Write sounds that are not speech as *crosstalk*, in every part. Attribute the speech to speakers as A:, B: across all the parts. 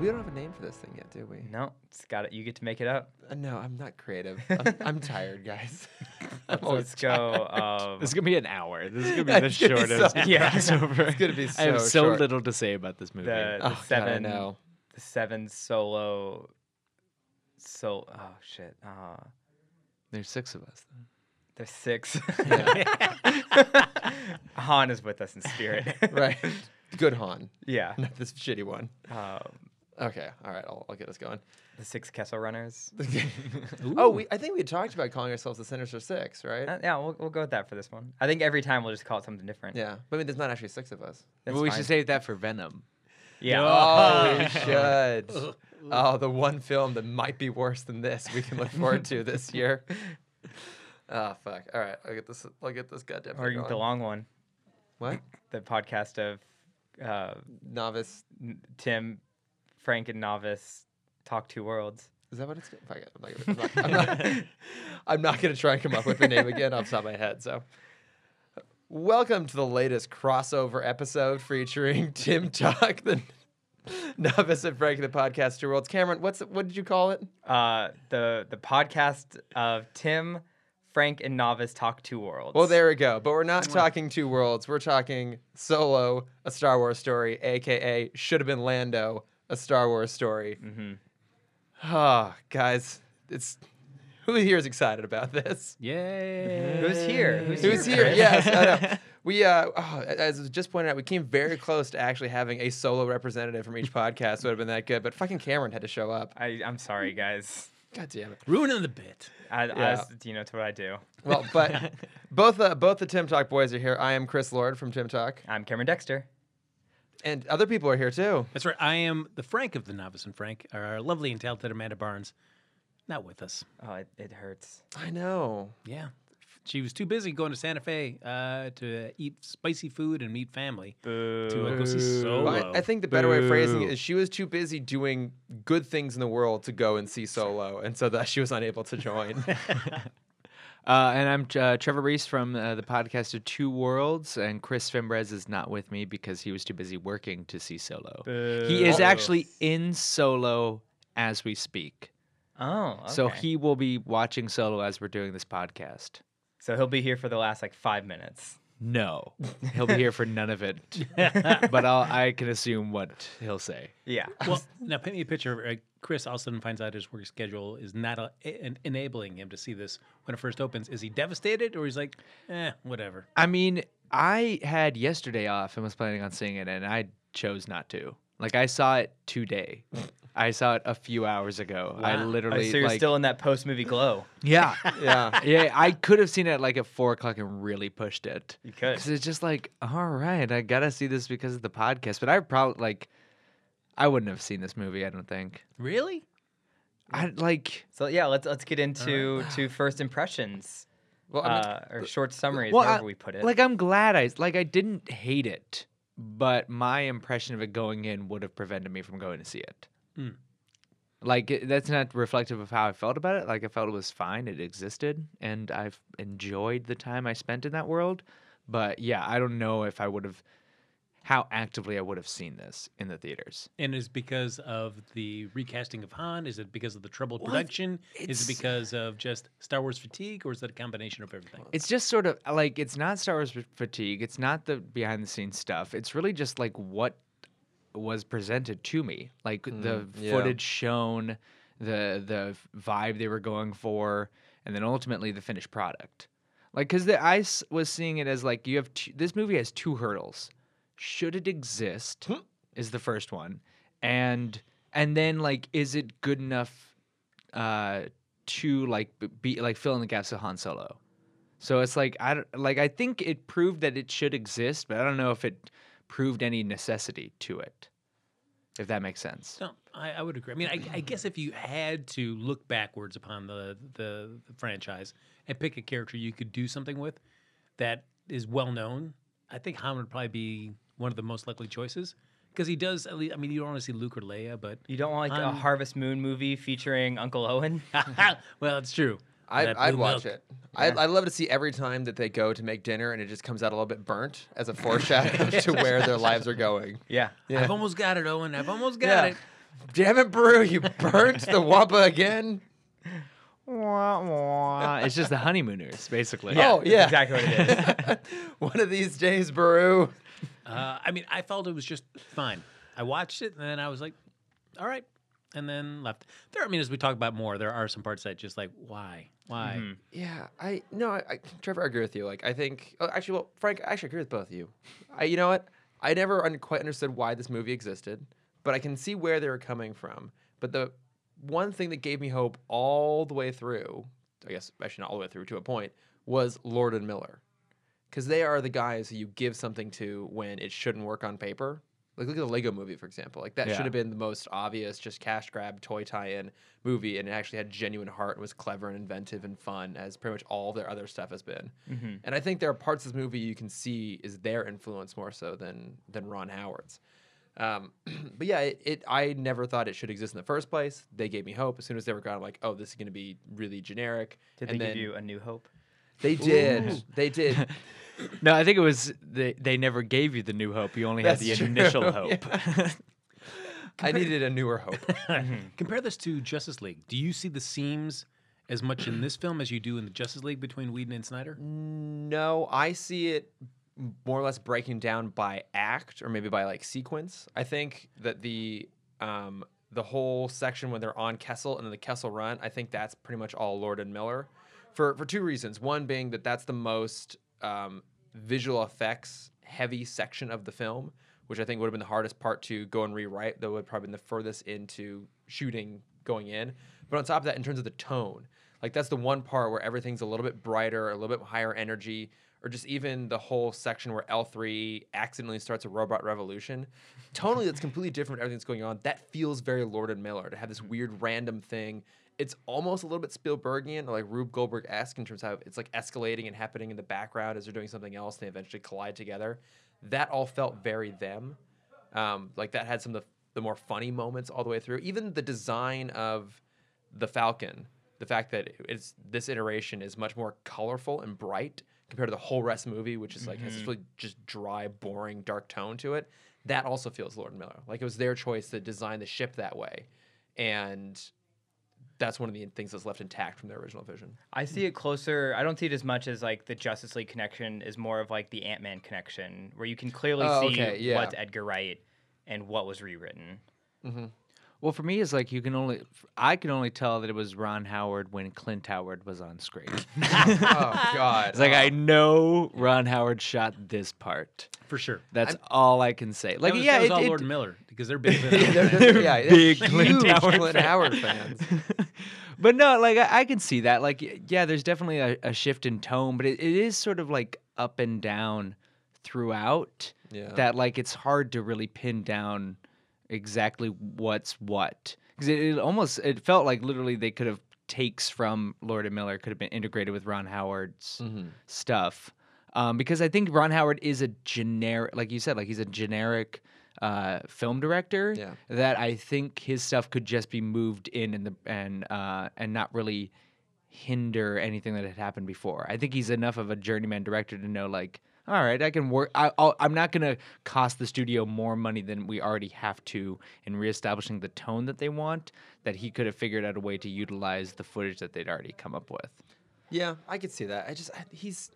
A: We don't have a name for this thing yet, do we?
B: No, it's got it. You get to make it up.
A: Uh, No, I'm not
B: *laughs*
A: creative. I'm, I'm tired, guys. *laughs* I'm
B: So let's
A: always
B: go.
A: tired. *laughs*
B: Um,
C: This is gonna be an hour. This is gonna be
A: It's
C: the
A: gonna be
C: shortest.
A: so-
C: yeah,
B: It's
A: It's gonna be so
C: I have so
A: short.
C: little to say about this movie.
B: The-
A: Oh, God, I
B: seven- *laughs*
A: know.
B: the seven solo. So oh shit. Uh,
C: There's six of us.
A: *laughs*
B: there's six. *laughs*
C: Yeah.
B: Han is with us in spirit.
A: *laughs* Right. Good Han,
B: *laughs* yeah.
A: not this shitty one.
B: Um,
A: Okay, all right, I'll, I'll get us going. *laughs*
B: the six Kessel runners.
A: oh, we, I think we had talked about calling ourselves the Sinister Six, right?
B: Uh, yeah, we'll, we'll go with that for this one. I think every time we'll just call it something different.
A: yeah, but I mean, there's not actually six of us.
B: That's
C: well, we
B: fine.
C: should save that for Venom.
B: Yeah.
A: Oh,
B: *laughs*
A: we
C: Oh.
A: should. Oh, the one film that might be worse than this we can look forward to
B: *laughs*
A: this year. Oh fuck! All right, I'll get this. I'll get this goddamn.
B: Or
A: thing
B: you get the
A: going.
B: long one.
A: what?
B: The podcast of uh,
A: Novice?
B: N- Tim, Frank, and Novice talk two worlds.
A: Is that what it's? Fuck it. I'm not, gonna, I'm, not, I'm, not, *laughs* I'm not gonna try and come up with a name again off the top of my head. So, welcome to the latest crossover episode featuring *laughs* Tim Tuck, the *laughs* novice and Frank, the podcast two worlds. Cameron, what's what did you call it?
B: Uh, the the podcast of Tim, Frank, and Novice talk two worlds.
A: Well, there we go. But we're not talking two worlds. We're talking Solo, a Star Wars story, aka should have been Lando, a Star Wars story. Mm-hmm. Ah, guys, it's who here is excited about this?
C: Yay!
B: Who's here? Who's
A: Who's
B: here,
A: here?
B: Chris?
A: Yes, I
C: *laughs*
A: *laughs* know. We, uh, oh, as was just pointed out, we came very close to actually having a solo representative *laughs* from each podcast. Would have been that good, but fucking Cameron had to show up.
B: I, I'm sorry, guys.
A: God damn it.
C: Ruining the bit.
B: I, I
A: Yeah.
B: just- you know, it's what I do.
A: Well, *laughs* but both uh, both the Tim Talk boys are here. I am Chris Lord from Tim Talk,
B: I'm Cameron Dexter.
A: and other people are here too.
D: That's right. I am the Frank of the novice and Frank, or our lovely and talented Amanda Barnes, not with us.
B: Oh, it, it hurts.
A: I know.
D: Yeah. She was too busy going to Santa Fe uh, to eat spicy food and meet family.
B: Boo.
D: To uh, go see Solo.
A: Well, I, I think the better way of phrasing it is she was too busy doing good things in the world to go and see Solo, and so that she was unable to join.
C: *laughs*
A: *laughs*
C: Uh, and I'm uh, Trevor Reese from uh, the podcast of Two Worlds, and Chris Fimbres is not with me because he was too busy working to see Solo. He is
B: Boo.
C: actually in Solo as we speak,
B: Oh, okay.
C: so he will be watching Solo as we're doing this podcast.
B: so he'll be here for the last like five
C: *laughs*
B: minutes.
A: *laughs*
C: No, he'll be here for none of it, but I'll, I can assume what he'll say.
B: Yeah.
C: *laughs*
D: Well, now paint me a picture. Uh, Chris all of a sudden finds out his work schedule is not uh, en- enabling him to see this when it first opens. Is he devastated or he's like, eh, whatever?
C: I mean, I had yesterday off and was planning on seeing it, and I chose not to. Like, I saw it today. I saw it a few hours ago. I
D: Wow.
B: Oh,
C: literally
B: so you're
C: like,
B: still in that post movie glow.
C: yeah,
A: yeah.
C: *laughs* yeah. I could have seen it like at four o'clock and really pushed it
B: You could.
C: because it's just like, all right, I gotta see this because of the podcast. But I probably like, I wouldn't have seen this movie. I don't think.
D: *laughs* Really?
C: I like.
B: So yeah, let's let's get into to first impressions
A: Well, I mean,
B: uh, or short summaries,
C: well,
B: however
C: I-
B: we put it.
C: Like I'm glad I like I didn't hate it, but my impression of it going in would have prevented me from going to see it.
D: Mm.
C: Like it- that's not reflective of how I felt about it. Like I felt it was fine, it existed, and I've enjoyed the time I spent in that world. But yeah, I don't know if I would have how actively I would have seen this in the theaters.
D: And is it because of the recasting of Han? Is it because of the troubled production? Is it
C: it's-
D: because of just Star Wars fatigue or is that a combination of everything?
C: It's just sort of like it's not Star Wars f- fatigue. It's not the behind the scenes stuff. It's really just like what was presented to me, like the
A: yeah.
C: footage shown, the the vibe they were going for, and then ultimately the finished product. Like, because the I s- was seeing it as like you have two, this movie has two hurdles: should it exist is the first one, and and then like is it good enough uh, to like b- be like fill in the gaps of Han Solo. So it's like I don't, like I think it proved that it should exist, but I don't know if it proved any necessity to it. If that
A: *laughs*
C: makes sense.
D: No, I, I would agree. I mean, I, I guess if you had to look backwards upon the, the the franchise and pick a character you could do something with that is well known, I think Han would probably be one of the most likely choices because he does. At least, I mean, you don't want to see Luke or Leia, but *laughs*
B: you don't want like a
D: I'm-
B: Harvest Moon movie featuring Uncle Owen.
D: well, it's true.
A: I,
D: That
A: I'd
D: blue
A: watch
D: milk.
A: it. I'd, I'd love to see every time that they go to make dinner and it just comes out a little bit burnt
D: *laughs*
A: as a foreshadow to where their lives are going.
B: yeah.
A: Yeah.
D: I've almost *laughs* got it, Owen. I've almost got
A: Yeah.
D: it.
A: Damn it, Brew, you burnt the Wampa again.
C: Wah, wah. It's just the honeymooners, basically.
A: Yeah. Oh,
B: that's exactly what *laughs* it is.
A: *laughs* One of these days, Brew.
D: Uh, I mean, I felt it was just fine. I watched it and then I was like, all right, and then left. There, I mean, as we talk about more, there are some parts that just like, why, why?
A: Mm-hmm. Yeah, I no, I, I Trevor, I agree with you. Like, I think oh, actually, well, Frank, I actually agree with both of you. I, you know what? I never un- quite understood why this movie existed, but I can see where they were coming from. But the one thing that gave me hope all the way through, I guess, actually not all the way through to a point, was Lord and Miller, because they are the guys who you give something to when it shouldn't work on paper. Like, look at the Lego Movie, for example. Like that
C: Yeah.
A: should have been. been the most obvious, just cash grab toy tie-in movie, and it actually had genuine heart and was clever and inventive and fun, as pretty much all of their other stuff has been.
B: Mm-hmm.
A: And I think there are parts of this movie you can see is their influence more so than than Ron Howard's. Um, *clears throat* but yeah, it, it I never thought it should exist in the first place. They gave me hope as soon as they were gone. I'm like, oh, this is going to be really generic.
B: Did
A: and
B: they
A: then
B: give you a new hope?
A: They did. They
B: *laughs*
A: did.
C: No, I think it was they, they never gave you the new hope. You only had the
A: That's true. *laughs*
C: initial hope. *laughs*
A: I needed a newer hope.
D: Compare this to Justice League. Do you see the seams as much in this film as you do in the Justice League between Whedon and Snyder?
A: No, I see it more or less breaking down by act or maybe by like sequence. I think that the um, the whole section when they're on Kessel and then the Kessel run, I think that's pretty much all Lord and Miller, for for two reasons. One being that that's the most um, visual effects heavy section of the film, which I think would have been the hardest part to go and rewrite. That would have probably been the furthest into shooting going in. But on top of that, in terms of the tone, like that's the one part where everything's a little bit brighter, a little bit higher energy, or just even the whole section where L3 accidentally starts a robot revolution. Tonally, that's completely different from everything that's going on. That feels very Lord and Miller to have this weird random thing. It's almost a little bit Spielbergian or like Rube Goldberg esque in terms of how it's like escalating and happening in the background as they're doing something else and they eventually collide together. That all felt very them. Um, like that had some of the, the more funny moments all the way through. Even the design of the Falcon, the fact that it's this iteration is much more colorful and bright compared to the whole rest of the movie, which is like has this really just dry, boring, dark tone to it. That also feels Lord and Miller. Like it was their choice to design the ship that way, and that's one of the things that's left intact from their original vision.
B: I see it closer. I don't see it as much as like the Justice League connection is more of like the Ant Man connection, where you can clearly
A: Oh,
B: see
A: okay, yeah.
B: what's Edgar Wright and what was rewritten.
C: well, for me, it's like you can only I can only tell that it was Ron Howard when Clint Howard was on *laughs* screen.
A: *laughs* oh God!
C: it's like I know Ron Howard shot this part.
D: For sure.
C: That's all I can say. Like,
D: That was,
C: yeah,
D: that was
C: it-
D: all
C: it-
D: Lord and Miller because they're big.
A: *laughs*
C: *laughs*
A: They're-
D: fans.
A: they're- yeah,
C: Big
A: huge
C: Clint Howard
A: Clint
C: fan.
A: Howard fans. *laughs*
C: but no, like I, I can see that. Like, y- yeah, there's definitely a, a shift in tone, but it, it is sort of like up and down throughout.
A: Yeah.
C: That like it's hard to really pin down exactly what's what because it, it almost it felt like literally they could have takes from Lord and Miller could have been integrated with Ron Howard's
A: Mm-hmm.
C: stuff. Um, because I think Ron Howard is a generic, like you said, like he's a generic uh, film director
A: Yeah.
C: that I think his stuff could just be moved in and the and uh, and not really hinder anything that had happened before. I think he's enough of a journeyman director to know like, all right, I can work. I, I'll, I'm not gonna cost the studio more money than we already have to in reestablishing the tone that they want. That he could have figured out a way to utilize the footage that they'd already come up with.
A: Yeah, I could see that. I just I, he's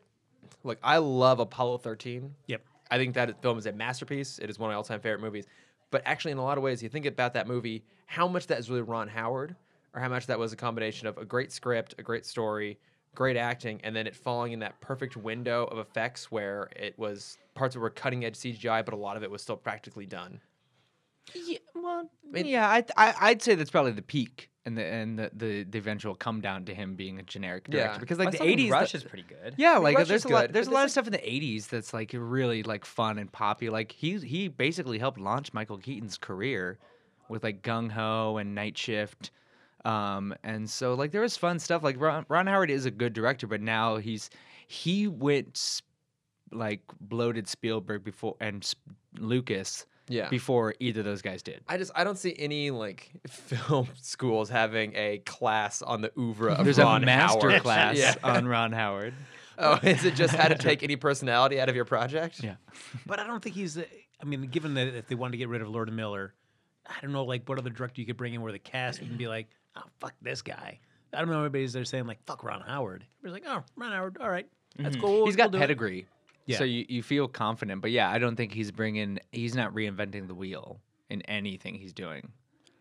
A: look. I love Apollo thirteen.
D: Yep.
A: I think that film is a masterpiece. It is one of my all-time favorite movies. But actually, in a lot of ways, you think about that movie, how much that is really Ron Howard, or how much that was a combination of a great script, a great story, great acting, and then it falling in that perfect window of effects where it was parts that were cutting-edge CGI, but a lot of it was still practically done.
C: Yeah, well,
A: mean-
C: yeah, I, I I'd say that's probably the peak and the and the, the, the eventual come down to him being a generic director
A: Yeah.
C: because like
B: My
C: the
B: stuff in
C: '80s,
B: Rush
C: the-
B: is pretty good.
C: yeah,
A: mean,
C: like
A: Rush
C: there's
A: is
C: a lot
A: good,
C: there's a
A: but
C: lot of
A: it's
C: stuff in the '80s that's like really like fun and poppy. Like he he basically helped launch Michael Keaton's career with like Gung Ho and Night Shift. Um, and so like there was fun stuff. Like Ron, Ron Howard is a good director, but now he's he went sp- like bloated Spielberg before and sp- Lucas
A: Yeah.
C: before either of those guys did.
A: I just I don't see any like *laughs* film schools having a class on the oeuvre of
C: There's
A: Ron
C: a master
A: Howard.
C: class
A: *laughs* Yeah.
C: on Ron Howard.
A: Oh, is it just how to take any personality out of your project?
C: Yeah.
D: but I don't think he's. uh, I mean, given that if they wanted to get rid of Lord and Miller, I don't know, like what other director you could bring in where the cast would be like, oh fuck this guy. I don't know. Everybody's there saying like fuck Ron Howard. Everybody's like, oh Ron Howard, all right, that's cool.
C: Mm-hmm. he's
D: we'll
C: got
D: do it."
C: pedigree,
D: Yeah.
C: so you, you feel confident. But yeah, I don't think he's bringing. He's not reinventing the wheel in anything he's doing.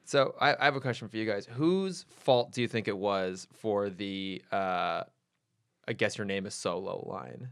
A: So I, I have a question for you guys. Whose fault do you think it was for the uh, I guess your name is solo line?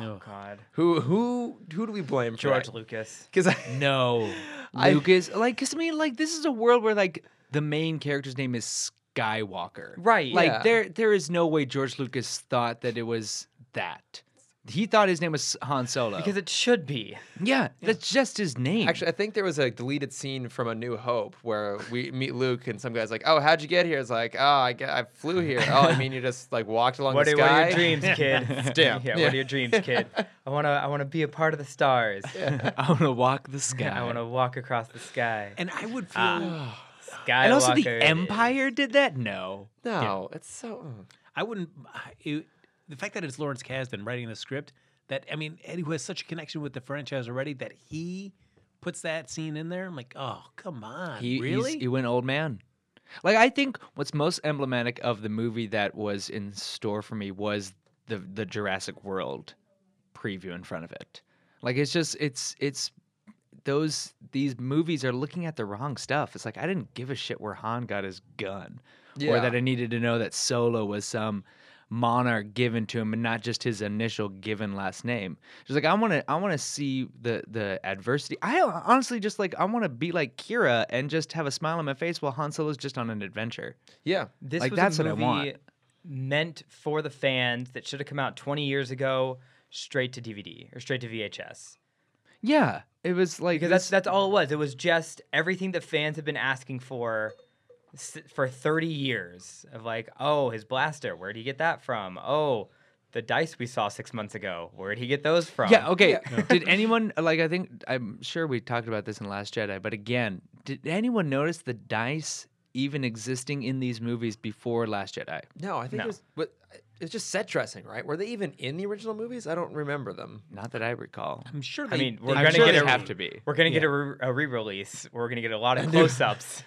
D: No.
B: God.
A: Who who who do we blame?
B: George Lucas.
A: Because
C: No,
A: I-
C: Lucas. Like, cause *gasps* I mean, like, this is a world where like the main character's name is Skywalker.
B: Right.
C: Like,
A: yeah.
C: there, there is no way George Lucas thought that it was that. He thought his name was Han Solo.
B: because it should be.
C: yeah, that's just his
A: *laughs*
C: name.
A: actually I think there was a deleted scene from A New Hope where we meet Luke and some guy's like, "Oh, how'd you get here?" It's like, "Oh, I, get, I flew here." Oh, I mean, you just like walked along
B: What
A: the
B: are, what
A: sky.
B: are your *laughs* dreams, kid?
A: Damn.
B: Yeah,
A: Yeah.
B: What are your dreams, *laughs* kid? I wanna. I wanna be a part of the stars.
C: *laughs* *laughs* I want to walk the sky.
B: I wanna walk across the sky.
D: And I would feel.
B: Ah. Skywalker.
C: And also, the
B: it is.
C: Empire did that. No,
A: No, it's so. mm.
D: I wouldn't. I- It, the fact that it's Lawrence Kasdan writing the script, that I mean, Eddie who has such a connection with the franchise already that he puts that scene in there. I'm like, oh come on,
C: he he's-
D: really?
C: he went old man. Like I think what's most emblematic of the movie that was in store for me was the the Jurassic World preview in front of it. Like it's just it's it's those these movies are looking at the wrong stuff. It's like I didn't give a shit where Han got his gun, or
A: Yeah.
C: that I needed to know that Solo was some monarch given to him and not just his initial given last name. She's like I want to I want to see the the adversity. I honestly just like I want to be like Kira and just have a smile on my face while Han Solo's just on an adventure.
A: Yeah.
B: This
C: Like,
B: was
C: that's
B: a
C: what I
B: movie
C: want.
B: meant for the fans that should have come out 20 years ago, straight to DVD or straight to VHS.
C: Yeah, it was like
B: Because
C: this-
B: that's that's all it was. It was just everything that fans have been asking for s- for 30 years of like, oh, his blaster, where would he get that from? Oh, the dice we saw six months ago, where would he get those from?
C: Yeah. Okay. Did anyone like? I think I'm sure we talked about this in Last Jedi, but again, did anyone notice the dice even existing in these movies before Last Jedi?
A: No, I think
B: No.
A: it was. But it's just set dressing, right? Were they even in the original movies? I don't remember them.
C: Not that I recall.
D: I'm sure.
B: I
D: They,
B: mean, we're
D: they-
C: I'm
B: gonna
C: sure
B: get
C: they
B: a-
C: have to be.
B: We're gonna get a, re- a re-release. We're gonna get a
C: *laughs*
B: lot of close-ups.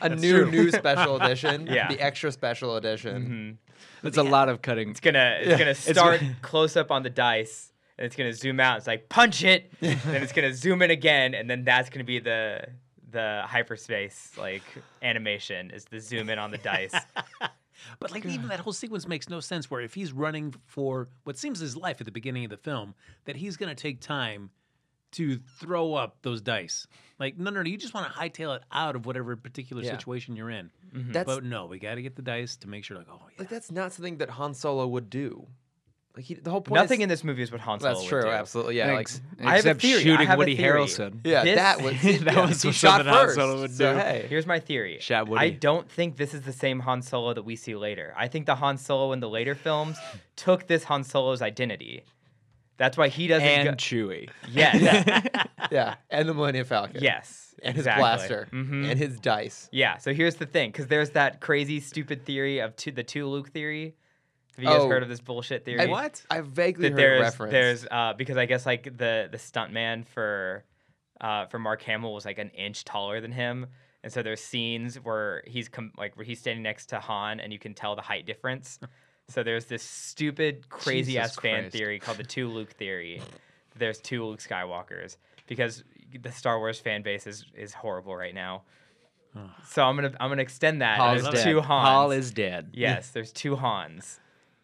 A: A new
B: *laughs*
A: new special edition.
B: Yeah. Mm-hmm.
A: The extra special edition.
C: It's a lot of cutting.
B: It's gonna it's gonna start
A: *laughs*
B: close up on the dice, and it's gonna zoom out. It's like
A: *laughs*
B: punch it, then it's gonna zoom in again, and then that's gonna be the the hyperspace like animation is the zoom in on
A: *laughs*
B: the dice.
D: but like even that whole sequence makes no sense. Where if he's running for what seems his life at the beginning of the film, that he's going to take time to throw up those dice. Like no, no, no. You just want to hightail it out of whatever particular
A: Yeah.
D: situation you're in.
A: That's
D: But no, we got to get the dice to make sure. Like, oh yeah.
A: like that's not something that Han Solo would do. Like he, the whole point.
B: Nothing
A: is,
B: in this movie is what Han Solo
A: That's
B: would
A: true.
B: do.
A: Absolutely. Yeah.
C: Ex-
A: Like
B: I have a
C: except
B: theory. I
C: shooting
B: have a
C: Woody
B: theory.
C: Harrelson.
A: yeah,
B: This-
A: that
B: *laughs*
A: was
C: that
A: yeah,
C: was
A: he
C: what
A: shot
C: something Han
A: first,
C: Solo would
A: so
C: do.
A: hey.
B: Here's my theory.
C: Shot
B: I
C: Woody.
B: don't think this is the same Han Solo that we see later. I think the Han Solo in the later films took this Han Solo's identity. That's why he doesn't.
C: and
B: go-
C: Chewie.
B: yes,
A: *laughs* yeah, and the Millennium Falcon.
B: yes,
A: and his
B: exactly. Mm-hmm.
A: blaster and his dice.
B: Yeah, so here's the thing, because there's that crazy, stupid theory of two, the two Luke theory. Have you guys
A: Oh.
B: heard of this bullshit theory?
A: I- I vaguely
B: That
A: heard a
B: there's
A: reference.
B: there's uh, because I guess like the the stuntman for uh, for Mark Hamill was like an inch taller than him, and so there's scenes where he's com- like where he's standing next to Han, and you can tell the height
C: *laughs*
B: difference. So there's this stupid, crazy ass
C: Jesus
B: fan
C: Christ.
B: theory called the two Luke theory. There's two Luke Skywalkers because the Star Wars fan base is is horrible right now. So I'm gonna I'm gonna extend that.
C: Paul
B: and
C: is
B: There's
C: dead.
B: two Hans.
C: Paul is dead.
B: Yes, there's two Hans,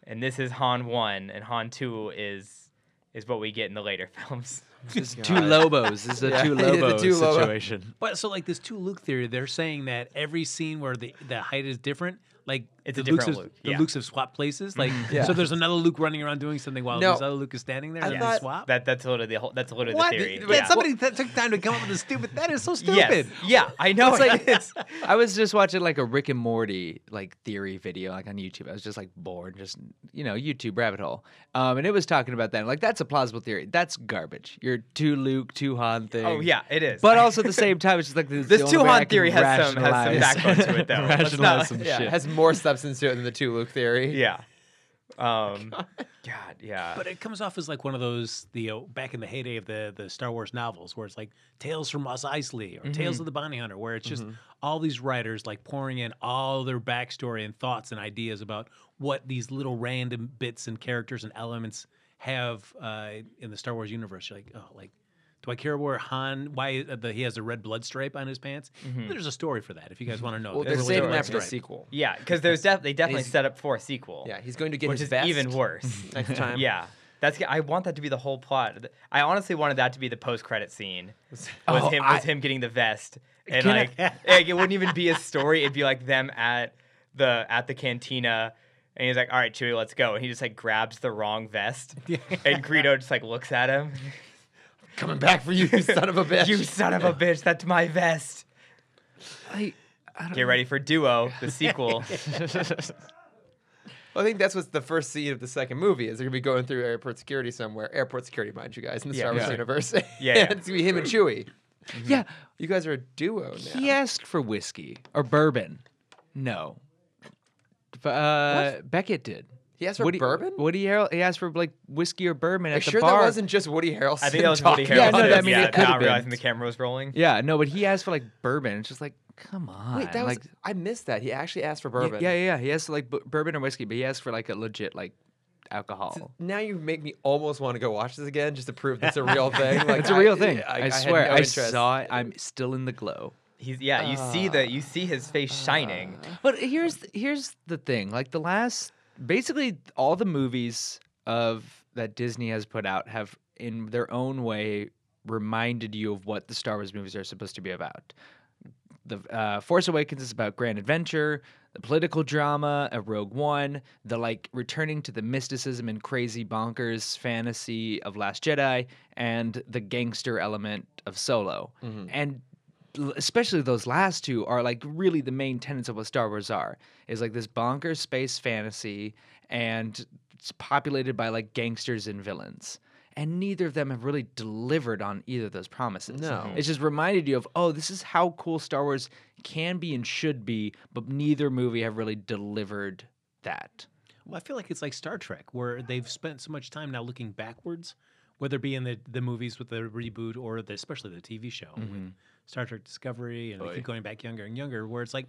B: and this is Han one, and Han two is is what we get in the later *laughs* films.
C: It's two Lobos. This is a
A: Yeah,
C: two
A: he did the
C: Lobos
A: two Lobo.
C: situation.
D: But so like this two Luke theory, they're saying that every scene where the, the height is different, like
B: It's
D: the
B: a
D: Lukes
B: different
D: have,
B: Luke,
D: the
B: yeah.
D: Lukes have swapped places. Like
A: *laughs* Yeah.
D: so, there's another Luke running around doing something while
A: No.
D: this other Luke is standing there.
A: I
D: and
A: thought-
D: they swap.
B: That that's literally the whole. That's literally
D: what?
B: the theory.
D: That
B: yeah.
D: Somebody that took time to come up with this stupid. That is so stupid.
B: Yes. Oh, Yeah, I know.
C: It's like-
B: it is.
C: I was just watching like a Rick and Morty like theory video like on YouTube. I was just like bored, just you know, YouTube rabbit hole. Um, and it was talking about that. Like that's a plausible theory. That's garbage. Your two Luke, two Han
B: *laughs*
C: thing.
B: oh yeah, it is.
C: But
B: *laughs*
C: also at the same time, it's just like this.
B: This two Han theory has some- has some backbone to
C: *laughs*
B: it, though. Let's
C: rationalize
B: not-
C: some
A: yeah,
C: shit.
A: has more substance to it than the two Luke theory.
B: yeah. Um, God, yeah.
D: But it comes off as like one of those the uh, back in the heyday of the the Star Wars novels, where it's like Tales from Mos Eisley or Tales
A: Mm-hmm.
D: of the Bounty Hunter, where it's just all these writers like pouring in all their backstory and thoughts and ideas about what these little random bits and characters and elements have uh, in the Star Wars universe. You're like, oh, like. Do I care where Han? Why uh, the, he has a red blood stripe on his pants? There's a story for that. If you guys want to know,
A: Mm-hmm. Well, they're
D: There's a
A: saving
D: red
A: that for the
D: stripe.
A: sequel.
B: yeah, because there's def- they definitely set up for a sequel.
A: Yeah, he's going to get
B: which
A: his
B: is
A: vest
B: even worse. *laughs*
A: next time.
B: yeah, that's I want that to be the whole plot. I honestly wanted that to be the post credit scene. *laughs* Was
C: Oh,
B: him
C: I-
B: was him getting the vest and
C: Can I-
B: like, *laughs* like, it wouldn't even be a story. It'd be like them at the at the cantina. And he's like, "All right, Chewie, let's go." And he just like grabs the wrong
C: *laughs*
B: vest, and Greedo just like looks at him.
A: coming back for you, *laughs* you son of a bitch.
B: *laughs* You son of a bitch! That's my vest.
C: Like, I don't
B: Get ready for Duo,
C: *laughs*
B: the sequel.
A: Well, I think that's what's the first scene of the second movie is they're gonna be going through airport security somewhere. Airport security, mind you guys, in the
B: Yeah.
A: Star Wars
B: Yeah.
A: universe. *laughs*
B: yeah.
A: And it's gonna be him and Chewie.
B: mm-hmm.
C: Yeah,
A: You guys are a duo now.
C: he asked for whiskey or bourbon. No. F- Uh, Beckett did.
A: He asked for
C: Woody,
A: burban?
C: Woody Harrel, he asked for like whiskey or bourbon at
A: Are you
C: the
A: sure
C: bar.
A: that wasn't just Woody Harrelson?
B: I think that was Woody
A: talking?
B: Harrelson.
C: Yeah,
B: Yeah,
C: no, I mean, it could've
B: not
C: been.
B: realizing the camera was rolling.
C: Yeah, no, but he asked for like bourbon. It's just like, come on.
A: Wait, that was
C: like,
A: I missed that. He actually asked for
C: Y-
A: bourbon.
C: Yeah, yeah, yeah. He asked for, like bu- bourbon or whiskey, but he asked for like a legit like alcohol.
A: Now you make me almost want to go watch this again just to prove that's a
B: *laughs*
A: real thing.
C: *laughs*
A: Like,
C: It's a real
A: I- I,
C: thing. I,
A: I had
C: swear,
A: no
C: I
A: interest.
C: saw it. I'm still in the glow.
B: He's yeah. You see the you see his face shining.
C: But here's th- here's the thing. Like the last, basically all the movies of that Disney has put out have, in their own way, reminded you of what the Star Wars movies are supposed to be about. The uh, Force Awakens is about grand adventure, the political drama of Rogue One, the like returning to the mysticism and crazy bonkers fantasy of Last Jedi, and the gangster element of Solo. And l- especially those last two are like really the main tenets of what Star Wars are is like this bonkers space fantasy and it's populated by like gangsters and villains. And neither of them have really delivered on either of those promises.
A: No.
C: It's just reminded you of, oh, this is how cool Star Wars can be and should be, but neither movie have really delivered that.
D: Well, I feel like it's like Star Trek, where they've spent so much time now looking backwards, whether it be in the, the movies with the reboot or the, especially the TV show with Star Trek Discovery, and they keep going back younger and younger, where it's like,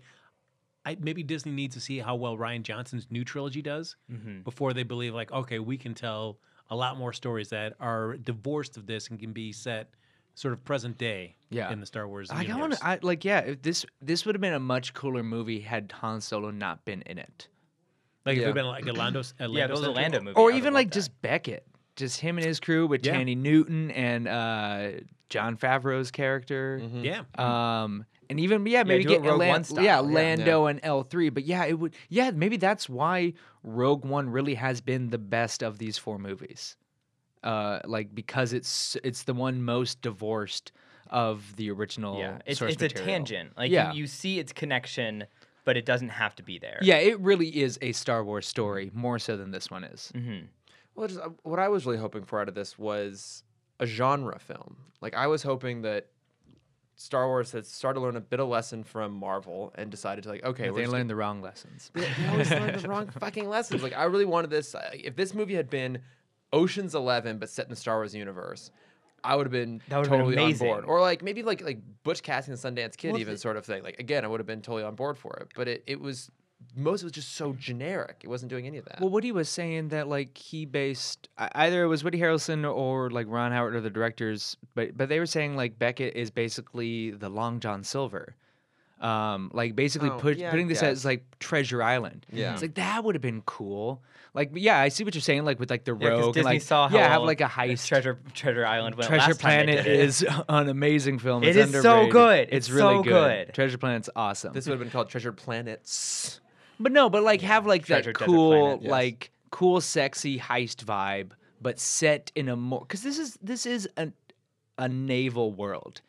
D: I, maybe Disney needs to see how well Ryan Johnson's new trilogy does before they believe like, okay, we can tell a lot more stories that are divorced of this and can be set sort of present day
C: Yeah.
D: in the Star Wars
C: I
D: universe.
C: want to, I like, yeah, if this this would have been a much cooler movie had Han Solo not been in it.
D: like if
A: Yeah.
D: it've been like a Lando, a
B: Yeah, if it was a
D: Central-
B: Lando movie. I
C: or
B: would've
C: even
B: loved
C: like
B: that.
C: just Beckett, just him and his crew with
D: Yeah.
C: Channing Newton and uh, John Favreau's character.
D: Yeah.
C: Um, and even yeah, maybe
B: Mm-hmm. do it
C: get
B: Rogue
C: Lan-
B: One style,
C: yeah
B: yeah.
C: Lando and L three. But yeah, it would yeah maybe that's why Rogue One really has been the best of these four movies. Uh, like because it's it's the one most divorced of the original.
B: yeah. It's
C: source
B: it's
C: material.
B: a tangent. Like
C: Yeah.
B: you, you see its connection, but it doesn't have to be there.
C: Yeah, it really is a Star Wars story more so than this one
B: Mm,
C: is.
B: Mm-hmm.
A: Well, just, uh, what I was really hoping for out of this was a genre film. Like I was hoping that Star Wars had started to learn a bit of lesson from Marvel and decided to like, okay,
C: But
A: we're
C: they
A: just
C: learned the wrong lessons.
A: they always learn the wrong fucking lessons. Like I really wanted this. uh, If this movie had been Ocean's Eleven but set in the Star Wars universe, I would have been
B: That would've been
A: totally on
B: amazing.
A: board. Or like maybe like like Butch Cassidy and the Sundance Kid
B: Well,
A: even
B: the-
A: sort of thing. Like again, I would have been totally on board for it. But it, it was most was just so generic. It wasn't doing any of that.
C: Well, Woody was saying that like he based I- either it was Woody Harrelson or like Ron Howard or the directors, but but they were saying like Beckett is basically the Long John Silver, um, like basically
A: Oh,
C: put,
A: yeah, I
C: putting this
A: guess.
C: as like Treasure Island.
A: Yeah.
C: it's like that would have been cool. Like yeah, I see what you're saying. Like with like the
B: Yeah, 'cause
C: rogue,
B: Disney
C: and, like,
B: saw how
C: yeah, have
B: well
C: like a
B: the
C: heist.
B: treasure treasure island went
C: Treasure
B: last time they
C: Planet
B: did it.
C: is *laughs* an amazing film.
B: It
C: it's
B: is so
C: underrated.
B: good.
C: It's
B: It's
C: really
B: so
C: good.
B: good.
C: Treasure Planet's awesome.
A: this would have been called Treasured Planets.
C: But no, but like have like
B: Treasure
C: that
B: Desert
C: cool,
B: Planet,
A: yes.
C: like cool, sexy heist vibe, but set in a more because this is this is a a naval world.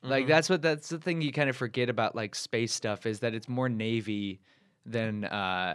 C: Like
B: Mm-hmm.
C: that's what that's the thing you kind of forget about like space stuff is that it's more navy than uh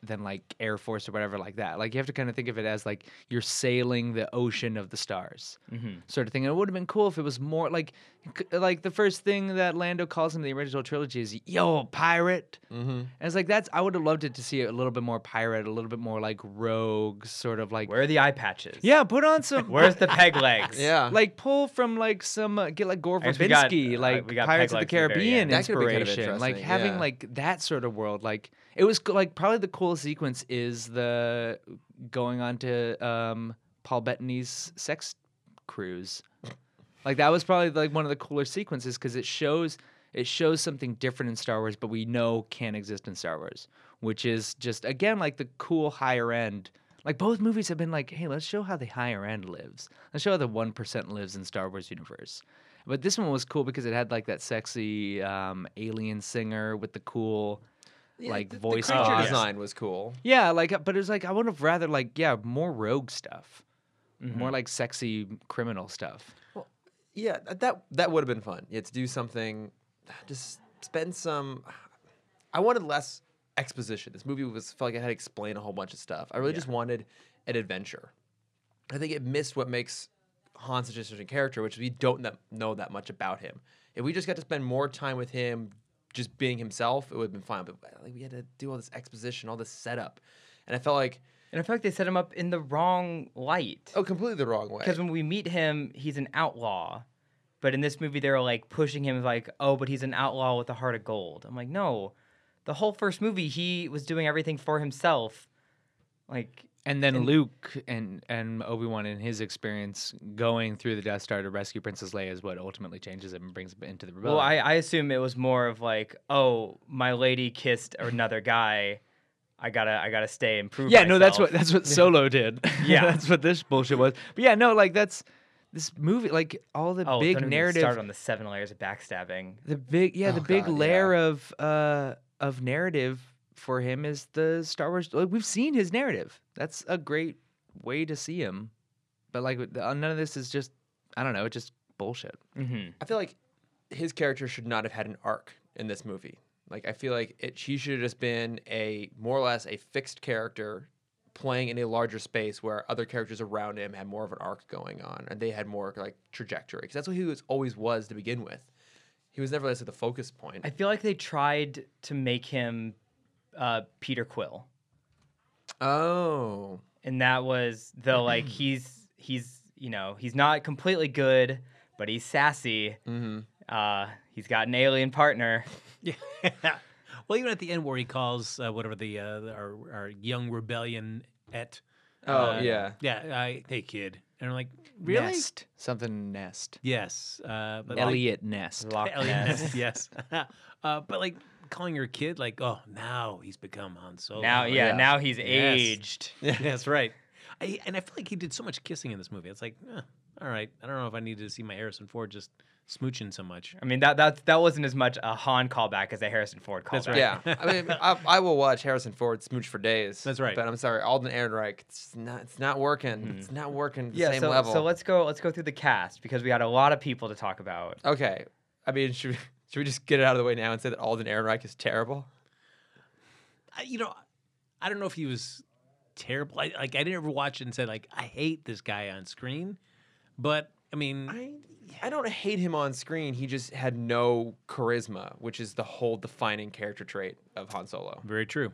C: than like Air Force or whatever like that. Like you have to kind of think of it as like you're sailing the ocean of the stars
B: Mm-hmm.
C: sort of thing. And it would have been cool if it was more like, c- like the first thing that Lando calls him in the original trilogy is "Yo, pirate."
A: Mm-hmm.
C: And it's like that's I would have loved it to see a little bit more pirate, a little bit more like rogue, sort of like
B: Where are the eye patches?
C: yeah,
B: *laughs*
C: put on some
B: Where's the
C: *laughs*
B: peg legs?
A: Yeah.
C: like pull from like some uh, get like Gore
B: I guess we got,
C: Verbinski,
B: uh,
C: like
B: we got
C: Pirates
B: Peg
C: of the
B: Legs at the very
C: Caribbean
B: end.
A: That could've been kind of
C: inspiration, like
A: interesting,
C: having
A: yeah.
C: like that sort of world. Like it was co- like probably the coolest sequence is the going on to um, Paul Bettany's sex cruise. Like that was probably like one of the cooler sequences because it shows it shows something different in Star Wars, but we know can exist in Star Wars, which is just again like the cool higher end. Like both movies have been like, hey, let's show how the higher end lives. Let's show how the one percent lives in Star Wars universe. But this one was cool because it had like that sexy um, alien singer with the cool like voice
A: creature
B: box.
A: design was cool.
C: yeah, like, but it was like I would have rather like, yeah, more rogue stuff, more like sexy criminal stuff.
A: Yeah, th- that that would have been fun. Yeah, to do something, *sighs* just spend some. *sighs* I wanted less exposition. This movie was felt like I had to explain a whole bunch of stuff. I really just wanted an adventure. I think it missed what makes Han such an interesting character, which is we don't that, know that much about him. If we just got to spend more time with him, just being himself, it would have been fine. But like, we had to do all this exposition, all this setup, and I felt like
B: And I feel like they set him up in the wrong light.
A: oh, completely the wrong way.
B: Because when we meet him, he's an outlaw. But in this movie, they're like pushing him, like, oh, but he's an outlaw with a heart of gold. I'm like, no. The whole first movie, he was doing everything for himself. Like,
C: And then Luke and and Obi Wan and his experience going through the Death Star to rescue Princess Leia is what ultimately changes him and brings him into the rebellion.
B: well, I, I assume it was more of like, oh, my lady kissed another guy. I gotta, I gotta stay and prove.
C: *laughs* yeah, no, that's
B: myself."
C: *laughs* what that's what Solo did.
B: *laughs*
C: *laughs*
B: Yeah.
C: that's what this bullshit was. But yeah, no, like that's this movie, like all the
B: Oh,
C: big
B: don't even
C: narrative
B: Start on the seven layers of backstabbing.
C: the big yeah the
A: Oh,
C: big
A: God, yeah.
C: layer of uh of narrative for him is the star wars like we've seen his narrative that's a great way to see him but like with- uh, none of this is just i don't know it's just bullshit
B: hmm
A: I feel like his character should not have had an arc in this movie. Like I feel like it, she should have just been a more or less a fixed character playing in a larger space where other characters around him had more of an arc going on and they had more like trajectory because that's what he was always was to begin with. He was never like the focus point.
B: I feel like they tried to make him uh, Peter Quill.
A: Oh,
B: and that was the
C: Mm-hmm.
B: like he's he's you know he's not completely good but he's sassy
C: Mm-hmm.
B: uh he's got an alien partner
D: *laughs* well, even at the end where he calls uh, whatever the uh, our, our young rebellion et.
A: oh
D: Uh,
A: yeah.
D: Yeah, I, hey kid, and I'm like,
C: nest something nest
D: Yes, uh, but like-
C: elliot nest
B: Loch Ness.
C: *laughs*
D: *laughs* Elliot, yes, *laughs* uh, but like calling your kid like, oh, now he's become Han Solo.
C: Oh,
B: now yeah,
A: Yeah.
B: now he's
D: Yes.
B: aged
D: yeah, *laughs* that's right. I, and I feel like he did so much kissing in this movie. It's like, eh, all right, I don't know if I needed to see my Harrison Ford just smooching so much.
B: i mean that that that wasn't as much a han callback as a harrison ford callback
D: That's right.
A: Yeah, I
D: *laughs*
A: mean, I, I will watch Harrison Ford smooch for days.
D: That's right. Hmm.
A: But I'm sorry, Alden Ehrenreich. It's not. It's not working. It's not working. At the
B: yeah
A: same
B: so,
A: level.
B: so let's go let's go through the cast because we got a lot of people to talk
C: *laughs*
B: about
A: Okay. I mean, should we, *laughs* should we just get it out of the way now and say that Alden Ehrenreich is terrible?
D: I, you know, I don't know if he was terrible. I, like I didn't ever watch it and say like I hate this guy on screen, but I mean,
A: I I don't hate him on screen. He just had no charisma, which is the whole defining character trait of Han Solo.
D: very true.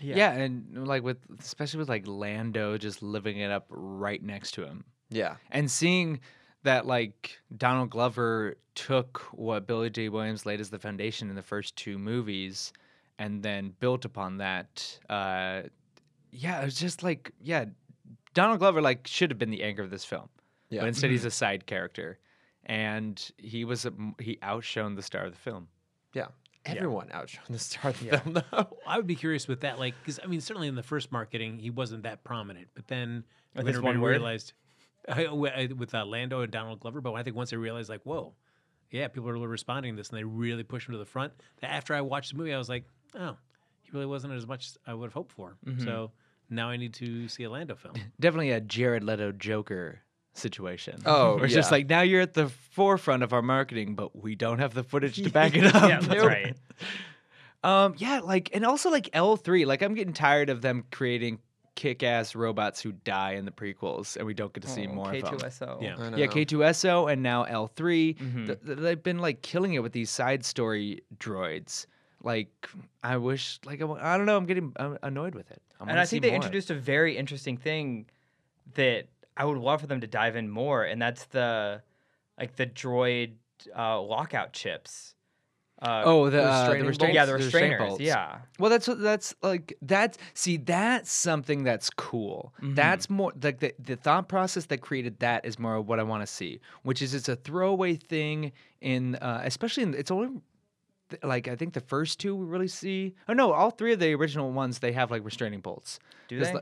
C: yeah. and like with especially with like lando just living it up right next to him
A: Yeah.
C: and seeing that like Donald Glover took what Billy J. Williams laid as the foundation in the first two movies, and then built upon that. Uh, yeah, it was just like yeah, Donald Glover like should have been the anchor of this film,
A: Yeah.
C: but instead he's a side character, and he was a, he outshone the star of the film.
A: Yeah. Everyone outshone the star of the film, though.
D: I would be curious with that, like, because I mean, certainly in the first marketing, he wasn't that prominent, but then
B: With
D: when
B: this one
D: everybody
B: word?
D: realized *laughs* I, wi- I- with uh, Lando and Donald Glover, but I think once they realized, like, whoa, yeah, people are really responding to this, and they really pushed him to the front. That after I watched the movie, I was like, oh, he really wasn't as much as I would have hoped for.
B: Mm-hmm.
D: So now I need to see a Lando film.
C: Definitely a Jared Leto Joker situation.
A: Oh,
C: *laughs* where it's just
A: yeah.
C: like now you're at
B: *laughs*
C: Oh, the forefront of our marketing, but we don't have the footage to back it up.
B: yeah that's right
C: Um, yeah, like, and also like L three. Like, I'm getting tired of them creating kick-ass robots who die in the prequels, and we don't get to see
B: Oh,
C: more of them.
B: K2SO.
D: Yeah.
A: I
C: Yeah,
A: know.
C: K2SO and now L3.
B: Mhm.
C: Th- th- they've been like killing it with these side story droids. Like I wish, like I, wa- I don't know, I'm getting uh, annoyed with it. I
B: and
C: wanna
B: I
C: see
B: think they
C: more.
B: introduced a very interesting thing that I would love for them to dive in more, and that's the like the droid uh, lockout chips. Uh,
C: oh the, uh,
A: restraining
C: the restraint,
B: yeah, the
C: restraint
B: restrainers.
C: bolts.
B: yeah,
C: Well, that's what that's like. That's see, that's something that's cool.
B: Mm-hmm.
C: That's more like the, the thought process that created that is more of what I want to see, which is it's a throwaway thing in, uh, especially in it's only th- like I think the first two we really see. Oh no, all three of the original ones they have like restraining bolts.
B: Do they?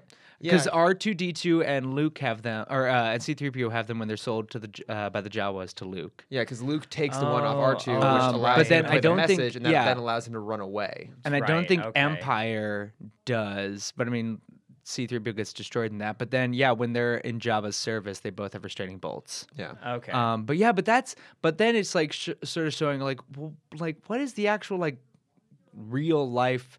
C: Because
A: Yeah.
C: R two D two and Luke have them, or uh, and C three PO have them when they're sold to the J- uh, by the Jawas to Luke.
A: Yeah, because Luke takes the one
B: Oh,
A: off R two, which
B: oh,
C: Um,
A: allows
C: but
A: him
C: then
A: to
C: I
A: play the
C: don't think-
A: message, and that
C: yeah.
A: then allows him to run away.
C: And I
B: Right,
C: don't think
B: okay.
C: Empire does, but I mean, C3PO gets destroyed in that. But then, yeah, when they're in Java's service, they both have restraining bolts.
A: Yeah,
B: Okay.
C: Um, but yeah, but that's, but then it's like sh- sort of showing like, well, like what is the actual like real life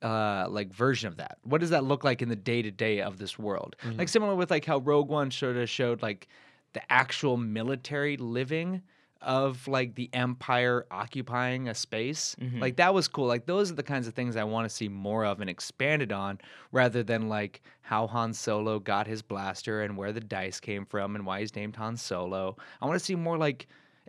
C: uh like version of that? What does that look like in the day to day of this world? Like similar with like how Rogue One sort of showed like the actual military living of like the empire occupying a space.
B: Mhm.
C: Like that was cool. Like those are the kinds of things I want to see more of and expanded on rather than like how Han Solo got his blaster and where the dice came from and why he's named Han Solo. I want to see more like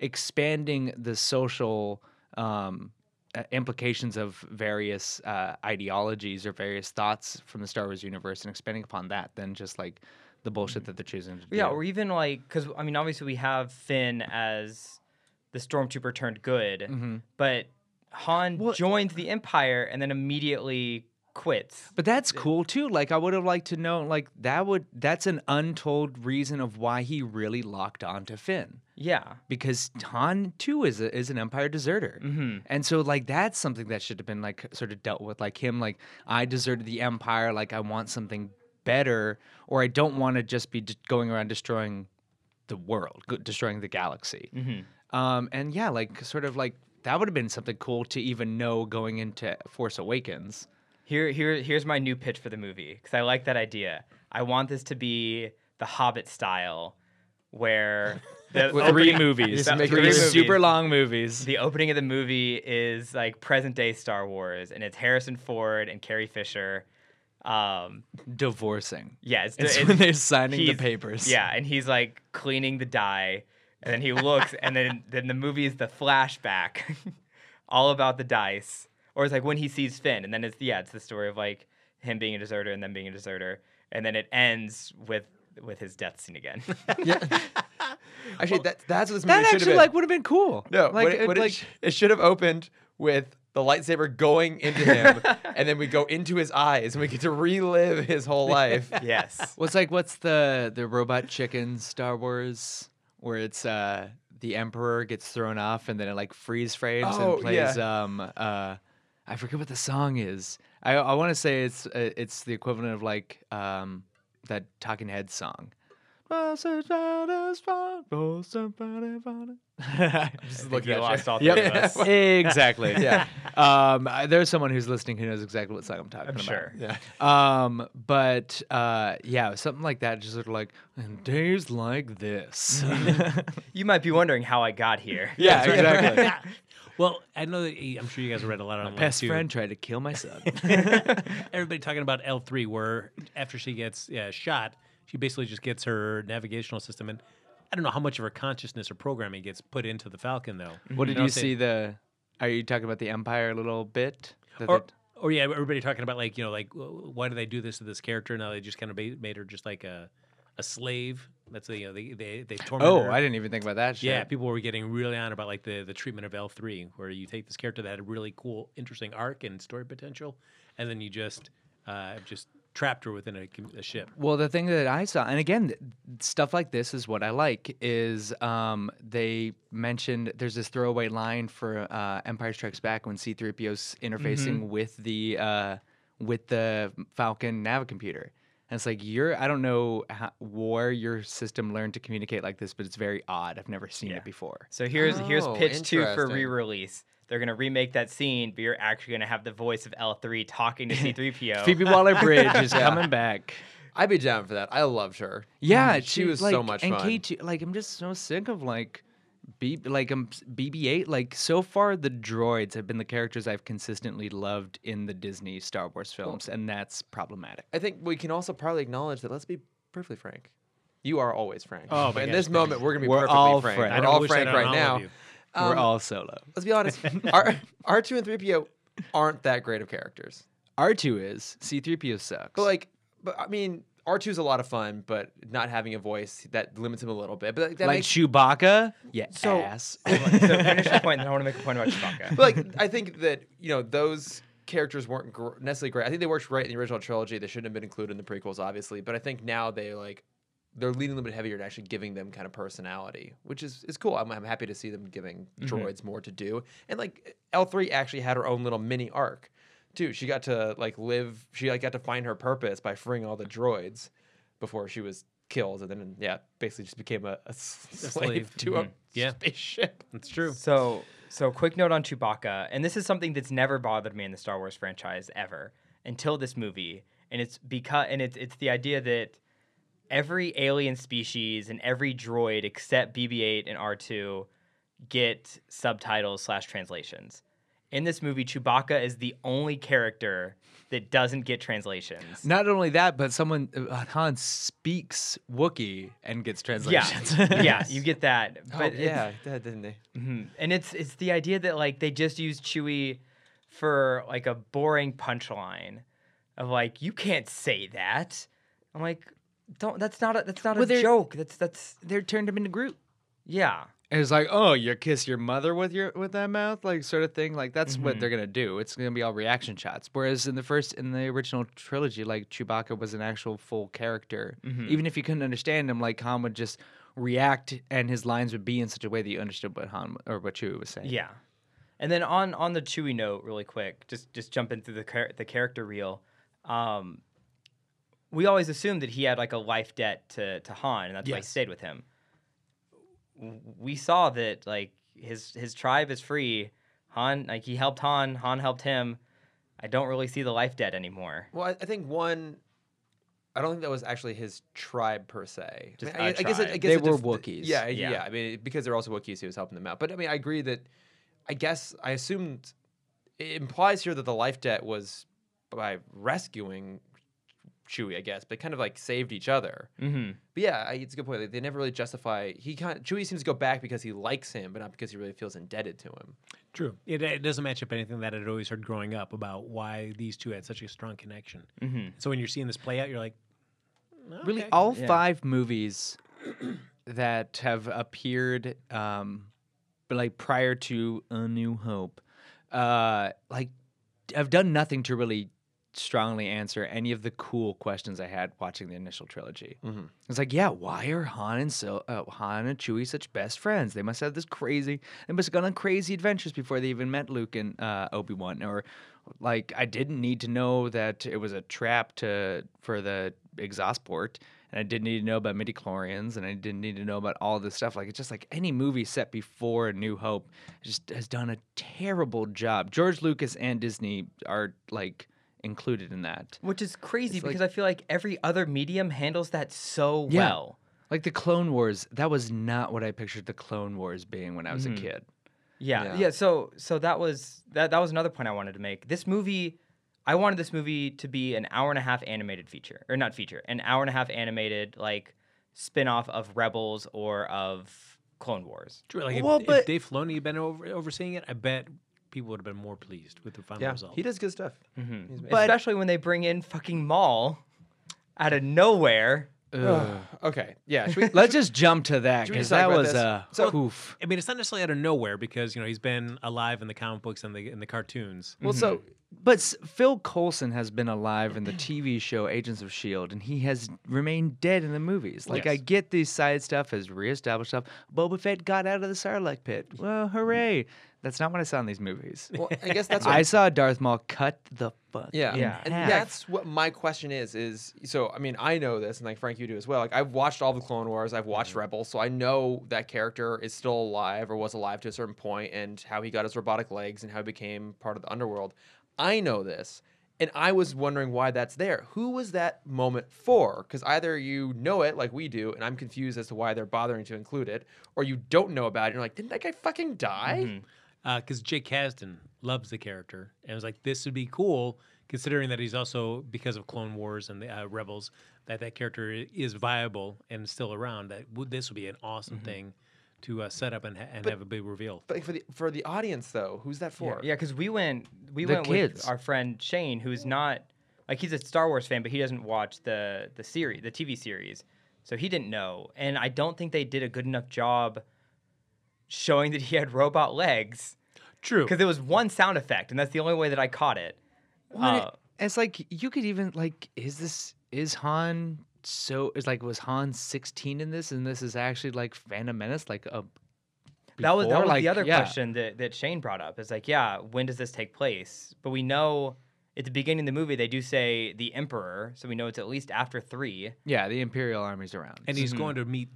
C: expanding the social um uh, implications of various uh, ideologies or various thoughts from the Star Wars universe and expanding upon that than just like the bullshit that they're choosing to do.
B: yeah, or even like because I mean, obviously we have Finn as the stormtrooper turned good,
C: Mhm.
B: but Han
C: Well-
B: joined the Empire and then immediately quits.
C: But that's cool too. Like I would have liked to know like that would that's an untold reason of why he really locked on to Finn
B: Yeah.
C: because Han too is a, is an empire deserter.
B: hmm
C: And so like that's something that should have been like sort of dealt with like him like I deserted the empire like I want something better or I don't want to just be d- going around destroying the world, g- destroying the galaxy.
B: hmm
C: Um, and yeah, like sort of like that would have been something cool to even know going into Force Awakens.
B: Here, here, here's my new pitch for the movie because I like that idea. I want this to be the Hobbit style, where the
A: With
B: opening-
A: three
C: movies,
A: Just make
B: three
A: three
B: movies.
C: super long movies.
B: The opening of the movie is like present day Star Wars, and it's Harrison Ford and Carrie Fisher. Um,
C: *laughs* Divorcing.
B: yeah, it's,
C: It's
B: it's-
C: when they're signing the
B: he's-
C: papers.
B: Yeah, and he's like cleaning the dye, and then he looks, and
C: *laughs*
B: then then the movie is the flashback, *laughs* all about the dice, or it's like when he sees Finn, and then it's yeah, it's the story of like him being a deserter and then being a deserter, and then it ends with with his death scene again.
A: actually, that, that's what this movie
C: That
A: should have
C: actually
A: been.
C: like would have been cool.
A: no,
C: like
A: what it,
C: it-
A: what it
C: like
A: sh- it should have opened with the lightsaber going into *laughs* him, and then we go into his eyes, and we get to relive his whole life.
D: *laughs*
B: yes.
C: what's like what's the the robot chicken Star Wars where it's uh the emperor gets thrown off and then it like freeze frames
A: Oh,
C: and plays um uh I forget what the song is. I I want to say it's uh, it's the equivalent of like um that Talking Heads song. *laughs*
A: Just
B: I think
A: looking
B: you
A: at you.
B: lost all three
C: Yep.
A: *laughs*
B: of us.
C: exactly.
A: Yeah.
C: *laughs* Um, I- there's someone who's listening who knows exactly what song I'm talking
B: I'm
C: about.
B: sure.
A: Yeah.
C: Um, but uh, yeah, something like that. Just sort of like and days like this.
B: You might be wondering how I got here.
C: yeah, exactly.
D: well, I know that I'm sure you guys read a lot
C: *laughs*
D: on
C: Best friend tried to kill my son.
D: Everybody talking about L three, where after she gets uh, shot, she basically just gets her navigational system, and I don't know how much of her consciousness or programming gets put into the Falcon though.
C: what did
D: And I'll
C: you
D: say-
C: see? The are you talking about the Empire a little bit? That
D: Or,
C: they-
D: or yeah, everybody talking about like you know like w- why do they do this to this character? Now they just kind of ba- made her just like a a slave. That's the, you know they they they tormented
C: oh,
D: her.
C: I didn't even think about that. Shit.
D: Yeah, people were getting really on about like the the treatment of L three, where you take this character that had a really cool, interesting arc and story potential, and then you just uh, just trapped her within a, com- a ship.
C: Well, the thing that I saw, and again, th- stuff like this is what I like. Is um, they mentioned there's this throwaway line for uh, Empire Strikes Back when C-3PO's interfacing with the uh, with the Falcon nav computer, And it's like you're I don't know how, where your system learned to communicate like this, but it's very odd. I've never seen
B: Yeah.
C: it before.
B: *laughs* So here's here's
A: Oh,
B: pitch two for
A: interesting.
B: re-release. They're gonna remake that scene, but you're actually gonna have the voice of L3 talking to
C: *laughs*
B: C3PO.
C: Phoebe Waller-Bridge is
A: Yeah.
C: coming back.
A: I'd be down for that. I loved her.
C: Yeah,
A: Mm, she was so
C: like-
A: much
C: and
A: fun.
C: K2, like I'm just so sick of like B like um BB8 like so far the droids have been the characters I've consistently loved in the Disney Star Wars films and that's problematic.
A: I think we can also probably acknowledge that. Let's be perfectly frank. You are always frank.
D: Oh, my
A: but in
D: gosh,
A: this
D: thank
A: moment,
D: you.
A: we're gonna be
C: We're
A: perfectly
C: all
A: frank.
C: frank.
A: We're
C: I
A: all
D: wish I'd
A: frank
D: done
A: right
D: all
A: now.
D: of you.
C: We're
A: Um,
C: all solo.
A: Let's be
D: *laughs*
A: honest. R R two and three PO aren't that great of characters.
C: R2 is C3PO sucks.
A: But like, but I mean, R 2s a lot of fun, but not having a voice that limits him a little bit. But that
C: like
A: makes
C: Chewbacca, yeah,
A: So-
C: ass.
A: *laughs*
B: so finish the point, then I want to make a point about Chewbacca.
A: but like I think that you know those characters weren't gr- necessarily great. I think they worked right in the original trilogy. They shouldn't have been included in the prequels, obviously. But I think now they like they're leaning a little bit heavier and actually giving them kind of personality, which is is cool. I'm, I'm happy to see them giving droids more to do. And like L three actually had her own little mini arc too. She got to like live. She like got to find her purpose by freeing all the droids before she was killed, and then yeah, basically just became a, a s- *laughs* slave,
D: slave.
A: to a
D: Yeah.
A: spaceship.
D: That's true.
B: So, so quick note on Chewbacca, and this is something that's never bothered me in the Star Wars franchise ever until this movie, and it's because and it's it's the idea that every alien species and every droid except BB-8 and R2 get subtitles slash translations. In this movie, Chewbacca is the only character that doesn't get translations.
C: *laughs* Not only that, but someone uh, Han speaks Wookiee and gets
B: Yeah,
C: translations.
A: *laughs*
B: yeah, you get that. But
A: oh, *laughs*
B: it's-
A: yeah, that didn't they?
B: Mhm. And it's it's the idea that like they just use Chewie for like a boring punchline of like you can't say that. I'm like, don't. That's not a that's not
C: Well,
B: a
C: they're-
B: joke. That's that's
C: They're turned him into Groot.
B: yeah.
C: And it's like, oh, you kiss your mother with your with that mouth, like sort of thing. Like that's what they're gonna do. It's gonna be all reaction shots. Whereas in the first, in the original trilogy, like Chewbacca was an actual full character. Even if you couldn't understand him, like Han would just react, and his lines would be in such a way that you understood what Han or what Chewie was saying.
B: Yeah, and then on on the Chewy note, really quick, just just jumping through the char- the character reel. Um, we always assumed that he had like a life debt to to Han, and that's why he
D: Yes.
B: stayed with him. W- We saw that like his his tribe is free. Han like he helped Han. Han helped him. I don't really see the life debt anymore.
A: Well, I, I think one. I don't think that was actually his tribe per se.
B: Just
A: I, mean, I-
B: a
A: I guess it, I
B: tribe.
A: guess
C: They
A: it
C: were
A: def-
C: Wookiees.
A: Yeah, yeah,
B: Yeah.
A: I mean, it- because they're also Wookiees, he was helping them out. But I mean, I agree that. I guess I assumed it implies here that the life debt was by rescuing Chewie, I guess, but kind of like saved each other.
B: Mm-hmm.
A: But yeah, I- it's a good point. Like, they never really justify. He kind Chewie seems to go back because he likes him, but not because he really feels indebted to him.
D: True. It, it doesn't match up anything that I'd always heard growing up about why these two had such a strong connection.
B: Mm-hmm.
D: So when you're seeing this play out, you're like,
C: Really,
D: "Okay."
C: all
B: Yeah.
C: five movies that have appeared, um, but like prior to A New Hope, uh, like I've done nothing to really strongly answer any of the cool questions I had watching the initial trilogy.
A: Mhm.
C: It's like, yeah, why are Han and so uh, Han and Chewie such best friends? They must have this crazy, they must have gone on crazy adventures before they even met Luke and uh, Obi Wan. Or, like, I didn't need to know that it was a trap to for the exhaust port, and I didn't need to know about midi chlorians, and I didn't need to know about all this stuff. Like, it's just like any movie set before A New Hope just has done a terrible job. George Lucas and Disney are like included in that.
B: Which is crazy
C: It's like-
B: because I feel like every other medium handles that so
C: Yeah.
B: well.
C: Like the Clone Wars, that was not what I pictured the Clone Wars being when I was a kid.
B: Yeah,
A: Yeah.
B: yeah, So so that was that that was another point I wanted to make. This movie, I wanted this movie to be an hour and a half animated feature, or not feature, an hour and a half animated like spin-off of Rebels or of Clone Wars.
D: True. Like if,
C: Well, but-
D: if Dave Filoni had been over, overseeing it, I bet people would have been more pleased with the final
A: Yeah,
D: result.
A: he does good stuff.
B: Especially when they bring in fucking Maul out of nowhere.
A: Ugh. okay, yeah. Should we,
C: Let's just jump to that
A: Should we
C: because
A: talk
C: that
A: about
C: was
A: this?
C: a
A: So-
C: oof.
D: I mean, it's not necessarily out of nowhere because you know he's been alive in the comic books and the in the cartoons.
A: Well, so
C: But s- Phil Coulson has been alive in the TV show Agents of Shield, E and he has remained dead in the movies. Like I
D: Yes.
C: get these side stuff, his reestablished stuff. Boba Fett got out of the Sarlacc pit. Well, hooray! That's not what I saw in these movies.
A: Well, I guess
C: *laughs*
A: that's what
C: I saw Darth Maul cut the fuck.
A: Yeah.
C: in
B: Yeah.
A: And
C: half.
A: that's what my question is is so I mean I know this and like Frank you do as well. Like I've watched all the Clone Wars, I've watched
B: Mm-hmm.
A: Rebels, so I know that character is still alive or was alive to a certain point and how he got his robotic legs and how he became part of the underworld. I know this. And I was wondering why that's there. Who was that moment for? Because either you know it like we do, and I'm confused as to why they're bothering to include it, or you don't know about it and you're like, didn't that guy fucking die?
B: Mm-hmm.
D: because uh, Jake Kasdan loves the character and was like, this would be cool, considering that he's also because of Clone Wars and the uh, Rebels that that character i- is viable and still around. That would this would be an awesome thing to uh, set up and, ha- and have a big reveal.
A: But for the for the audience though, who's that for?
B: Yeah, because we went we
C: The
B: went
C: kids.
B: with our friend Shane, who's not like he's a Star Wars fan, but he doesn't watch the the series, the TV series, so he didn't know. And I don't think they did a good enough job showing that he had robot legs
D: True.
B: because there was one sound effect, and that's the only way that I caught it.
C: What?
B: Uh,
C: it's like you could even like is this is Han so is like was Han 16 in this and this is actually like Phantom Menace like a
B: that was that
C: before?
B: was
C: Like,
B: the other
C: yeah.
B: question that, that Shane brought up. Is like, yeah, when does this take place? But we know at the beginning of the movie they do say the Emperor, so we know it's at least after three.
C: Yeah, the Imperial Army's around.
D: and he's going to meet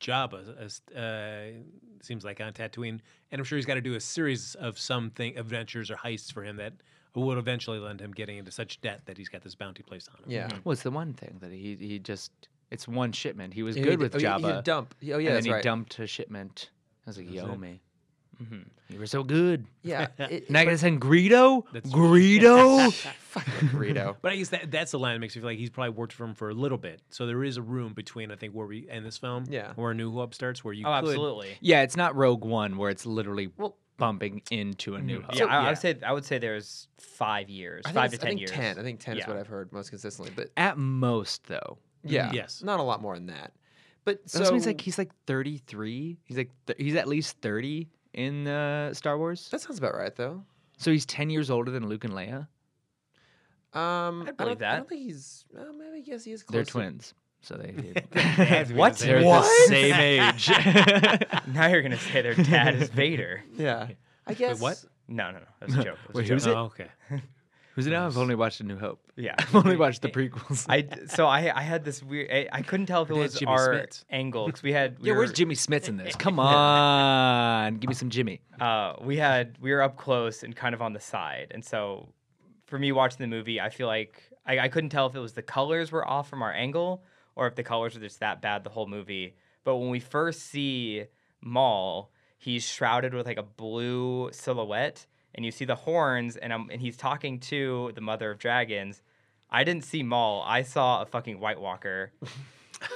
D: Jabba. As, uh, seems like on Tatooine, and I'm sure he's got to do a series of something adventures or heists for him that will eventually lend him getting into such debt that he's got this bounty placed on him.
A: Yeah.
B: Mm-hmm.
C: What's the one thing that he he just it's one shipment. He was
A: Yeah, he
C: good
A: d-
C: with
A: oh, he-
C: Jabba.
A: He, did dump. He- Oh yeah,
C: and then
A: that's
C: he
A: right.
C: dumped a shipment. I was like, you owe me. You were so good. *laughs*
A: Yeah, it,
C: Now I gotta send Greedo.
A: *laughs*
C: Greedo.
A: fucking *laughs* burrito.
D: But I guess that that's the line that makes me feel like he's probably worked for him for a little bit. So there is a room between I think where we end this film,
A: Yeah.
D: and where a new hub starts, where you
B: Oh,
D: could,
B: absolutely.
C: *laughs* yeah, it's not Rogue One where it's literally bumping into a new. Hope.
B: Yeah, I, Mm, I
A: yeah.
B: would say I would say there's five years,
A: I think
B: five to
A: it's-
B: ten
A: I think
B: years.
A: ten. I think ten is
B: Yeah.
A: what I've heard most consistently. But
C: At most, though.
A: yeah,
D: Yes.
A: not a lot more than that. But
C: So
A: so
C: means like he's like 33. He's like th- he's at least 30 in uh, Star Wars.
A: that sounds about right though.
C: So he's 10 years older than Luke and Leia.
A: Um,
B: I'd
A: I
B: believe
A: don't- I
B: that.
A: don't think he's. Well, maybe I guess he is. Close
C: They're
A: to-
C: twins. So *laughs* they *laughs*
D: had to be What? the same
C: They're the
A: What?
C: *laughs* same age.
B: *laughs* Now you're gonna say their dad is Vader.
A: Yeah, I guess.
D: what?
B: No, no, no. That's a joke. That's
C: Wait,
B: a
C: who's
B: joke.
C: it?
D: Oh, okay.
C: Who's it now? I've only watched A New Hope.
B: Yeah.
C: *laughs* I've only watched the prequels. *laughs*
B: I d- so I I had this weird. I, I couldn't tell if it
D: Or did
B: was
D: Jimmy
B: our
D: Smith.
B: angle because we had we
C: yeah, where's
B: were-
C: Jimmy Smits in *laughs* this? Come on, give me some Jimmy.
B: uh, we had we were up close and kind of on the side, and so for me watching the movie, I feel like I, I couldn't tell if it was the colors were off from our angle or if the colors were just that bad the whole movie. But when we first see Maul, he's shrouded with like a blue silhouette, and you see the horns, and I'm, and he's talking to the Mother of Dragons. I didn't see Maul. I saw a fucking White Walker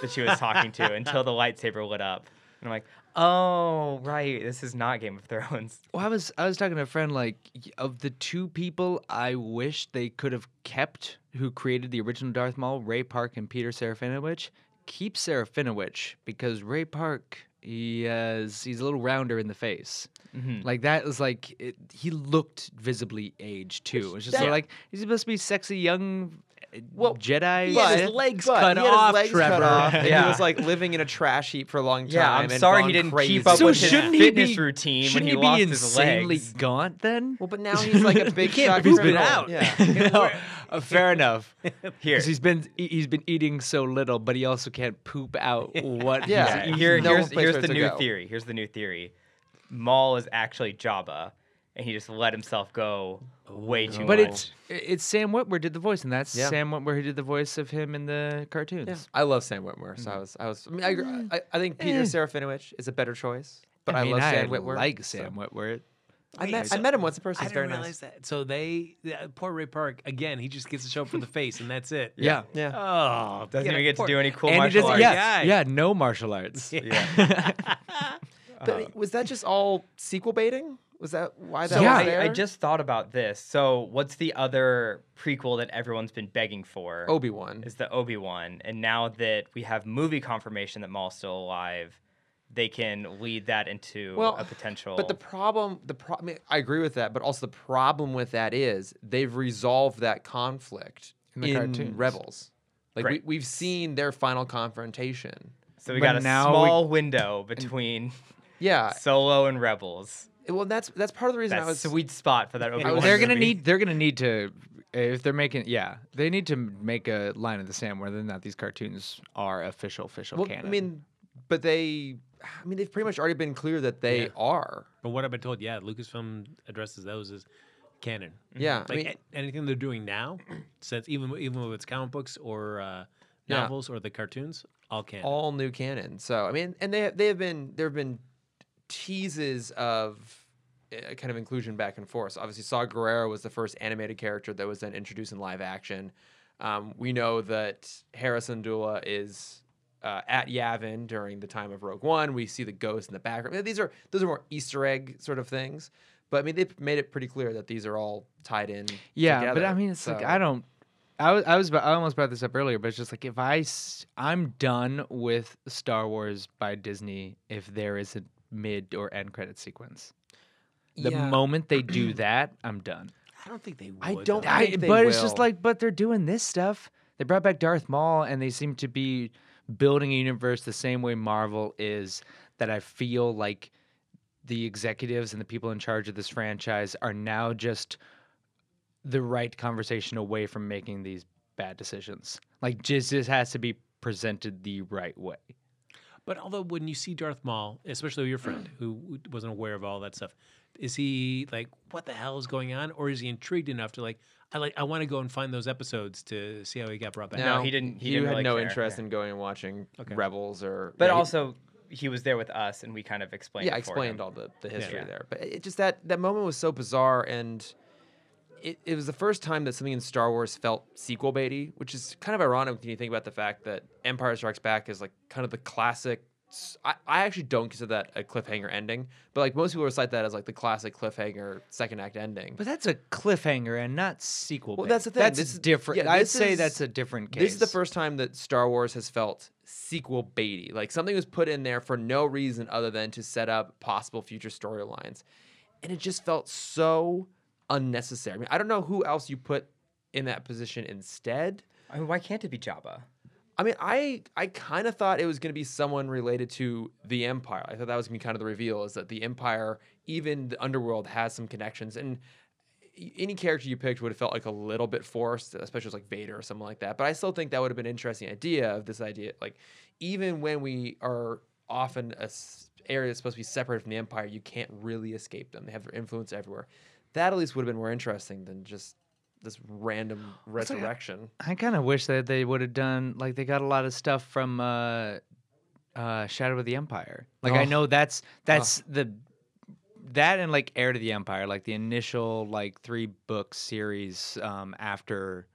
B: that she was talking to until the lightsaber lit up. And I'm like, oh, right. This is not Game of Thrones.
C: Well, I was I was talking to a friend like y- of the two people I wish they could have kept who created the original Darth Maul, Ray Park and Peter Serafinovich. Keep Serafinovich because Ray Park he is he's a little rounder in the face.
B: Mm.
C: Like that was like it, he looked visibly aged too. It's just sort of like he's supposed to be sexy young uh, Jedi.
A: But,
C: Sith.
A: legs
D: cut
A: he had his
D: off,
A: legs
D: Trevor.
A: Cut off,
C: *laughs*
A: and
B: Yeah.
A: He was like living in a trash heap for a long time.
B: Yeah, I'm
A: and
B: sorry he
A: gone
B: didn't
A: crazy.
B: keep up
C: so
B: with his
C: shouldn't he
B: fitness
C: be
B: routine when
C: Shouldn't
B: he
C: he,
B: lost
C: be
B: his
C: insanely
B: legs?
C: gaunt then?
A: Well, but now he's like a big
C: He
A: shot
C: can't poop it
A: criminal.
B: *laughs*
C: out.
A: Yeah.
C: No, uh, *laughs* fair enough.
B: Here.
C: 'Cause he's been he- he's been eating so little, but he also can't poop out what.
A: *laughs* Yeah.
C: he's eating.
B: Here,
A: no
B: here's
A: place
B: here's
A: for it
B: the
A: to
B: new
A: go.
B: theory. Here's the new theory. Maul is actually Jabba, and he just let himself go way too
C: Oh. But
B: much.
C: it's it's Sam Witwer did the voice, and that's
A: Yeah.
C: Sam Witwer who did the voice of him in the cartoons.
A: Yeah. I love Sam Whitmore, so I was, I was, I mean, I, gr-
D: Mm.
A: I, I
D: Eh.
A: think Peter Serafinovich is a better choice, but I,
C: mean,
A: love
C: I
A: Sam Whitmore.
C: like
A: so-
C: Sam Witwer.
A: I
D: Wait,
A: met, I
D: so-
A: met him once in person.
D: I
A: He's very
D: didn't
A: nice.
D: realize that. So they, yeah, poor Ray Park again. He just gets a show for the face, and that's it.
A: *laughs*
C: Yeah.
A: Yeah.
D: Oh,
B: doesn't even get to do any cool
C: And he
B: martial
C: doesn't-
B: arts.
C: yeah,
D: guy.
C: yeah, no martial arts.
A: *laughs* But it- was that just all sequel baiting? Was that why that
B: So
A: was
C: Yeah.
A: there?
B: I, I just thought about this. So what's the other prequel that everyone's been begging for?
A: Obi Wan.
B: is the Obi Wan, and now that we have movie confirmation that Maul's still alive, they can lead that into
A: Well,
B: a potential.
A: But the problem, the pro- I, mean, I agree with that, but also the problem with that is they've resolved that conflict
C: In
A: in,
C: the cartoons.
A: Rebels. Like
B: Right.
A: we, we've seen their final confrontation.
B: so we
C: but
B: got a
C: now we-
B: small window between
A: Yeah.
B: Solo and Rebels.
A: Well, that's that's part of the reason
B: That
A: I was
B: sweet spot for that Obi
A: was-
B: Wan.
C: Oh, they're gonna need. They're gonna need to. If they're making, yeah, they need to m- make a line in the sand whether or not these cartoons are official, official
A: Well,
C: canon.
A: I mean, but they, I mean, they've pretty much already been clear that they
D: Yeah.
A: are.
D: But what I've been told, yeah, Lucasfilm addresses those as canon.
A: Yeah.
D: Mm-hmm. Like eh,
A: I mean,
D: a- anything they're doing now, since even even with it's comic books or uh,
A: Yeah.
D: novels or the cartoons, all canon.
A: all new canon. So I mean, and they they have been there have been teases of uh, kind of inclusion back and forth. So obviously, Saw Gerrera was the first animated character that was then introduced in live action. Um, we know that Harrison Dula is uh, at Yavin during the time of Rogue One. We see the ghost in the background. These are those are more Easter egg sort of things. But I mean, they made it pretty clear that these are all tied in.
C: Yeah, but
A: together.
C: I mean, it's like
A: So-
C: I don't. I was, I was about, I almost brought this up earlier, but it's just like if I s- I'm done with Star Wars by Disney if there is a mid or end credit sequence. The
A: Yeah.
C: moment they
A: *clears throat*
C: do that, I'm done.
D: I don't think they would.
A: I don't
D: though.
A: I
C: I,
A: think they
C: but it's just
A: will.
C: like, but they're doing this stuff. They brought back Darth Maul, and they seem to be building a universe the same way Marvel is. That I feel like the executives and the people in charge of this franchise are now just the right conversation away from making these bad decisions. Like, just this has to be presented the right way.
D: But although when you see Darth Maul, especially your friend who *clears throat* wasn't aware of all that stuff, is he like, what the hell is going on, or is he intrigued enough to like, I like, I want to go and find those episodes to see how he got brought back?
B: No, he didn't- he didn't
A: had
B: really
A: no
B: care,
A: interest
B: yeah.
A: in going and watching
D: Okay.
A: Rebels or.
B: But
A: yeah, he-
B: also, he was there with us, and we kind of explained.
A: yeah, I
B: it for
A: explained
B: him.
A: all the, the history
B: Yeah.
A: there. But it just that that moment was so bizarre, and it, it was the first time that something in Star Wars felt sequel baity, which is kind of ironic when you think about the fact that Empire Strikes Back is like kind of the classic. s- I, I actually don't consider that a cliffhanger ending, but like most people recite that as like the classic cliffhanger second act ending.
C: But that's a cliffhanger and not sequel.
A: Well,
C: bait.
A: that's the thing.
C: That's
A: This is-
C: different.
A: yeah,
C: I'd
A: this
C: say
A: is-
C: that's a different case.
A: This is the first time that Star Wars has felt sequel baity. Like something was put in there for no reason other than to set up possible future storylines. And it just felt so unnecessary. I mean, I don't know who else you put in that position instead.
B: I mean, why can't it be Jabba?
A: I mean, I I kind of thought it was going to be someone related to the Empire. I thought that was going to be kind of the reveal is that the Empire, even the underworld, has some connections. And y- any character you picked would have felt like a little bit forced, especially like Vader or something like that. But I still think that would have been an interesting idea of this idea. Like, even when we are often a s- area that's supposed to be separated from the Empire, you can't really escape them. They have their influence everywhere. That at least would have been more interesting than just this random resurrection.
C: I kind of wish that they would have done like they got a lot of stuff from uh, uh, Shadow of the Empire. Like I
A: Oh.
C: know that's that's the that and like Heir to the Empire, like the initial like three book series um, after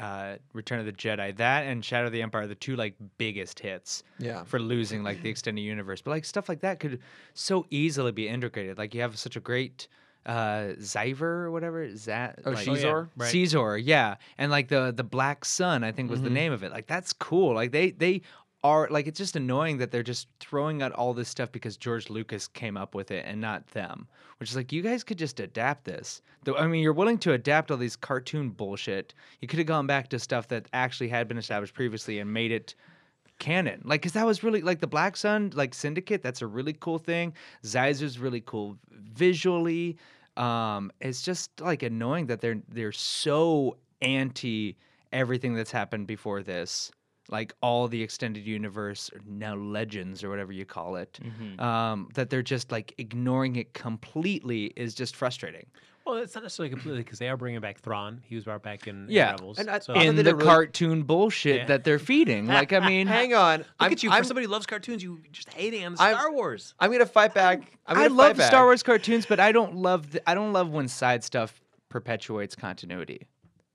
C: uh, Return of the Jedi. That and Shadow of the Empire, are the two like biggest hits
A: Yeah.
C: for losing like the extended universe. But like stuff like that could so easily be integrated. Like you have such a great uh Zyver or whatever is that
A: Oh,
C: like,
A: Shizor?
D: Oh, yeah. Right.
C: Caesar, yeah, and like the the Black Sun, I think was
A: Mm-hmm.
C: the name of it. Like that's cool. Like they they are like it's just annoying that they're just throwing out all this stuff because George Lucas came up with it and not them. Which is like you guys could just adapt this. Though I mean you're willing to adapt all these cartoon bullshit. You could have gone back to stuff that actually had been established previously and made it canon. Like, cause that was really like the Black Sun, like Syndicate. That's a really cool thing. Zizer's really cool visually. Um, it's just like annoying that they're they're so anti everything that's happened before this, like all the extended universe or now legends or whatever you call it. Um, that they're just like ignoring it completely is just frustrating.
D: Well, it's not necessarily completely because they are bringing back Thrawn. He was brought back in, in
C: Yeah.
D: Rebels.
A: And I-
D: so,
A: Other
C: In
A: than
C: the
A: it really-
C: cartoon bullshit
D: Yeah.
C: that they're feeding. Like, I *laughs* mean,
A: Hang on.
D: Look
A: I'm,
D: at you!
A: I'm,
D: for somebody who loves cartoons, you just hating on
A: I'm-
D: Star Wars.
A: I'm gonna fight back. I'm
C: I
A: gonna fight
C: love
A: back.
C: Star Wars cartoons, but I don't love the, I don't love when side stuff perpetuates continuity.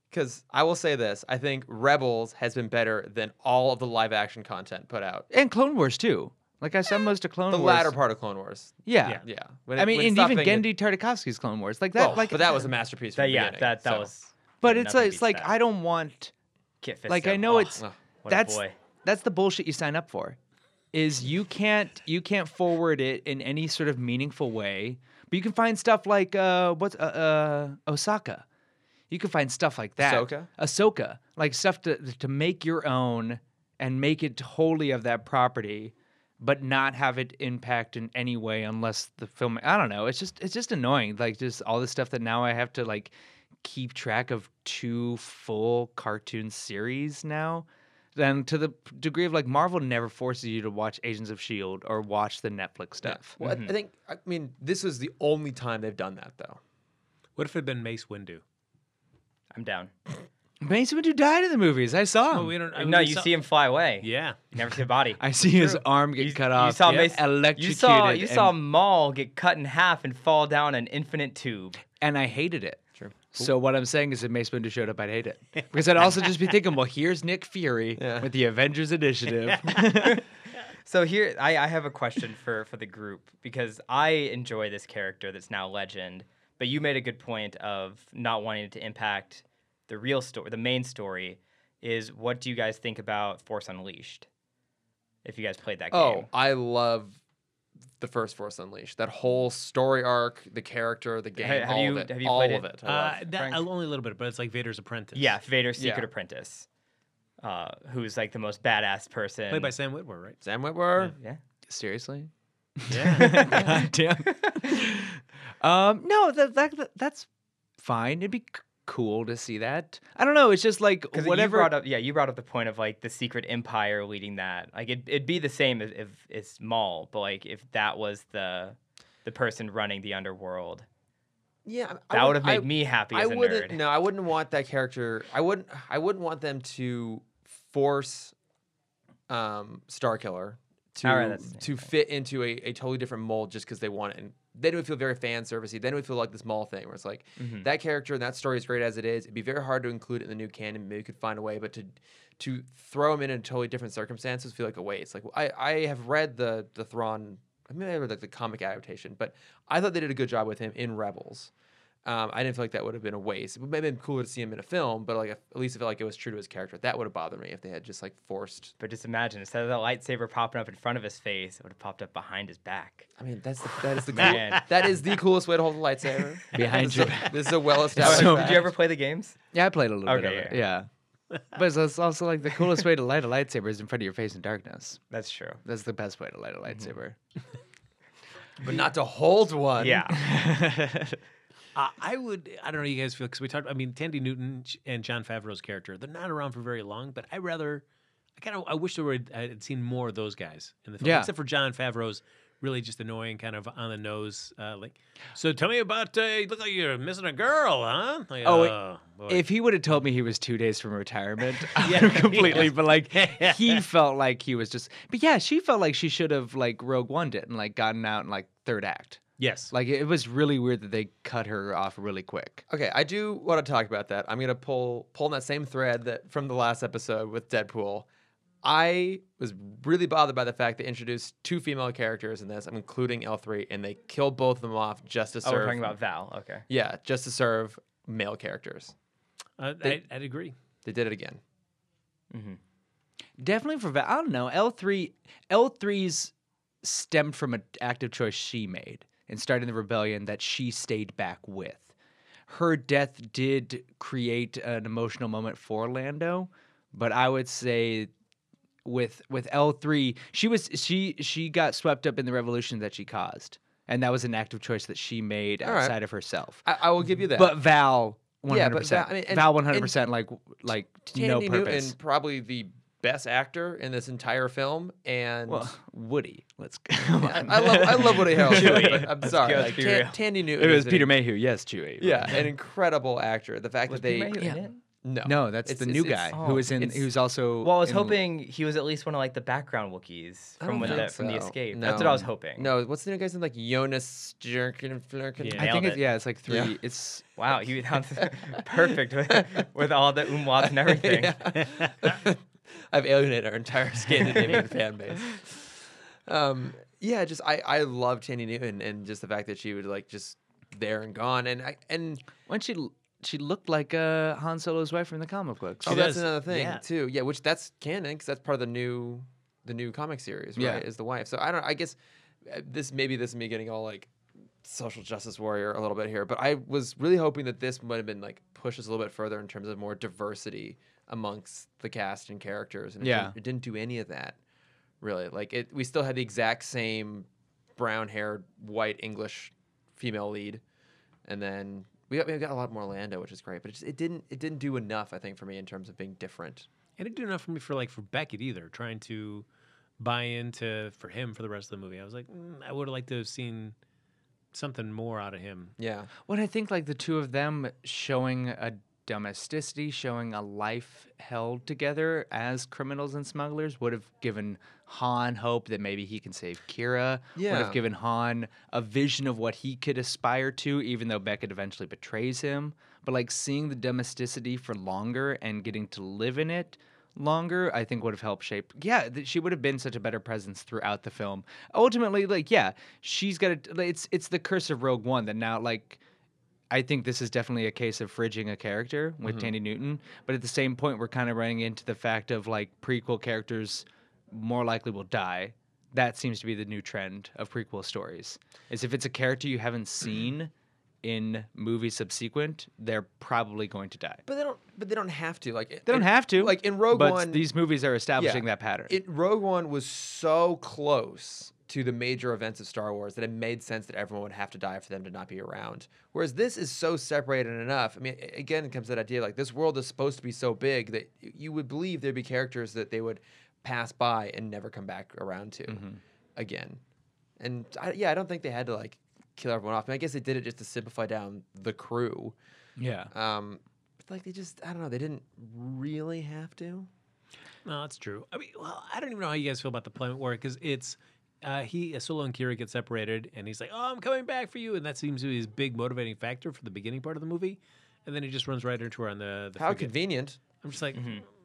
A: because I will say this: I think Rebels has been better than all of the live action content put out.
C: And Clone Wars too. Like I saw most of Clone
A: The
C: Wars.
A: latter part of Clone Wars.
C: Yeah.
D: Yeah.
A: Yeah, when
C: I
A: it-
C: mean,
A: when it
C: and
A: stopped
C: even
A: being a-
C: Gendy Tartakovsky's Clone Wars, like that,
A: well,
C: like,
A: but that was a masterpiece. From
B: That,
A: the
B: yeah,
A: beginning,
B: that that
A: so.
B: was.
C: but it's
B: nothing
C: like, it's
B: beats
C: like
B: that.
C: I don't want,
B: Can't fist
C: like I
B: him.
C: know
B: Ugh,
C: it's,
A: Ugh.
B: what a
C: that's
B: boy.
C: that's the bullshit you sign up for. is you can't you can't forward it in any sort of meaningful way. But you can find stuff like uh, what's uh, uh, Osaka. You can find stuff like that.
A: Ahsoka?
C: Ahsoka, like stuff to to make your own and make it wholly of that property, but not have it impact in any way unless the film. I don't know. It's just it's just annoying. Like just all this stuff that now I have to like keep track of two full cartoon series now. Then to the p- degree of like Marvel never forces you to watch Agents of Shield E or watch the Netflix stuff.
A: Well, I- I think I mean this was the only time they've done that though.
D: What if it had been Mace Windu?
B: I'm down.
C: Mace Windu died in the movies. I saw him.
D: we don't.
B: no, you see him fly away.
D: Yeah.
B: You never see a body.
C: I see his arm get
B: You-
C: cut off.
B: You saw
C: get
B: Mace,
C: electrocuted.
B: You saw you
C: and,
B: saw Maul get cut in half and fall down an infinite tube.
C: and I hated it. True. So what I'm saying is, if Mace Windu showed up, I'd hate it because I'd also just be thinking, well, here's Nick Fury
A: Yeah.
C: with the Avengers Initiative.
B: So here, I, I have a question for for the group because I enjoy this character that's now legend, but you made a good point of not wanting it to impact the real story, the main story. Is what do you guys think about Force Unleashed? If you guys played that
A: Oh,
B: game,
A: I love the first Force Unleashed. That whole story arc, the character, the game,
B: have
A: all
B: you-
A: of it,
B: have you
A: all
B: played
A: of
B: it?
A: it. I love.
D: Uh, that,
B: Frank.
D: only a little bit, but it's like Vader's apprentice.
B: yeah, Vader's secret
A: yeah.
B: apprentice, uh, who's like the most badass person.
D: Played by Sam Witwer, right?
A: Sam
C: Hmm.
A: Witwer.
B: yeah.
C: Seriously?
D: Yeah.
C: God damn. *laughs* um, no, that, that that- that's fine. It'd be c- cool to see that. I don't know. It's just like
B: Because
C: whatever.
B: you brought up, yeah, you brought up the point of like the secret empire leading that. Like it, it'd be the same if, if it's Maul, but like if that was the the person running the underworld,
A: Yeah, I- I
B: that would
A: would-
B: have made
A: I-
B: me happy
A: I
B: as a
A: wouldn't.
B: nerd.
A: No, I wouldn't want that character. I wouldn't. I wouldn't want them to force um, Starkiller to
B: All right, that's his name,
A: to
B: right.
A: fit into a, a totally different mold just because they want it. And then it would feel very fan servicey. Then it would feel like this mall thing where it's like
B: Mhm.
A: that character and that story is great as it is. It'd be very hard to include it in the new canon. Maybe we could find a way, but to to throw him in a totally different circumstances feel like a waste. Like I I have read the the Thrawn. I mean, I read like the comic adaptation, but I thought they did a good job with him in Rebels. Um, I didn't feel like that would have been a waste. It would have been cooler to see him in a film, but like at least I felt like it was true to his character. That would have bothered me if they had just like forced.
B: But just imagine instead of that lightsaber popping up in front of his face, it would have popped up behind his back.
A: I mean, that's the, that
B: *laughs*
A: is the cool,
B: Man.
A: that is the coolest way to hold a lightsaber
C: Behind
A: This is
C: your
A: a-
C: back.
A: This is a well
B: Did
A: established.
C: So-
B: you ever play the games?
C: yeah, I played a little bit
B: Okay,
C: of it. Yeah. but it's, it's also like the coolest way to light a lightsaber is in front of your face in darkness.
B: That's true.
C: That's the best way to light a lightsaber.
A: but not to hold one.
B: Yeah.
D: Uh, I would. I don't know. You guys feel because we talked. I mean, Tandy Newton sh- and John Favreau's character. They're not around for very long, but I rather. I kind of. I wish there were. I had seen more of those guys in the film,
C: Yeah.
D: except for John Favreau's really just annoying, kind of on the nose. Uh, like, so tell me about. Uh, you look like you're missing a girl, huh? Like,
C: Oh,
D: boy.
C: If he would have told me he was two days from *laughs* retirement,
D: Yeah.
C: yeah, completely. But *laughs* like, he felt like he was just. But yeah, she felt like she should have like Rogue One did and like gotten out in like third act.
D: yes,
C: Like it was really weird that they cut her off really quick.
A: Okay, I do want to talk about that. I'm gonna pull pull on that same thread that from the last episode with Deadpool. I was really bothered by the fact they introduced two female characters in this, I'm including L3, and they kill both of them off just to
B: *laughs* Oh,
A: serve.
B: we're talking about Val. Okay.
A: yeah, just to serve male characters.
D: uh, I, I'd agree.
A: They did it again.
C: Definitely for Val. I don't know. L three, L three's stemmed from an active choice she made in starting the rebellion that she stayed back with. Her death did create an emotional moment for Lando, but I would say with with L three, she was she she got swept up in the revolution that she caused, and that was an active choice that she made
A: right.
C: outside of herself.
A: I, I will give you that.
C: But Val, one
A: Yeah,
C: hundred
A: but
C: percent.
A: Val- I mean, and-
C: Val, one hundred percent. Like, like no
A: Tandy
C: purpose.
A: Newton, probably the best actor in this entire film, and
C: well, Woody. Let's. *laughs* Come
A: I,
C: on.
A: I love I love
C: *laughs*
A: Woody Harrelson.
B: Chewie.
A: but I'm
B: Let's
A: sorry,
B: go,
A: like,
B: be
A: Tan-
B: real.
A: Tandy Newton.
C: It was
A: is an-
C: Peter Mayhew. Yes, Chewie.
A: Yeah, an incredible actor. The fact that they no
C: No, that's
A: It's-
C: the new
A: it's- Oh,
C: guy
A: it's-
C: who was in.
A: it's-
C: Who's also.
B: Well, I was
C: in-
B: hoping he was at least one of like the background Wookiees
A: I
B: from
A: don't
B: when
A: think
B: the, from the
A: so.
B: escape. That's what I was
A: No.
B: hoping.
A: No, what's the new guy's name? Like Jonas Jerkin and Flurkin.
D: Yeah.
C: I
B: nailed
C: think it's
B: it.
C: yeah. It's like three.
A: Yeah.
C: It's
B: Wow, you sound *laughs* perfect with, with all the umlauts and everything. *laughs*
A: *laughs* I've alienated our entire
B: *laughs*
A: Scandinavian fan base. Um, yeah, just I I love Tandy Newton and just the fact that she was like just there and gone and I and
C: when she l- she looked like uh, Han Solo's wife from the comic books.
A: oh
D: She
A: that's
D: does,
A: another thing
D: yeah.
A: too yeah which that's canon because that's part of the new the new comic series, right?
C: Yeah.
A: Is the wife. So I don't. I guess uh, this maybe this is me getting all like social justice warrior a little bit here, but I was really hoping that this might have been like pushed us a little bit further in terms of more diversity amongst the cast and characters. And it
C: Yeah.
A: didn't, it didn't do any of that really. Like it, we still had the exact same brown-haired white English female lead, and then. We got, we got a lot more Lando, which is great, but it, just, it didn't it didn't do enough, I think, for me in terms of being different.
D: And it did enough for me for like for Beckett either, trying to buy into for him for the rest of the movie. I was like, mm, I would have liked to have seen something more out of him.
A: Yeah,
C: What I think, like the two of them showing a domesticity, showing a life held together as criminals and smugglers, would have given Han hope that maybe he can save Kira. Would
A: Yeah.
C: have given Han a vision of what he could aspire to, even though Beckett eventually betrays him. But like seeing the domesticity for longer and getting to live in it longer, I think would have helped shape. Yeah, th- she would have been such a better presence throughout the film. Ultimately, like yeah, she's got to. It's it's the curse of Rogue One that now like. I think this is definitely a case of fridging a character with
A: Mm-hmm.
C: Tandy Newton, but at the same point, we're kind of running into the fact of like prequel characters more likely will die. That seems to be the new trend of prequel stories. Is if it's a character you
A: Mm.
C: haven't seen in movies subsequent, they're probably going to die.
A: but they don't. But they don't have to. Like
C: They don't have to.
A: Like in Rogue
C: but
A: One,
C: these movies are establishing that pattern.
A: It, Rogue One was so close to the major events of Star Wars that it made sense that everyone would have to die for them to not be around. Whereas this is so separated enough. I mean, a- again, it comes to that idea like this world is supposed to be so big that y- you would believe there'd be characters that they would pass by and never come back around to again. And I, yeah, I don't think they had to like kill everyone off. I, mean, I guess they did it just to simplify down the crew.
C: yeah.
A: Um, but like they just, I don't know, they didn't really have to.
D: No, that's true. I mean, well, I don't even know how you guys feel about the planet war because it's uh, he Solo and Kira get separated, and he's like, "Oh, I'm coming back for you," and that seems to be his big motivating factor for the beginning part of the movie, and then he just runs right into her on the. the
A: How
D: frigate.
A: convenient.
D: I'm just like,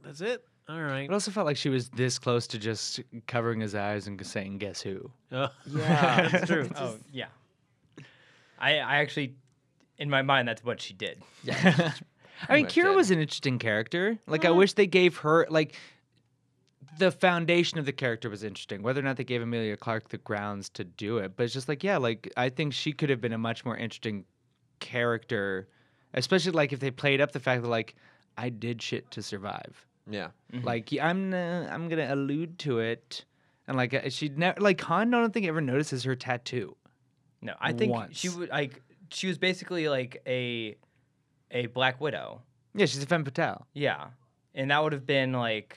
D: that's it. All
C: *laughs*
D: right.
C: It also felt like she was this close to just covering his eyes and saying, "Guess who?"
D: Uh,
A: Yeah,
B: *laughs* That's true. oh, yeah. I I actually, in my mind, that's what she did.
C: *laughs* I mean,
A: much
C: Kira
A: it.
C: was an interesting character. Like, I wish they gave her like the foundation of the character was interesting. Whether or not they gave Amelia Clark the grounds to do it, but it's just like, yeah, like I think she could have been a much more interesting character, especially like if they played up the fact that like I did shit to survive.
A: Yeah.
C: Like yeah, I'm uh, I'm gonna allude to it, and like uh, she never like Han. I don't think ever notices her tattoo.
B: No, I think she
C: Once.
B: would like. She was basically like a, a Black Widow.
C: Yeah, she's a femme fatale.
B: Yeah, and that would have been like,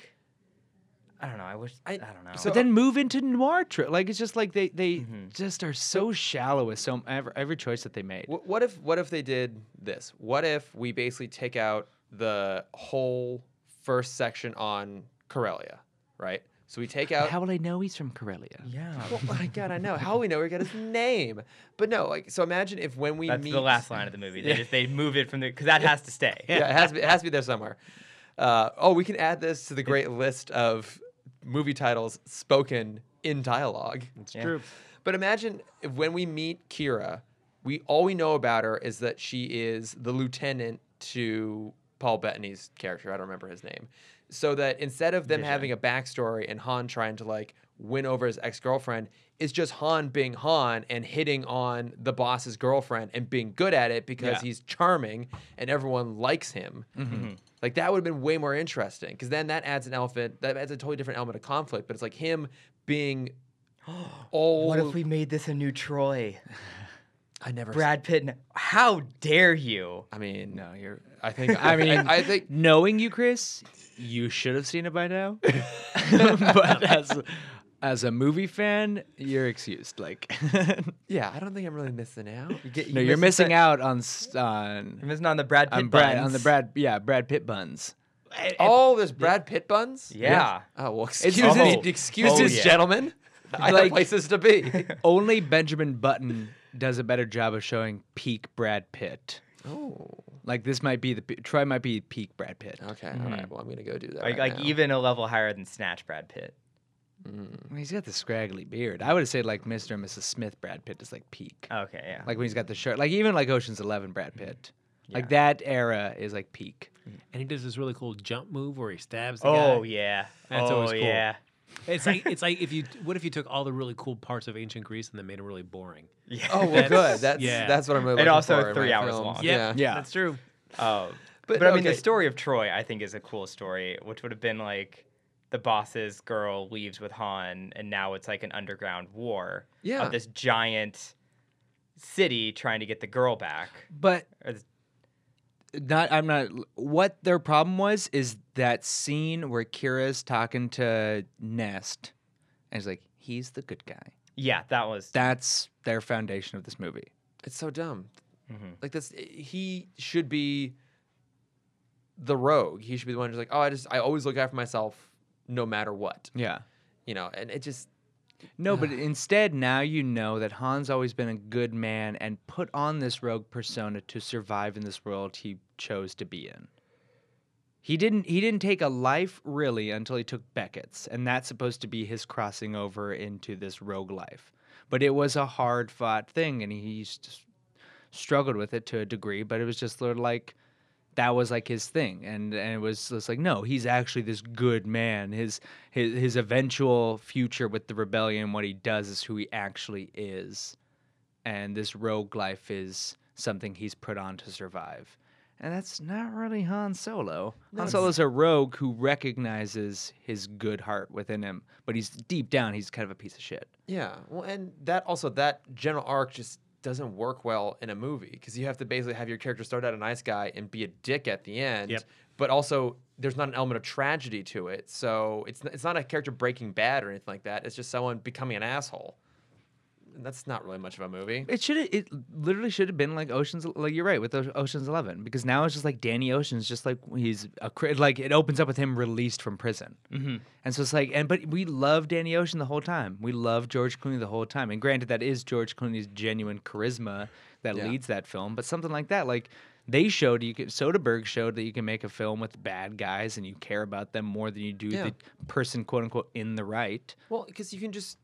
B: I don't know. I wish
A: I-
B: I, don't know.
A: so-
C: but then move into noir tri- like it's just like they they
B: Mm-hmm.
C: just are so shallow with so every, every choice that they made
A: Wh- What if what if they did this? What if we basically take out the whole first section on Corellia, right? So we take out. *laughs*
C: how will i know he's from corellia
B: uh, yeah,
A: well, my God, I know how we know we got his name, but no, like so. Imagine if when we
B: that's
A: meet
B: the last line of the movie. They just they moved it from the because that has to stay.
A: yeah, it has to be, it has to be there somewhere. Uh, oh, we can add this to the great list of movie titles spoken in dialogue.
D: it's true.
A: But imagine if when we meet Kira, we all we know about her is that she is the lieutenant to Paul Bettany's character. I don't remember his name. So that instead of them having a backstory and Han trying to like win over his ex girlfriend, it's just Han being Han and hitting on the boss's girlfriend and being good at it because
C: Yeah.
A: he's charming and everyone likes him.
B: Mm-hmm.
A: Like that would have been way more interesting because then that adds an elephant, that adds a totally different element of conflict. But it's like him being old.
B: What if we made this a new Troy?
A: I never.
B: Brad Pitt. and- How dare you?
A: I mean,
C: no you're
A: I think.
B: *laughs*
A: I mean, I, think.
C: knowing you chris you should have seen it
B: *laughs*
C: by now *laughs* but as as a movie fan you're excused like *laughs*
A: Yeah, I don't think I'm really missing out.
B: You get-
C: no
B: you
C: you're
B: missed
C: missing
B: the-
C: out on s- on,
B: You're missing on the Brad Pitt.
C: on brad on the
B: buns.
C: brad yeah brad
B: *laughs*
C: pitt buns
A: Oh, there's Brad Pitt buns.
B: Yeah.
A: Oh well, excuse
C: his-
A: me,
B: oh,
A: excuse
B: oh,
A: this,
B: yeah. *laughs*
A: gentlemen. I like,
C: Like-
A: places to be.
C: only benjamin button does a better job of showing peak brad pitt
A: oh,
C: Like this might be the pe- Troy might be peak Brad Pitt.
A: okay. All right. Well, I'm gonna go do that.
B: Hmm. Like,
A: right
B: like
A: now.
B: even a level higher than Snatch Brad Pitt.
C: I mean, He's got the scraggly beard. I would say like Mr. and Mrs. Smith Brad Pitt is like peak.
D: Oh.
B: Okay, yeah.
C: Like when he's got the shirt. Like even like Ocean's Eleven Brad Pitt.
D: Mm-hmm.
C: Like that era is like peak.
D: And he does this really cool jump move where he stabs the guy.
B: oh yeah.
D: That's
B: oh
D: always cool.
B: yeah.
D: It's like it's like if you what if you took all the really cool parts of ancient Greece and then made it really boring?
B: Yeah.
A: Oh well,
D: That's-
A: good.
B: *laughs*
A: That's
D: yeah.
A: that's what I'm really.
B: And
A: looking
B: also
A: for in
B: three
A: my
B: hours
A: films.
B: long.
A: Yeah.
C: Yeah.
D: that's true.
B: Um,
A: But,
B: but, I mean, the
A: okay.
B: story of Troy, I think, is a cool story, which would have been like the boss's girl leaves with Han, and now it's like an underground war
A: Yeah.
B: of this giant city trying to get the girl back.
C: But
B: Or this-
C: not I'm not what their problem was is that scene where Kira's talking to Nest and he's like, he's the good guy.
B: Yeah, that was.
C: That's their foundation of this movie.
A: It's so dumb.
B: Mhm.
A: Like that's he should be the rogue. He should be the one who's like, oh, I just I always look after myself no matter what.
C: Yeah.
A: You know, and it just
C: No, but instead now you know that Han's always been a good man and put on this rogue persona to survive in this world he chose to be in. He didn't he didn't take a life really until he took Beckett's, and that's supposed to be his crossing over into this rogue life. But it was a hard fought thing and he just struggled with it to a degree, but it was just sort of like that was like his thing and and it was just like no he's actually this good man his his his eventual future with the rebellion what he does is who he actually is and this rogue life is something he's put on to survive and that's not really Han Solo. Han Solo's a rogue who recognizes his good heart within him, but he's deep down he's kind of a piece of shit.
A: yeah. Well, and that also that general arc just doesn't work well in a movie because you have to basically have your character start out a nice guy and be a dick at the end.
D: Yep.
A: But also, there's not an element of tragedy to it, so it's it's not a character breaking bad or anything like that. It's just someone becoming an asshole. And that's not really much of a movie.
C: It should it literally should have been like Ocean's like you're right with O- Ocean's 11 because now it's just like Danny Ocean's just like he's a cri- like it opens up with him released from prison. Mm-hmm. And so it's like and but we love Danny Ocean the whole time. We love George Clooney the whole time. And granted that is George Clooney's genuine charisma that
A: Yeah.
C: leads that film, but something like that like they showed you could, Soderbergh showed that you can make a film with bad guys and you care about them more than you do
A: Yeah.
C: the person quote unquote in the right.
A: Well, because you can just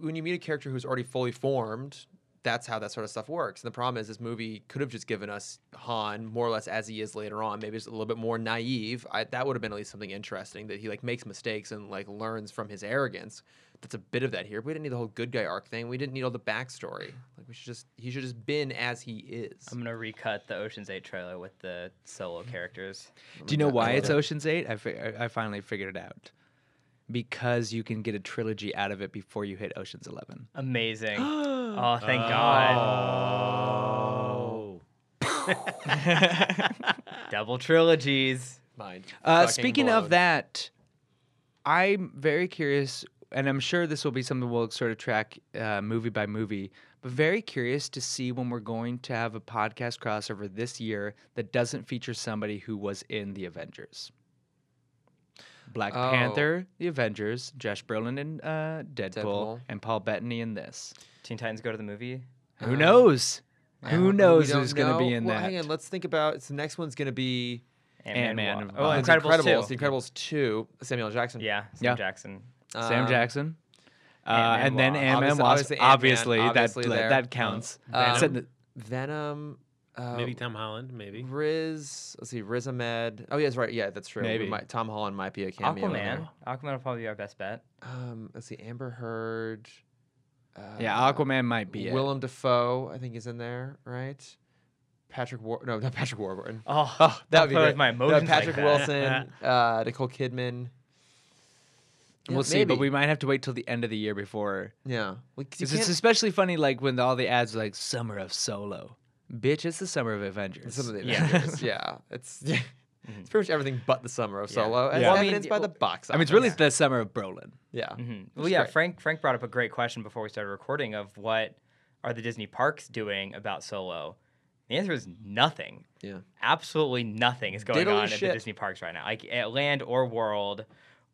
A: when you meet a character who's already fully formed, that's how that sort of stuff works. And the problem is, this movie could have just given us Han more or less as he is later on. Maybe just a little bit more naive. I, that would have been at least something interesting that he like makes mistakes and like learns from his arrogance. That's a bit of that here. We didn't need the whole good guy arc thing. We didn't need all the backstory. Like we should just he should just been as he is.
B: I'm
C: Um,
B: gonna recut the Ocean's Eight trailer with the solo characters.
C: Do you know
A: that- I
C: why
A: love
C: it's
A: it.
C: Ocean's Eight? I, fi- I- I finally figured it out. Because you can get a trilogy out of it before you hit Ocean's Eleven.
A: *gasps*
B: Amazing. oh, thank God.
D: Oh,
B: *laughs* Double trilogies.
A: Mind
C: Uh,
A: fucking
C: speaking
A: blown.
C: of that, I'm very curious, and I'm sure this will be something we'll sort of track uh, movie by movie. But very curious to see when we're going to have a podcast crossover this year that doesn't feature somebody who was in the Avengers. Black
A: Oh.
C: Panther, the Avengers, Josh Brolin in uh, Deadpool,
A: Deadpool.
C: and Paul Bettany in this.
B: Teen Titans go to the movie.
C: Who
A: Um,
C: knows?
A: We
C: Who knows
A: don't
C: who's going to be
A: know.
C: in
A: well,
C: that?
A: Hang on, let's think about. So the next one's going to be
C: Ant-Man
B: one.
C: and
B: Oh,
C: Wasp.
A: It's
B: Incredibles,
A: Incredibles,
B: two.
A: The Incredibles two. Samuel L. Jackson.
B: Yeah, Sam
C: Yeah.
B: Jackson.
C: Sam
A: Um,
C: Jackson. Uh,
B: Ant-Man
C: and
B: Wasp.
C: then Ant-Man
A: Obviously-
C: Wasp.
A: obviously Ant-Man,
C: Obviously,
A: obviously
C: that
A: there. Oh.
C: that counts.
A: Venom.
C: Said
A: Um,
C: that-
A: Venom. Uh,
D: maybe Tom Holland,
A: *laughs*
D: maybe.
A: Riz. Let's see. Riz Ahmed. Oh, yeah, that's right. Yeah, that's true. We
C: Maybe.
A: might- Tom Holland might be a cameo. in
B: Aquaman. Aquaman will probably be our best bet.
A: there. Um, let's see. Amber Heard. Uh,
C: yeah, Aquaman might be it.
A: Willem Dafoe, I think, is in there, right? Patrick War. No, *laughs* not Patrick Warburton.
B: Oh, *laughs*
A: that
B: I'll
A: would be
B: play
A: great.
B: with my
A: No,
B: emotions like
A: Patrick
B: that. *laughs*
A: Wilson. uh, Nicole Kidman. Yeah,
C: we'll see, but
A: maybe.
C: we might have to wait till the end of the year before.
A: Yeah. Well, 'cause you
C: 'cause It's
A: can't-
C: especially funny, like when all the ads are like "Summer of Solo." Bitch, it's the summer of Avengers.
A: Some of the
B: Yeah.
A: Avengers. yeah. It's *laughs* yeah. It's pretty much everything but the summer of Solo, as
C: Mm-hmm. Yeah. Well, I
B: mean,
A: evidenced by the box.
C: I mean, it's
A: office.
C: really the summer of Brolin.
A: yeah.
B: Mhm.
A: Which
B: Well,
A: is
B: yeah,
A: great.
B: Frank Frank brought up a great question before we started recording of what are the Disney parks doing about Solo? The answer is nothing.
C: Mm-hmm.
A: Yeah.
B: Absolutely nothing is going
A: Diddly
B: on at the
A: shit.
B: Disney parks right now, like at land or world,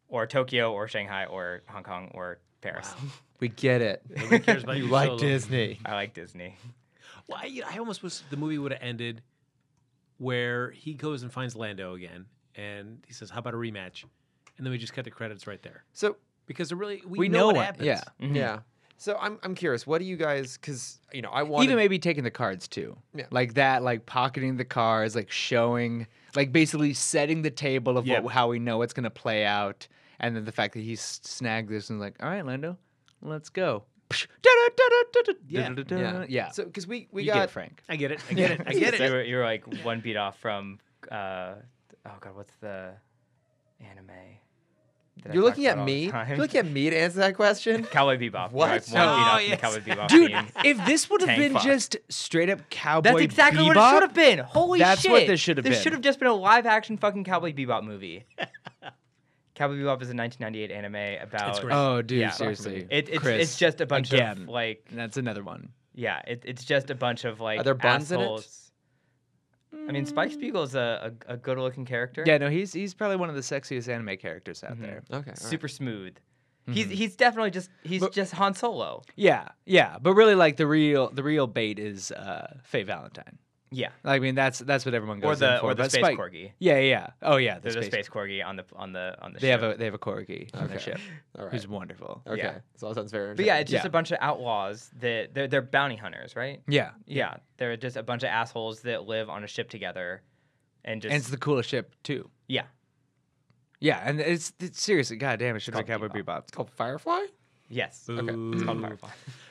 B: or Tokyo or Shanghai or Hong Kong or Paris.
A: We get it.
D: Nobody cares about
A: you *laughs*
D: your
A: like
D: solo.
A: Disney.
B: *laughs* I like Disney.
D: Well, I, you know, I almost wish the movie would have ended where he goes and finds Lando again, and he says, "How about a rematch?" And then we just cut the credits right there
A: So
C: Mm-hmm.
D: because they're really we,
C: We
D: know,
C: know
D: what
C: it,
D: happens.
C: yeah.
B: Mhm. *laughs*
A: yeah. So I'm I'm curious. What do you guys? Because you know I wanted.
C: Even maybe taking the cards too.
A: Yeah.
C: Like that, like pocketing the cards, like showing, like basically setting the table of
D: Yep.
C: what, how we know it's going to play out. and then the fact that he s- snagged this and was like, all right, Lando, let's go. *laughs* Yeah,
A: Yeah.
C: uh, yeah.
A: So because we we
C: You
A: got
C: get it, Frank.
D: I get it. I get it. I get
B: *laughs* So
D: it.
B: you're, you're like one beat off from. Uh, oh god, what's the anime? that I
A: you're
B: talk
A: looking at
B: about all the
A: me. You're
B: time?
A: looking at me to answer that
C: *laughs*
A: question.
B: *laughs* Cowboy Bebop.
A: What?
B: You're like one
A: Oh,
B: beat off
D: yes.
B: from the Cowboy Bebop.
C: Dude,
B: theme.
C: if this would have
B: Tank
C: been
B: Fox.
C: just straight up cowboy
B: That's exactly what
C: bebop,
B: it should have been. Holy
C: That's
B: shit.
C: what this should have
B: This
C: been.
B: should have just been a live action fucking Cowboy Bebop *laughs* movie. Cowboy Bebop is a 1998 anime about.
D: It's great.
C: Oh, dude,
B: Yeah.
C: seriously,
B: It, it's,
C: Chris,
B: it's just a bunch
C: again.
B: of like.
C: That's another one.
B: Yeah, it, it's just a bunch of like.
A: Are there buns in it?
B: assholes. I mean, Spike Spiegel's a, a, a good looking character.
C: Mm. Yeah, no, he's he's probably one of the sexiest anime characters out
B: Mhm.
C: there.
A: Okay. all right.
B: Super smooth. He's he's definitely just he's
C: uh, mm-hmm. But-
B: just Han Solo.
C: Yeah, yeah, but really, like the real the real bait is uh, Faye Valentine.
B: Yeah.
C: I mean, that's that's what everyone
B: Or
C: goes in
B: the
C: for.
B: or the
C: but
B: space
C: Spike-
B: corgi.
C: Yeah, yeah, yeah. Oh yeah, the
B: They're the
C: space.
B: space corgi on the on the on the
C: They
B: ship.
C: have a they have a corgi on their
A: Okay.
B: *laughs*
C: ship,
A: All right.
C: who's wonderful.
A: Okay.
B: Yeah.
A: So all sounds very.
B: But yeah, it's just
C: Yeah.
B: a bunch of outlaws that they're they're bounty hunters, right?
C: Yeah,
B: Yeah, they're just a bunch of assholes that live on a ship together, and just
C: and it's the coolest ship too.
B: yeah,
C: Yeah, and it's, it's seriously, goddamn, it should have been
B: called
C: Cowboy Bebop.
A: it's called Firefly.
B: yes,
A: Okay.
B: it's called Firefly.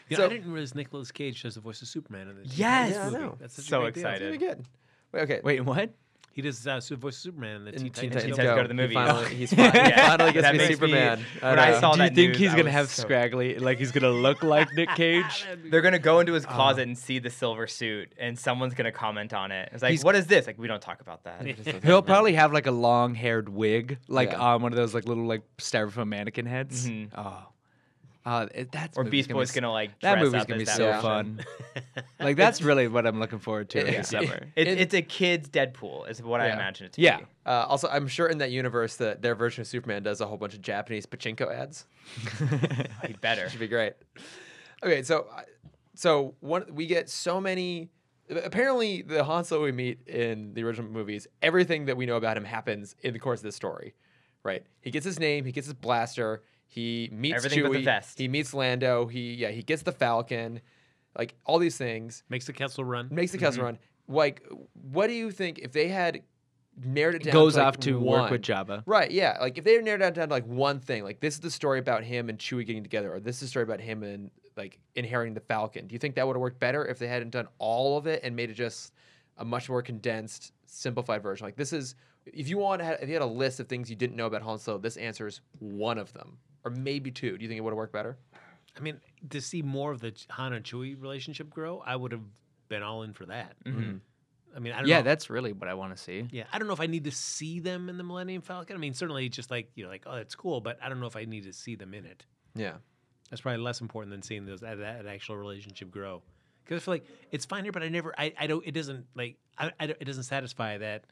D: You know,
A: So-
D: I didn't realize Nicolas Cage does the voice of Superman in this.
B: Yes!
A: Yeah, I
D: movie.
A: know.
D: That's such a
B: So
D: big deal.
B: excited.
A: Pretty good. Wait, okay.
C: Wait, what?
D: He does uh, su- voice of Superman in the
A: In
D: Teen,
A: Teen Titans
D: Titans.
B: Go.
A: Go.
B: to the
A: He
B: movie. *laughs*
A: finally, he's fine. He
B: Yeah.
A: finally gets to
B: That
A: be
B: makes me-
A: Superman.
B: when I
A: know.
B: saw
C: Uh, Do you
B: that
C: think
B: news,
C: he's
B: I
C: gonna
B: was
C: have
B: so-
C: scraggly, like he's
B: *laughs*
C: gonna look like Nick Cage?
B: They're gonna go into his
A: Uh-huh.
B: closet and see the silver suit, and someone's gonna comment on it. It's like,
C: He's-
B: what is this? Like, we don't talk about
C: *laughs*
B: that.
C: He'll probably have like a long haired wig, like
A: Yeah.
C: um, one of those like little like styrofoam mannequin heads.
B: Mhm.
C: Oh, uh, it- that's
B: Or
C: movie's
B: Beast Boy's
C: s-
B: gonna like
C: that
B: dress
C: movie's
B: up
C: gonna be
B: as that
C: so
B: version.
C: fun. *laughs*
B: *laughs*
C: like that's really what I'm looking forward to in
A: Yeah.
C: the summer.
B: It,
A: It-
B: it's a kid's Deadpool, is what I
C: Yeah.
B: imagine it to
C: Yeah,
B: be.
A: Uh, also, I'm sure in that universe that their version of Superman does a whole bunch of Japanese pachinko ads.
B: he
C: *laughs*
B: better.
A: *laughs* Should be great. Okay, so I- so one we get so many. Apparently, the Han Solo we meet in the original movies, everything that we know about him happens in the course of this story, right? He gets his name, he gets his blaster, he meets
B: Everything
A: Chewie,
B: but the vest.
A: he meets Lando, he yeah, he gets the Falcon, like all these things
D: Makes the Kessel Run.
A: makes the Kessel Run. Like, what do you think if they had narrowed it down?
C: Goes
A: to, like,
C: off to
A: one,
C: work with Jabba.
A: Right, yeah. Like if they narrowed it down to like one thing, like this is the story about him and Chewie getting together, or this is the story about him and like inheriting the Falcon. Do you think that would have worked better if they hadn't done all of it and made it just a much more condensed, simplified version? Like this is if you want, if you had a list of things you didn't know about Han Solo, this answers one of them, or maybe two. Do you think it would have worked better?
D: I mean, to see more of the Ch- Han and Chewie relationship grow, I would have been all in for that.
A: Mm-hmm.
D: I mean, I don't
C: Yeah,
D: know.
C: that's really what I want to see.
D: yeah, I don't know if I need to see them in the Millennium Falcon. I mean, certainly just like you know, like oh, that's cool, but I don't know if I need to see them in it.
A: Yeah,
D: That's probably less important than seeing those that, that actual relationship grow. Because I feel like it's fine here, but I never, I, I don't, it doesn't like, I, I don't- it doesn't satisfy that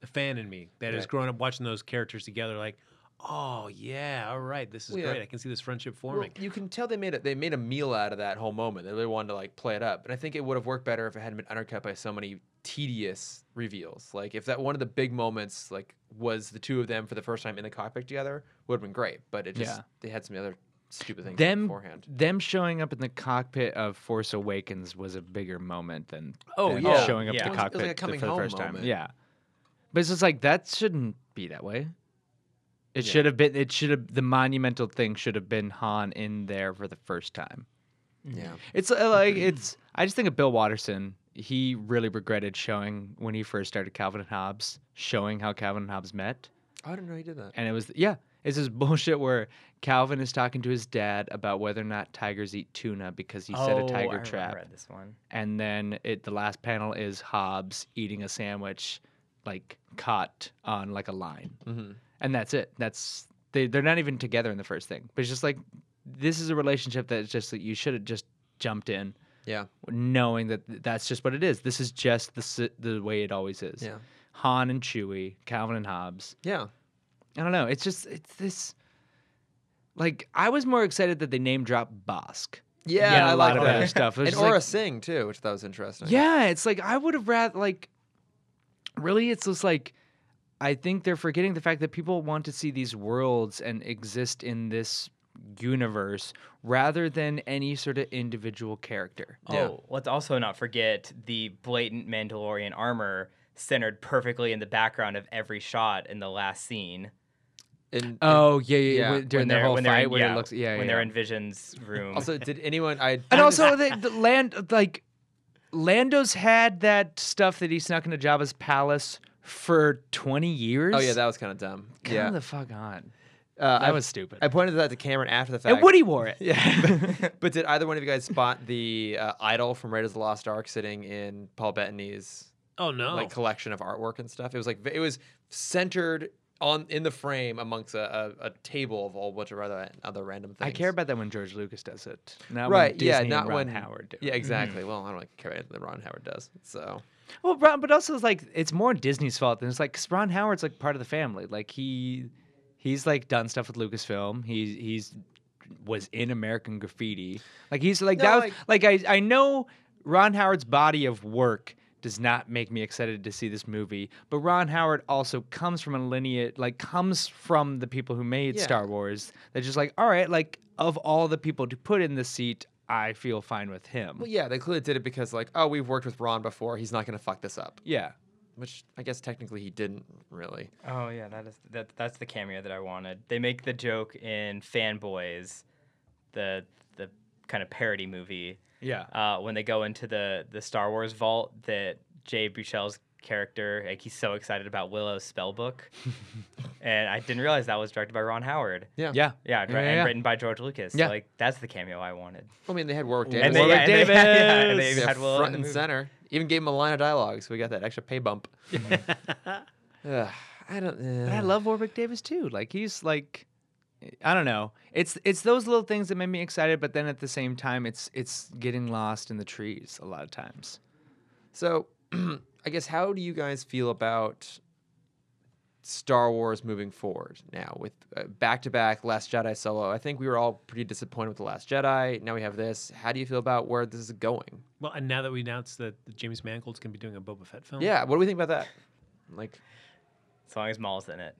D: the fan in me that is
A: Right.
D: growing up watching those characters together. Like, oh yeah, all right, this is
A: Well, yeah.
D: great. I can see this friendship
A: Well,
D: forming.
A: you can tell they made it. They made a meal out of that whole moment. They really wanted to like play it up, and I think it would have worked better if it hadn't been undercut by so many tedious reveals. Like if that one of the big moments like was the two of them for the first time in the cockpit together would have been great. But it just
C: Yeah.
A: they had some other stupid things
C: Them
A: beforehand.
C: them showing up in the cockpit of Force Awakens was a bigger moment than
A: Oh,
C: than
A: yeah.
C: showing up
B: Yeah.
C: in
B: It
C: the
A: it
B: was-
A: was
C: cockpit
A: like a coming
C: for the
A: home
C: first time.
A: moment.
C: Yeah, but it's just like that shouldn't be that way. It
A: Yeah.
C: should have been. It should have. The monumental thing should have been Han in there for the first time.
A: Yeah,
C: It's uh, like it's. I just think of Bill Watterson. He really regretted showing when he first started Calvin and Hobbes, showing how Calvin and Hobbes met
A: Oh, I didn't know he did that.
C: and it was yeah it's this *laughs* bullshit where calvin is talking to his dad about whether or not tigers eat tuna because
B: Oh,
C: he set a tiger trap
B: Read this one.
C: and then it the last panel is hobbs eating a sandwich like caught on like a line
A: Mm-hmm.
C: and that's it that's they, they're not even together in the first thing but it's just like this is a relationship that's just that you should have just jumped in
A: Yeah,
C: knowing that th- that's just what it is this is just the, s- the way it always is
A: Yeah.
C: han and chewie calvin and hobbes
A: yeah.
C: I don't know. It's just it's this. Like I was more excited that they name drop Bosk.
A: Oh, Yeah,
C: than a
A: I
C: lot
A: like
C: of
A: that.
C: other stuff. It
A: *laughs*
C: was
A: And
C: just like-
A: Aura Singh too, which that was interesting.
C: yeah, it's like I would have rather like. Really, it's just like I think they're forgetting the fact that people want to see these worlds and exist in this universe rather than any sort of individual character.
A: Yeah.
B: Oh, let's also not forget the blatant Mandalorian armor centered perfectly in the background of every shot in the last scene.
A: And
C: Oh yeah, yeah,
A: Yeah,
C: yeah. when- During
B: when
C: their
B: they're-
C: whole
B: when they're
C: fight,
B: in-
C: where
B: yeah,
C: it looks, yeah,
B: when
C: yeah.
B: they're in Vision's room.
A: also, did anyone? I
C: *laughs* and also the, the land, like Lando's had that stuff that he snuck into Jabba's palace for twenty years.
A: oh yeah, that was kind of dumb.
C: Come
A: yeah,
C: the fuck on.
A: uh,
C: That
A: I,
C: was stupid.
A: I pointed that to Cameron after the fact.
C: and Woody wore *laughs* it.
A: Yeah. but- but did either one of you guys spot the uh, idol from Raiders of the Lost Ark sitting in Paul Bettany's
D: Oh no!
A: like collection of artwork and stuff? It was like v- it was centered on in the frame amongst a, a, a table of a whole bunch of other other random things.
C: I care about that when George Lucas does it. Not
A: right.
C: When Disney
A: yeah,
C: and
A: not
C: Ron
A: when
C: Howard do. it.
A: Yeah, exactly. Well, I don't really care about anything that Ron Howard does. So
C: Well, Ron, but also it's like it's more Disney's fault than it's like 'cause Ron Howard's like part of the family. Like he, he's like done stuff with Lucasfilm. He's he's was in American Graffiti. Like he's like
A: No,
C: that. Was, like I I know Ron Howard's body of work does not make me excited to see this movie, but Ron Howard also comes from a lineage like comes from the people who made
A: Yeah.
C: Star Wars. They're just like all right, like of all the people to put in the seat, I feel fine with him.
A: well, yeah, they clearly did it because like, oh, we've worked with Ron before. He's not going to fuck this up.
C: yeah.
A: Which I guess technically he didn't really.
B: Oh yeah, that is that. That's the cameo that I wanted. They make the joke in Fanboys, the the kind of parody movie
C: Yeah.
B: uh, when they go into the the Star Wars vault that Jay Buchel's character like he's so excited about Willow's spell
C: *laughs*
B: book, and I didn't realize that was directed by Ron Howard.
A: Yeah.
C: Yeah.
B: Yeah, dri-
C: Yeah, yeah,
B: and
C: yeah.
B: written by George Lucas.
C: Yeah.
B: Like that's the cameo I wanted.
A: I mean, they had Warwick Davis.
B: And they, yeah,
C: Warwick
B: and they, *laughs* yeah, and
C: Davis.
B: they
A: Yeah,
B: had Willow in
A: front
B: the
A: and
B: movie.
A: center. Even gave him a line of dialogue, so we got that extra pay bump. Ugh, I don't. Uh,
C: But I love Warwick Davis too. Like he's like, I don't know. It's it's those little things that make me excited, but then at the same time, it's it's getting lost in the trees a lot of times.
A: So, *clears throat* I guess how do you guys feel about Star Wars moving forward now with back to back Last Jedi solo? I think we were all pretty disappointed with the Last Jedi. Now we have this. How do you feel about where this is going?
D: well, and now that we announced that James Mangold's going to be doing a Boba Fett film,
A: Yeah, what do we think about that? Like,
B: As long as Maul's in it.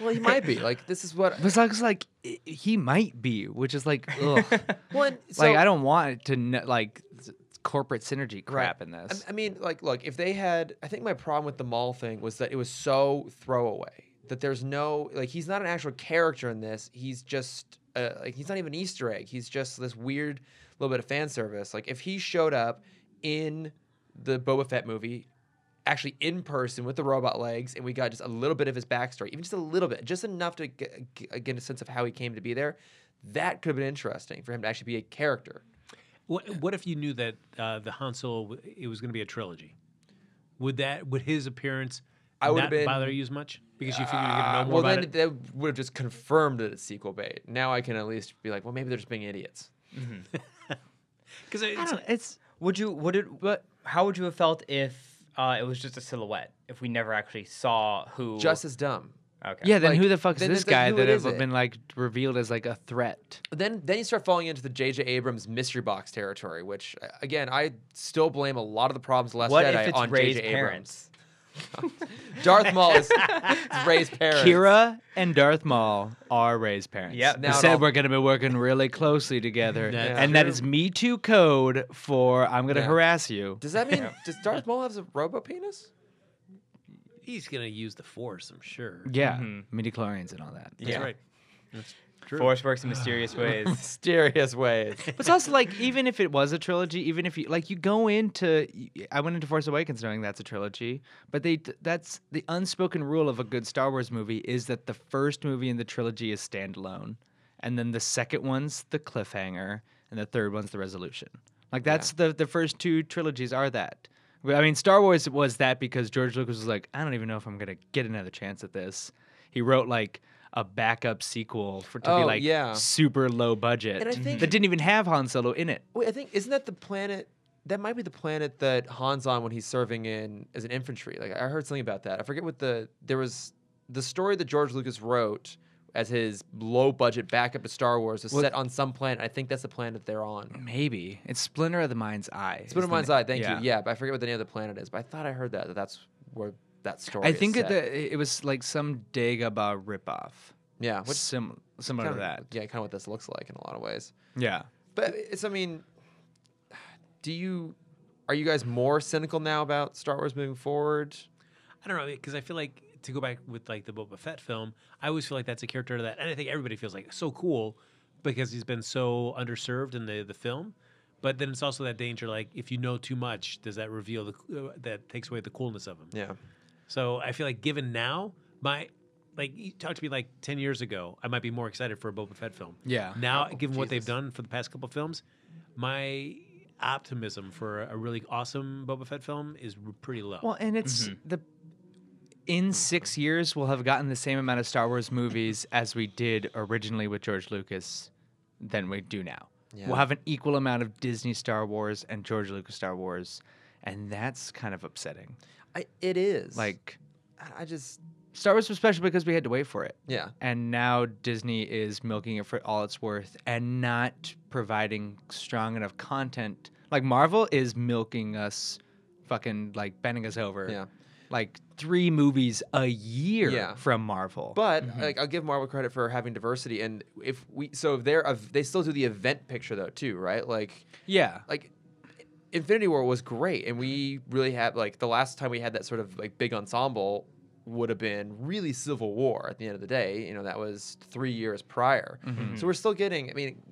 A: well, he might be. Like, this is what.
C: But it's like, it's like i- he might be, which is
A: *laughs*
C: like, ugh.
A: One, so,
C: like I don't want to kn- like s- corporate synergy crap in
A: I-
C: this.
A: I mean, like, look, if they had, I think my problem with the mall thing was that it was so throwaway that there's no, like, he's not an actual character in this. He's just, uh, like, he's not even an Easter egg. He's just this weird little bit of fan service. Like, if he showed up in the Boba Fett movie, actually in person with the robot legs, and we got just a little bit of his backstory, even just a little bit, just enough to get, get a sense of how he came to be there, that could have been interesting for him to actually be a character.
D: What What if you knew that uh, the Han Solo w- it was going to be a trilogy? Would that would his appearance
A: I would've
D: not
A: been-
D: bother you as much because you figured you're going to know
A: Uh,
D: more
A: well,
D: about
A: then
D: it?
A: that would have just confirmed that it's sequel bait. Now I can at least be like, well, maybe they're just being idiots.
D: Because
C: I don't. It's
B: Would you would it what how would you have felt if uh, it was just a silhouette? If we never actually saw who
A: Just as dumb.
B: okay.
C: yeah. Then
A: Like,
C: who the fuck is
A: then
C: this
A: it's like,
C: guy
A: who
C: that
A: is
C: have
A: it?
C: been like revealed as like a threat?
A: Then then you start falling into the J.J. Abrams mystery box territory, which uh, again I still blame a lot of the problems of Last
B: What
A: Jedi
B: if it's
A: on
B: Ray's
A: J.J. Abrams.
B: parents?
A: *laughs* Darth Maul
B: *laughs*
A: is it's Ray's parents.
C: Kira and Darth Maul are Ray's parents.
B: Yep.
C: They
A: Now it
C: said
A: all-
C: we're going to be working really closely together,
D: That's
C: and that
D: true.
C: is Me Too code for I'm going to
A: Yeah.
C: harass you.
A: Does that mean does Darth Maul have a robo penis?
D: he's going to use the Force, I'm sure.
C: Yeah, Mm-hmm. midi chlorians and all that.
D: That's
B: Yeah.
D: right. That's true.
B: Force works in mysterious *laughs* ways.
A: Mysterious ways.
C: But it's also like even if it was a trilogy, even if you like you go into I went into Force Awakens knowing that's a trilogy, but they that's the unspoken rule of a good Star Wars movie is that the first movie in the trilogy is standalone, and then the second one's the cliffhanger, and the third one's the resolution. Like that's the the first two trilogies are that. But, I mean, Star Wars was that because George Lucas was like, I don't even know if I'm gonna get another chance at this. He wrote like a backup sequel for to be
A: Oh,
C: like
A: yeah.
C: super low budget
A: And I think-
C: that didn't even have Han Solo in it.
A: Wait, I think isn't that the planet? That might be the planet that Han's on when he's serving in as an infantry. Like I heard something about that. I forget what the there was the story that George Lucas wrote as his low budget backup to Star Wars was
C: Well-
A: set on some planet. I think that's the planet they're on.
C: Maybe it's Splinter of the Mind's
A: Splinter
C: Eye. is
A: of
C: the
A: Mind's
C: na-
A: Eye. Thank you. Yeah, but I forget what the name of the planet is. But I thought I heard that, that that's where that story.
C: I
A: is
C: think
A: set.
C: it, the, it was like some Dagobah ripoff,
A: yeah, which
C: sim, similar to
A: kinda-
C: that.
A: Yeah, kind of what this looks like in a lot of ways.
C: Yeah.
A: But it's I mean, do you are you guys more cynical now about Star Wars moving forward?
D: I don't know because I feel like to go back with like the Boba Fett film, I always feel like that's a character that, and I think everybody feels like so cool because he's been so underserved in the the film. But then it's also that danger, like if you know too much, does that reveal the uh, that takes away the coolness of him?
A: Yeah.
D: So I feel like given now, my like you talked to me like ten years ago, I might be more excited for a Boba Fett film.
C: Yeah.
D: Now, given what they've done for the past couple of films, my optimism for a really awesome Boba Fett film is r- pretty low.
C: Well, and it's the in six years we'll have gotten the same amount of Star Wars *laughs* movies as we did originally with George Lucas than we do now.
A: Yeah.
C: We'll have an equal amount of Disney Star Wars and George Lucas Star Wars, and that's kind of upsetting.
A: I, it is.
C: Like
A: I- I just
C: Star Wars was special because we had to wait for it.
A: yeah.
C: And now Disney is milking it for all it's worth and not providing strong enough content. Like Marvel is milking us, fucking like bending us over.
A: Yeah.
C: Like three movies a year
A: Yeah.
C: from Marvel.
A: But like, I'll give Marvel credit for having diversity, and if we so if they're of they still do the event picture though too, right? Like
C: yeah.
A: like Infinity War was great, and we really had like the last time we had that sort of like big ensemble would have been really Civil War at the end of the day. You know, that was three years prior. So we're still getting. I mean,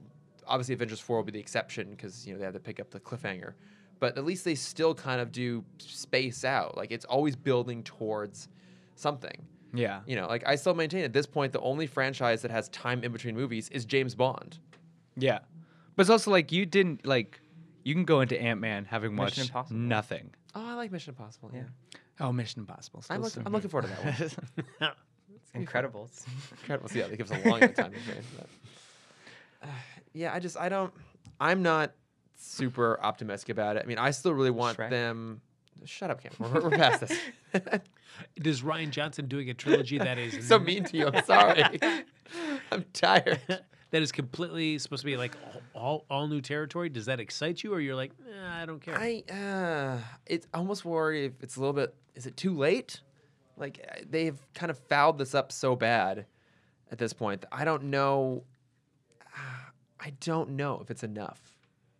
A: obviously Avengers Four will be the exception because you know they had to pick up the cliffhanger, but at least they still kind of do space out. Like it's always building towards something.
C: Yeah.
A: You know, like I still maintain at this point the only franchise that has time in between movies is James Bond.
C: Yeah. But it's also like you didn't like you can go into Ant Man having watched
B: Impossible.
C: nothing.
A: Oh, I like Mission Impossible. Yeah,
C: Oh, Mission Impossible.
A: I'm, look- I'm looking forward to that
C: *laughs*
A: one.
B: Incredible.
A: Incredible. So, yeah, that gives a long enough time to change that. yeah, I just I don't. I'm not super optimistic about it. I mean, I still really want
B: Shrek.
A: them. Shut up, Cam. We're, we're past this.
D: *laughs*
A: *laughs*
D: Does Ryan Johnson doing a trilogy
C: *laughs*
D: that is
A: so mean to you. I'm sorry. I'm tired.
D: that is completely supposed to be like all all new territory? Does that excite you, or you're like, nah, I don't care?
A: I uh, it's I almost worry if it's a little bit. Is it too late? Like I- they've kind of fouled this up so bad at this point. that I don't know. I don't know if it's enough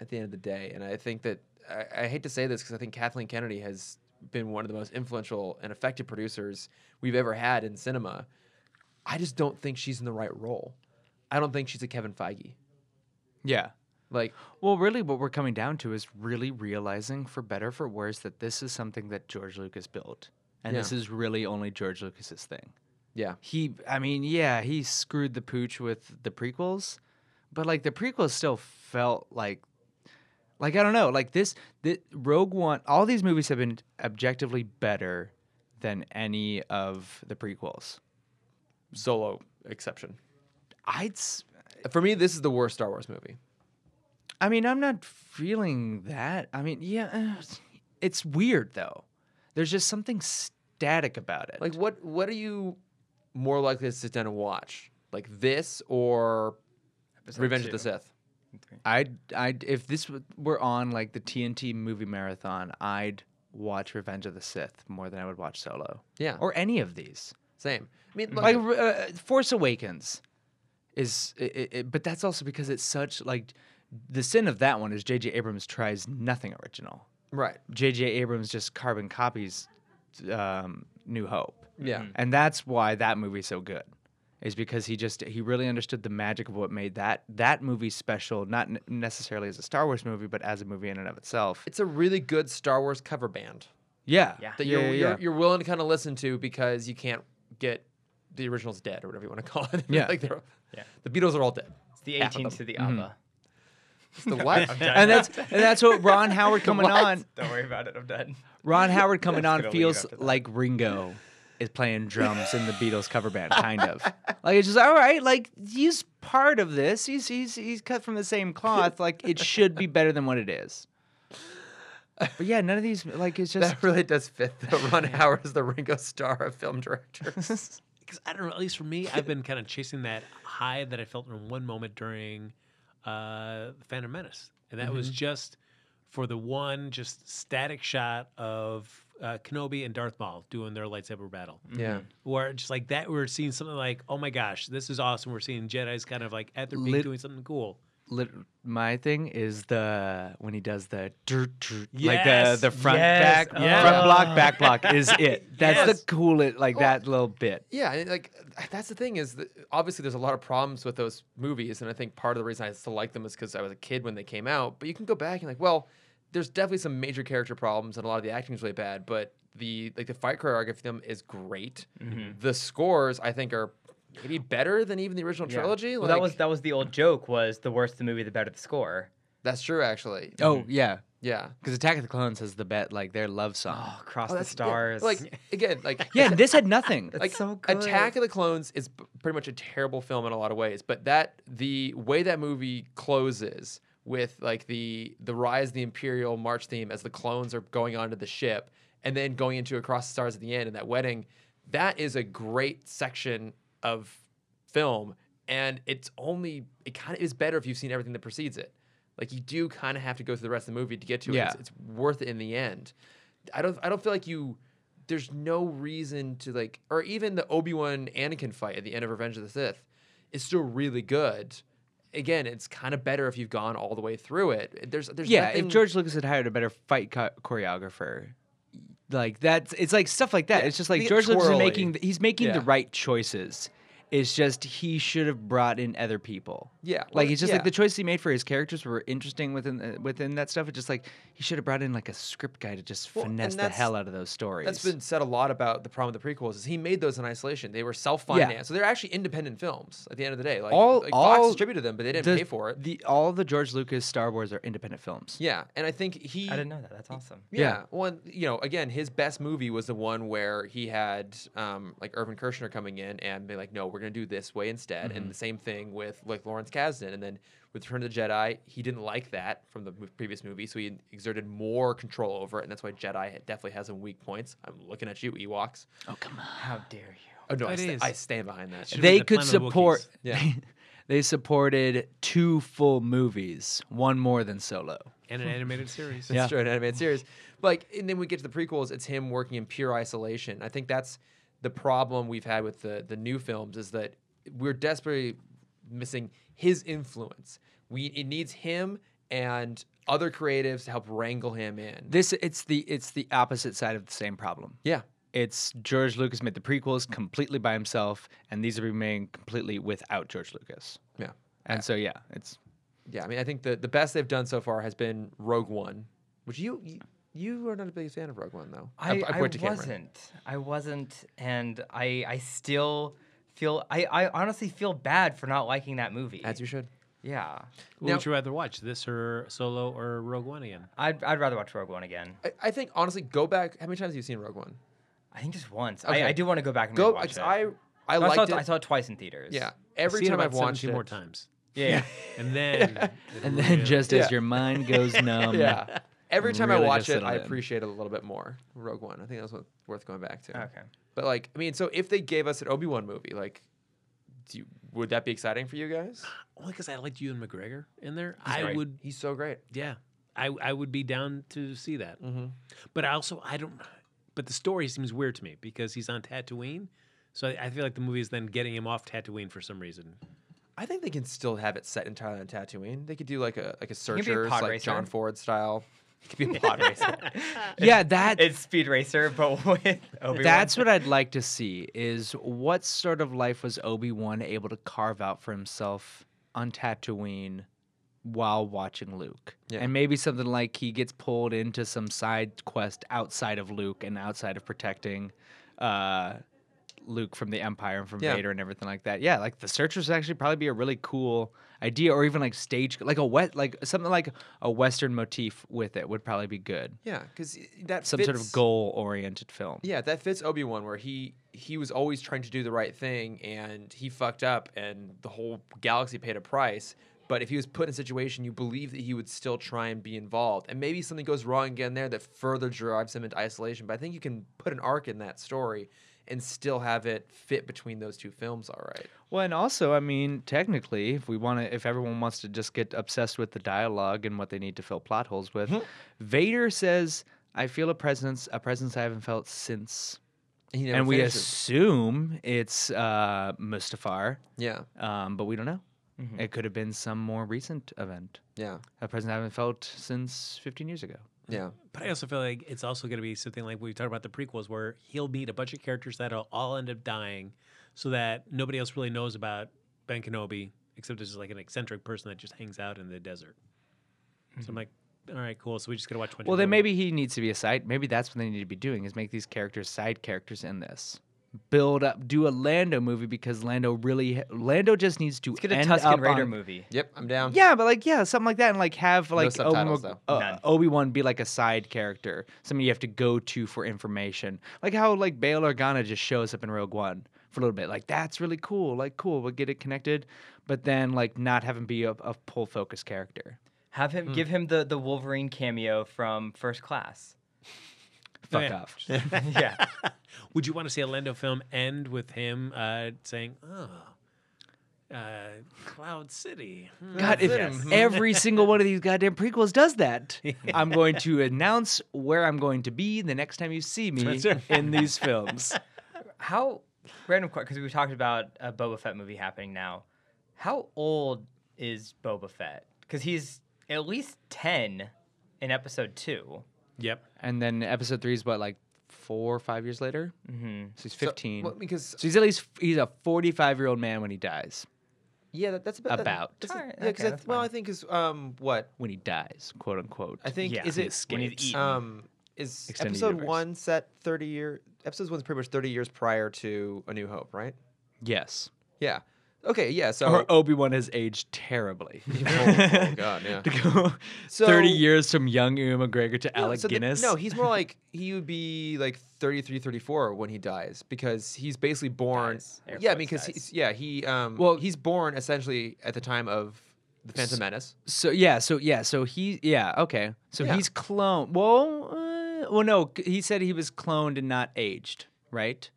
A: at the end of the day. And I think that I, I hate to say this because I think Kathleen Kennedy has been one of the most influential and effective producers we've ever had in cinema. I just don't think she's in the right role. I don't think she's a Kevin Feige.
C: Yeah.
A: Like
C: Well, really, what we're coming down to is really realizing, for better or for worse, that this is something that George Lucas built, and
A: Yeah.
C: this is really only George Lucas's thing.
A: yeah,
C: He, I mean, yeah, he screwed the pooch with the prequels, but like the prequels still felt like, like I don't know, like this, the Rogue One. All these movies have been objectively better than any of the prequels.
A: Solo exception.
C: I'd, s-
A: For me, this is the worst Star Wars movie.
C: I mean, I'm not feeling that. I mean, yeah, *sighs* eh, it's- it's weird though. There's just something static about it.
A: Like what what are you more likely to sit down and watch? Like this or Revenge of the Sith?
C: I'd, I'd, if this w- were on like the TNT movie marathon, I'd watch Revenge of the Sith more than I would watch Solo
A: Yeah.
C: or any of these.
A: Same. I mean, look,
C: Like re- uh, Force Awakens is, i i i- but that's also because it's such like the sin of that one is J.J. Abrams tries nothing original.
A: right.
C: J.J. Abrams just carbon copies um, New Hope.
A: Yeah.
B: Mm-hmm.
C: and that's why that movie's so good is because he just he really understood the magic of what made that that movie special not n- necessarily as a star wars movie but as a movie in and of itself
A: It's a really good Star Wars cover band
C: yeah
B: Yeah.
A: that you're, you're you're willing to kind of listen to because you can't get the original's dead or whatever you want to *laughs* call it.
C: Yeah.
A: like they're
B: Yeah.
A: the Beatles are all dead.
B: It's the
A: Half of
B: 18
A: them.
B: to the ABBA.
A: It's
B: *laughs*
A: the what?
C: and that's and that's what ron *laughs* howard coming
A: What?
C: on
B: Don't worry about it. I'm done. *laughs*
C: ron howard coming
B: That's
C: on
B: gonna lead
C: feels
B: up to that.
C: like ringo is playing drums in the beatles cover
B: *laughs*
C: band kind of like it's just all right like he's part of this he's he's he's cut from the same cloth like it should be better than what it is but yeah none of these like it's just
A: *laughs* that really does fit though.
B: *laughs*
A: Ron Howard is the Ringo Starr of film directors.
D: because I don't know. At least for me,
C: *laughs*
D: I've been kind of chasing that high that I felt in one moment during uh, Phantom Menace, and that
C: Mm-hmm.
D: was just for the one just static shot of uh, Kenobi and Darth Maul doing their lightsaber battle.
A: yeah.
D: Where just like that, we're seeing something like, oh my gosh, this is awesome. We're seeing Jedi's kind of like at their peak
C: Lit-
D: doing something cool.
C: lit- my thing is the when he does the dur- dur-
D: Yes,
C: like the the front
B: yes, Oh.
C: back
D: yes.
C: front block back block is
B: *laughs*
C: it. That's
D: Yes.
C: the coolest like that little bit.
A: Yeah, and like that's the thing is that obviously there's a lot of problems with those movies, and I think part of the reason I still like them is because I was a kid when they came out. But you can go back and like, well, there's definitely some major character problems, and a lot of the acting is really bad. But the like the fight choreography of them is great.
B: Mm-hmm.
A: The scores I think are maybe better than even the original
B: Yeah.
A: trilogy.
B: Well, that
A: like-
B: was that was the old joke was the worse the movie, the better the score.
A: that's true actually.
C: Oh yeah,
A: Yeah.
C: because Attack of the Clones has the bet like their love song.
B: Oh, cross
A: Oh,
B: the
A: that's- yeah,
B: stars.
A: Like again, like
B: *laughs*
C: Yeah, and this had nothing.
A: like
B: so good.
A: Attack of the Clones is b- pretty much a terrible film in a lot of ways, but that the way that movie closes with like the the rise of the Imperial March theme as the clones are going onto the ship and then going into Across the Stars at the end and that wedding, that is a great section of film, and it's only it kind of is better if you've seen everything that precedes it. Like you do kind of have to go through the rest of the movie to get to it.
C: Yeah.
A: It's- it's worth it in the end. I don't I don't feel like you there's no reason to like or even the Obi-Wan Anakin fight at the end of Revenge of the Sith is still really good. Again, it's kind of better if you've gone all the way through it. There's there's
C: yeah,
A: nothing,
C: if George Lucas had hired a better fight co- choreographer, like that's it's like stuff like that.
A: Yeah,
C: It's just like
A: the
C: George Lucas is
A: twirly.
C: making the, he's making the
A: Yeah.
C: right choices. It's just he should have brought in other people.
A: Yeah, well,
C: like it's just
A: yeah.
C: like the choice he made for his characters were interesting within the, within that stuff. It's just like he should have brought in like a script guy to just
A: Well, and
C: finesse the
A: that's-
C: hell out of those stories.
A: that's been said a lot about the problem with the prequels is he made those in isolation. They were self-financed. So they're actually independent films at the end of the day. Like,
C: All-
A: like Fox
C: all
A: distributed them, but they didn't
C: the,
A: pay for it.
C: The all the George Lucas Star Wars are independent films.
A: Yeah, and I think he
B: I didn't know that. That's awesome.
A: Yeah. One, you know, again, his best movie was the one where he had um, like Irvin Kershner coming in and be like, no, we're going to do this way instead.
D: Mm-hmm.
A: And the same thing with like Lawrence Kasdan. And then with Return of the Jedi, he didn't like that from the mo- previous movie. So he exerted more control over it. And that's why Jedi definitely has some weak points. I'm looking at you, Ewoks.
B: How dare you?
A: Oh, no, I,
D: It
A: sta-
D: is.
A: I stand behind that.
D: Should've been
C: they
D: the
C: could
D: Planet of the Wookiees.
C: support.
A: Yeah.
C: *laughs* they supported two full movies, one more than Solo.
D: and an
C: *laughs*
D: animated series.
A: That's true, an animated series. But like, and then we get to the prequels. It's him working in pure isolation. I think that's the problem we've had with the the new films is that we're desperately missing his influence. We it needs him and other creatives to help wrangle him in.
C: This it's the it's the opposite side of the same problem.
A: yeah,
C: It's George Lucas made the prequels completely by himself, and these are being made completely without George Lucas.
A: yeah,
C: And so yeah, it's
A: yeah. I mean, I think the the best they've done so far has been Rogue One, which you you, you are not a big fan of Rogue One though.
B: I, I,
A: point to Cameron.
B: wasn't. I wasn't, and I I still feel I, I honestly feel bad for not liking that movie.
A: As you should.
B: yeah,
D: What
A: Now-
D: would you rather watch, this or Solo or Rogue One again?
B: I'd, I'd rather watch Rogue One again.
A: I, I think honestly, go back. How many times have you seen Rogue One?
B: I think just once.
A: Okay.
B: I, I do want to go back and
A: Go.
B: watch it.
A: I I
B: No, I,
A: liked
B: saw
A: it.
B: it, I saw it twice in theaters.
A: Yeah. Every
D: Seen it
A: time
D: about
A: I've watched
D: 17
A: it.
C: *laughs*
D: more times,
B: yeah, yeah.
A: *laughs*
D: and then it
C: and then
D: really-
C: *laughs* just
A: Yeah.
C: as your mind
D: *laughs*
C: goes numb,
A: Yeah. Every time
C: Really
A: I watch
C: just
A: it,
C: settled
A: I
C: in.
A: appreciate it a little bit more. Rogue One. I think that's what, worth going back to.
B: Okay.
A: But like, I mean, so if they gave us an Obi Wan movie, like, do you, would that be exciting for you guys?
D: only because I liked you and McGregor in there, I
B: great.
D: would
A: He's so great.
D: Yeah, I I would be down to see that. But I also I don't. But the story seems weird to me because he's on Tatooine, so I, I feel like the movie is then getting him off Tatooine for some reason.
A: I think they can still have it set entirely on Tatooine. They could do like a like a
B: be a
A: searchers,
B: pod
A: like
B: racer.
A: John Ford *laughs* style. It could be a pod racer.
C: yeah, that
B: It's Speed Racer, *laughs* but with Obi-Wan.
C: That's what I'd like to see is what sort of life was Obi-Wan able to carve out for himself on Tatooine while watching Luke?
A: Yeah.
C: And maybe something like he gets pulled into some side quest outside of Luke and outside of protecting uh Luke from the Empire and from
A: Yeah.
C: Vader and everything like that. Yeah, like the Searchers would actually probably be a really cool idea, or even like stage, like a wet, like something like a Western motif with it would probably be good.
A: yeah, because that
C: Some sort of
A: fits-
C: goal-oriented film.
A: Yeah, that fits Obi Wan, where he he was always trying to do the right thing, and he fucked up, and the whole galaxy paid a price. But if he was put in a situation, you believe that he would still try and be involved, and maybe something goes wrong again there that further drives him into isolation. But I think you can put an arc in that story, and still have it fit between those two films. All right.
C: Well, and also, I mean, technically, if we want to, if everyone wants to just get obsessed with the dialogue and what they need to fill plot holes with, Vader says, "I feel a presence, a presence I haven't felt since,"
A: he never
C: and we
A: finishes.
C: assume it's uh, Mustafar,
A: yeah,
C: um, but we don't know. It could have been some more recent event,
A: Yeah.
C: a present I haven't felt since 15 years ago.
A: Yeah.
D: But I also feel like it's also going to be something like we talked about the prequels, where he'll meet a bunch of characters that'll all end up dying, so that nobody else really knows about Ben Kenobi except it's just like an eccentric person that just hangs out in the desert. So I'm like, all right, cool. So we just got to watch. a bunch of
C: Well, then
D: movies.
C: maybe he needs to be a side. Maybe that's what they need to be doing is make these characters side characters in this. Build up, do a Lando movie because Lando really Lando just needs to
B: Let's get a
C: end
B: Tuscan
C: up
B: Raider
C: on-
B: movie.
A: Yep. I'm down.
C: Yeah, but like yeah, something like that, and like have like
A: subtitles,
C: Obi-
A: though.
C: uh,
B: None.
C: Obi Wan be like a side character, somebody you have to go to for information, like how like Bail Organa just shows up in Rogue One for a little bit. Like that's really cool. Like cool, we'll get it connected, but then like not have him be a, a pull focus character.
B: Have him give him the the Wolverine cameo from First Class.
C: Fuck
D: yeah.
C: off.
B: yeah.
D: Would you want to see a Lando film end with him uh, saying, "Oh, uh, Cloud City"? Hmm.
C: God, if
A: Yes.
C: every single one of these goddamn prequels does
A: *laughs*
C: that, I'm going to announce where I'm going to be the next time you see me in these
A: *laughs*
C: films.
B: How random? Because we talked about a Boba Fett movie happening now. How old is Boba Fett? Because he's at least ten in Episode two.
D: Yep.
C: And then episode three is what, like four or five years later? Mm-hmm. So he's
A: So-
C: 15. So,
A: well, because
C: he's at least he's a 45 year old man when he dies.
A: yeah, that, that's about that-
C: About.
A: that's a-
B: Alright,
A: yeah, 'cause
B: okay,
A: I-
B: that's
A: well,
B: fine.
A: I think is um what
C: When he dies, quote unquote.
A: I think
B: Yeah.
A: is
B: He
A: it
B: when he's eaten.
A: um is
C: Extended
A: episode
C: universe.
A: one set thirty year episode one's pretty much thirty years prior to A New Hope, right?
C: yes.
A: Yeah. Okay. Yeah. So
C: Or oh, Obi Wan has aged terribly.
A: *laughs* oh, oh god, yeah.
C: *laughs* to go
A: So-
C: 30 years from young Ewan McGregor to
A: No,
C: Alec
A: so the-
C: Guinness.
A: no,
C: *laughs*
A: he's more like he would be like 33, 34 when he dies because he's basically born.
B: Dies. Air
A: Yeah,
B: quotes
A: because
B: dies.
A: he's yeah he um
C: Well-
A: well he's born essentially at the time of the Phantom Menace.
C: So yeah, so yeah, so he yeah okay, so
A: Yeah.
C: he's cloned. Well, uh, well no, c- he said he was cloned and not aged, right?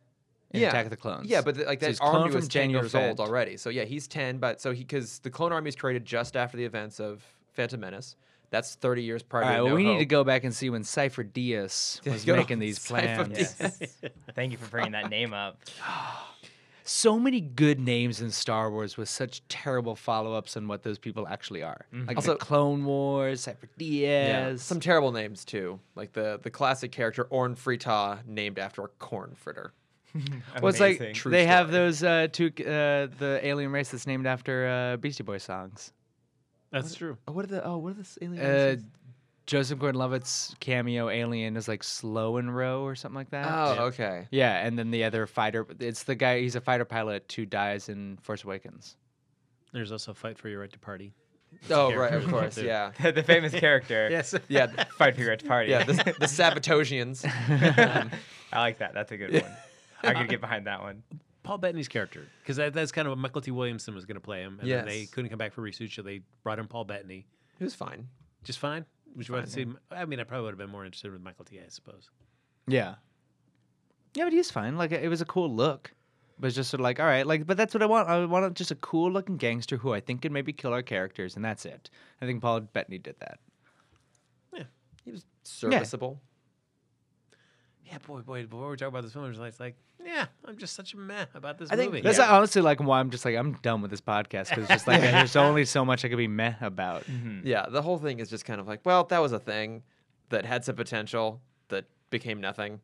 C: In
A: yeah,
C: Attack of the Clones.
A: Yeah, but the, like
C: So
A: that
C: he's cloned
A: army
C: from
A: was ten
C: Jango
A: years
C: Fett.
A: old already. So yeah, he's ten. But so he because the clone army is created just after the events of Phantom Menace. That's thirty years prior.
C: all right,
A: to
C: well,
A: No
C: we need to
A: Hope.
C: go back and see when Cipher Diaz
A: Yeah,
C: was
A: good old *laughs*
C: making these
A: Cypher
C: plans.
A: Diaz.
B: Yes. *laughs* Thank you for bringing that name up.
C: So many good names in Star Wars with such terrible follow-ups on what those people actually are. Like
A: Mm-hmm. Also-
C: the Clone Wars, Cipher Diaz.
A: Yeah, some terrible names too, like the the classic character Orn Frita, named after a corn fritter.
C: well, it's like
B: Amazing. *laughs*
C: they have those uh, two uh, the alien race that's named after uh, Beastie Boy songs.
D: That's true.
A: Oh, what are the oh what are this alien?
C: uh,
A: races?
C: Joseph Gordon-Levitt's cameo alien is like slow and row or something like that.
A: oh, okay.
C: Yeah, and then the other fighter, it's the guy. He's a fighter pilot who dies in Force Awakens.
D: There's also a fight for your right to party.
A: Oh, right, of
D: character.
A: course, yeah,
B: the famous character.
D: *laughs* Yes.
A: yeah, th-
B: Fight for your right to party.
C: *laughs*
A: yeah. The, the Um, Sabatosians.
B: *laughs* I like that. That's a good one. I could get behind that one.
D: Paul Bettany's character, because that, that's kind of what Michael T. Williamson was going to play him, and then they
A: Yes.
D: couldn't come back for reshoot, so they brought in Paul Bettany.
A: It was fine.
D: Just fine. Would you rather see? him- I mean, I probably would have been more interested with Michael T. I suppose.
C: Yeah, yeah, but he's fine. Like it was a cool look, but it's just sort of like all right, like but that's what I want. I want just a cool looking gangster who I think can maybe kill our characters, and that's it. I think Paul Bettany did that.
A: He was serviceable.
D: Yeah, boy, boy, before we talk about this film, it's like, it's like, yeah, I'm just such a meh about this
A: I think
D: movie.
C: That's
A: Yeah.
C: honestly like why I'm just like I'm done with this podcast because just *laughs* like there's only so much I could be meh about.
A: Yeah. the whole thing is just kind of like, well, that was a thing that had some potential that became nothing.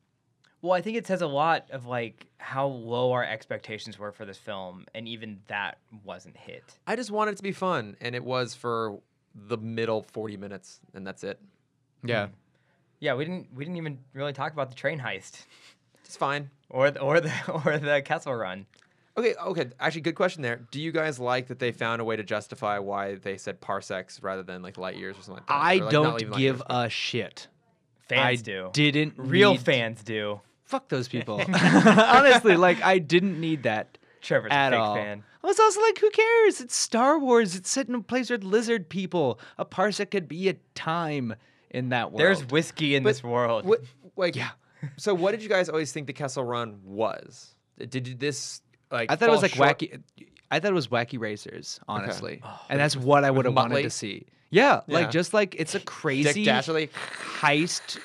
B: Well, I think it says a lot of like how low our expectations were for this film, and even that wasn't hit.
A: I just wanted it to be fun, and it was for the middle forty minutes, and that's it.
C: Yeah.
A: Mm-hmm.
B: Yeah, we didn't we didn't even really talk about the train heist
A: It's fine.
B: or the, or the *laughs* or the castle run.
A: Okay, okay. Actually, good question there. Do you guys like that they found a way to justify why they said parsecs rather than like light years or something like that?
C: I
A: Or, like, not even
C: don't
A: light
C: give
A: years.
C: a shit.
B: Fans
C: I
B: do.
C: didn't
B: Real
C: need-
B: fans do.
C: Fuck
B: *laughs*
C: those people. Honestly, like I didn't need that
B: Trevor's
C: at
B: a fake
C: all.
B: fan.
C: I was also like, who cares? It's Star Wars. It's set in a place with lizard people. A parsec could be a time in that world.
B: There's whiskey in
A: But
B: this world.
A: What, like,
C: *laughs*
A: yeah. So, what did you guys always think the Kessel Run was? Did you this like?
C: I thought it was
A: fall
C: like
A: short- Oh,
C: wacky. I thought it was wacky racers, honestly, and that's what I would have wanted
A: Muttley?
C: to see. Yeah, like
A: Yeah.
C: just like it's a crazy
A: Dick Dashley.
C: heist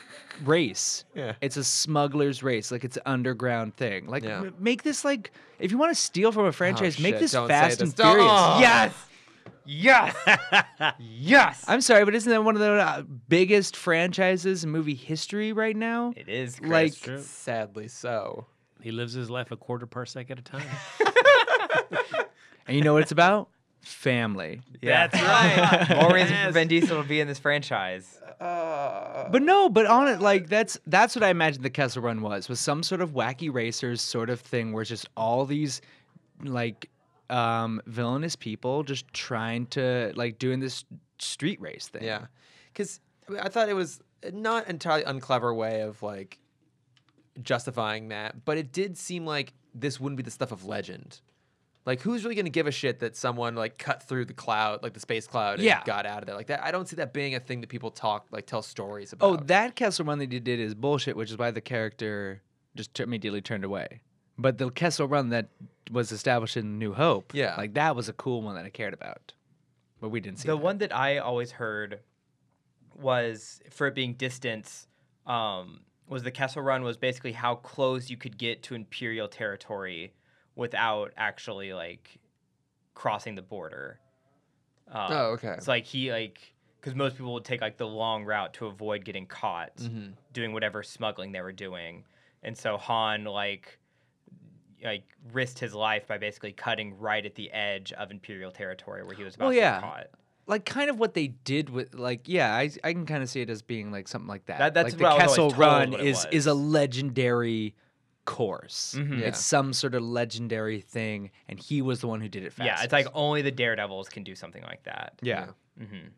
C: race.
A: Yeah.
C: It's a smuggler's race, like it's an underground thing. Like
A: Yeah. Oh,
C: m- make this like if you want to steal from a franchise, make
A: shit,
C: this
A: don't say
C: fast
A: this. Oh!
C: and furious.
A: Don't-
C: Yeah,
B: Yes.
C: *laughs*
B: Yes. yes.
C: I'm sorry, but isn't that one of the uh, biggest franchises in movie history right now?
B: it is Chris.
C: Like-
D: True.
A: Sadly so.
D: He lives his life a quarter parsec at a time.
C: And you know what
A: *laughs*
C: it's about? Family.
B: Yeah.
D: *laughs*
B: *laughs*
D: That's right.
B: More reason for
D: Yes.
B: Vin Diesel to be in this franchise.
C: But no, but on it, like that's that's what I imagined the Kessel Run was was some sort of wacky racers sort of thing where it's just all these like um villainous people just trying to like doing this street race thing.
A: Yeah, because I, mean, I thought it was not entirely unclever way of like justifying that, but it did seem like this wouldn't be the stuff of legend. Like, who's really going to give a shit that someone like cut through the cloud, like the space cloud, and
C: Yeah.
A: got out of there like that? I don't see that being a thing that people talk like tell stories about.
C: Oh, that Kessel Run that you did is bullshit, which is why the character just tur- immediately turned away. But the Kessel Run that was established in New Hope,
A: Yeah.
C: like that was a cool one that I cared about, but we didn't see
B: The
C: that.
B: one that I always heard was for it being distance. Um, was the Kessel Run was basically how close you could get to Imperial territory without actually like crossing the border. Um,
A: Oh, okay.
B: It's like he like because most people would take like the long route to avoid getting caught
C: Mm-hmm.
B: doing whatever smuggling they were doing, and so Han like like risked his life by basically cutting right at the edge of Imperial territory where he was about
C: Well,
B: to
C: Oh, yeah.
B: get caught.
C: like kind of what they did with like yeah I, I can kind of see it as being like something like that.
B: That- that's
C: like the
B: what I was
C: Kessel
B: always told
C: Run
B: what it
C: is is a
B: was.
C: legendary course.
B: Mhm.
A: Yeah.
C: It's some sort of legendary thing, and he was the one who did it fast.
B: Yeah, it's like only the daredevils can do something like that.
C: yeah.
B: hmm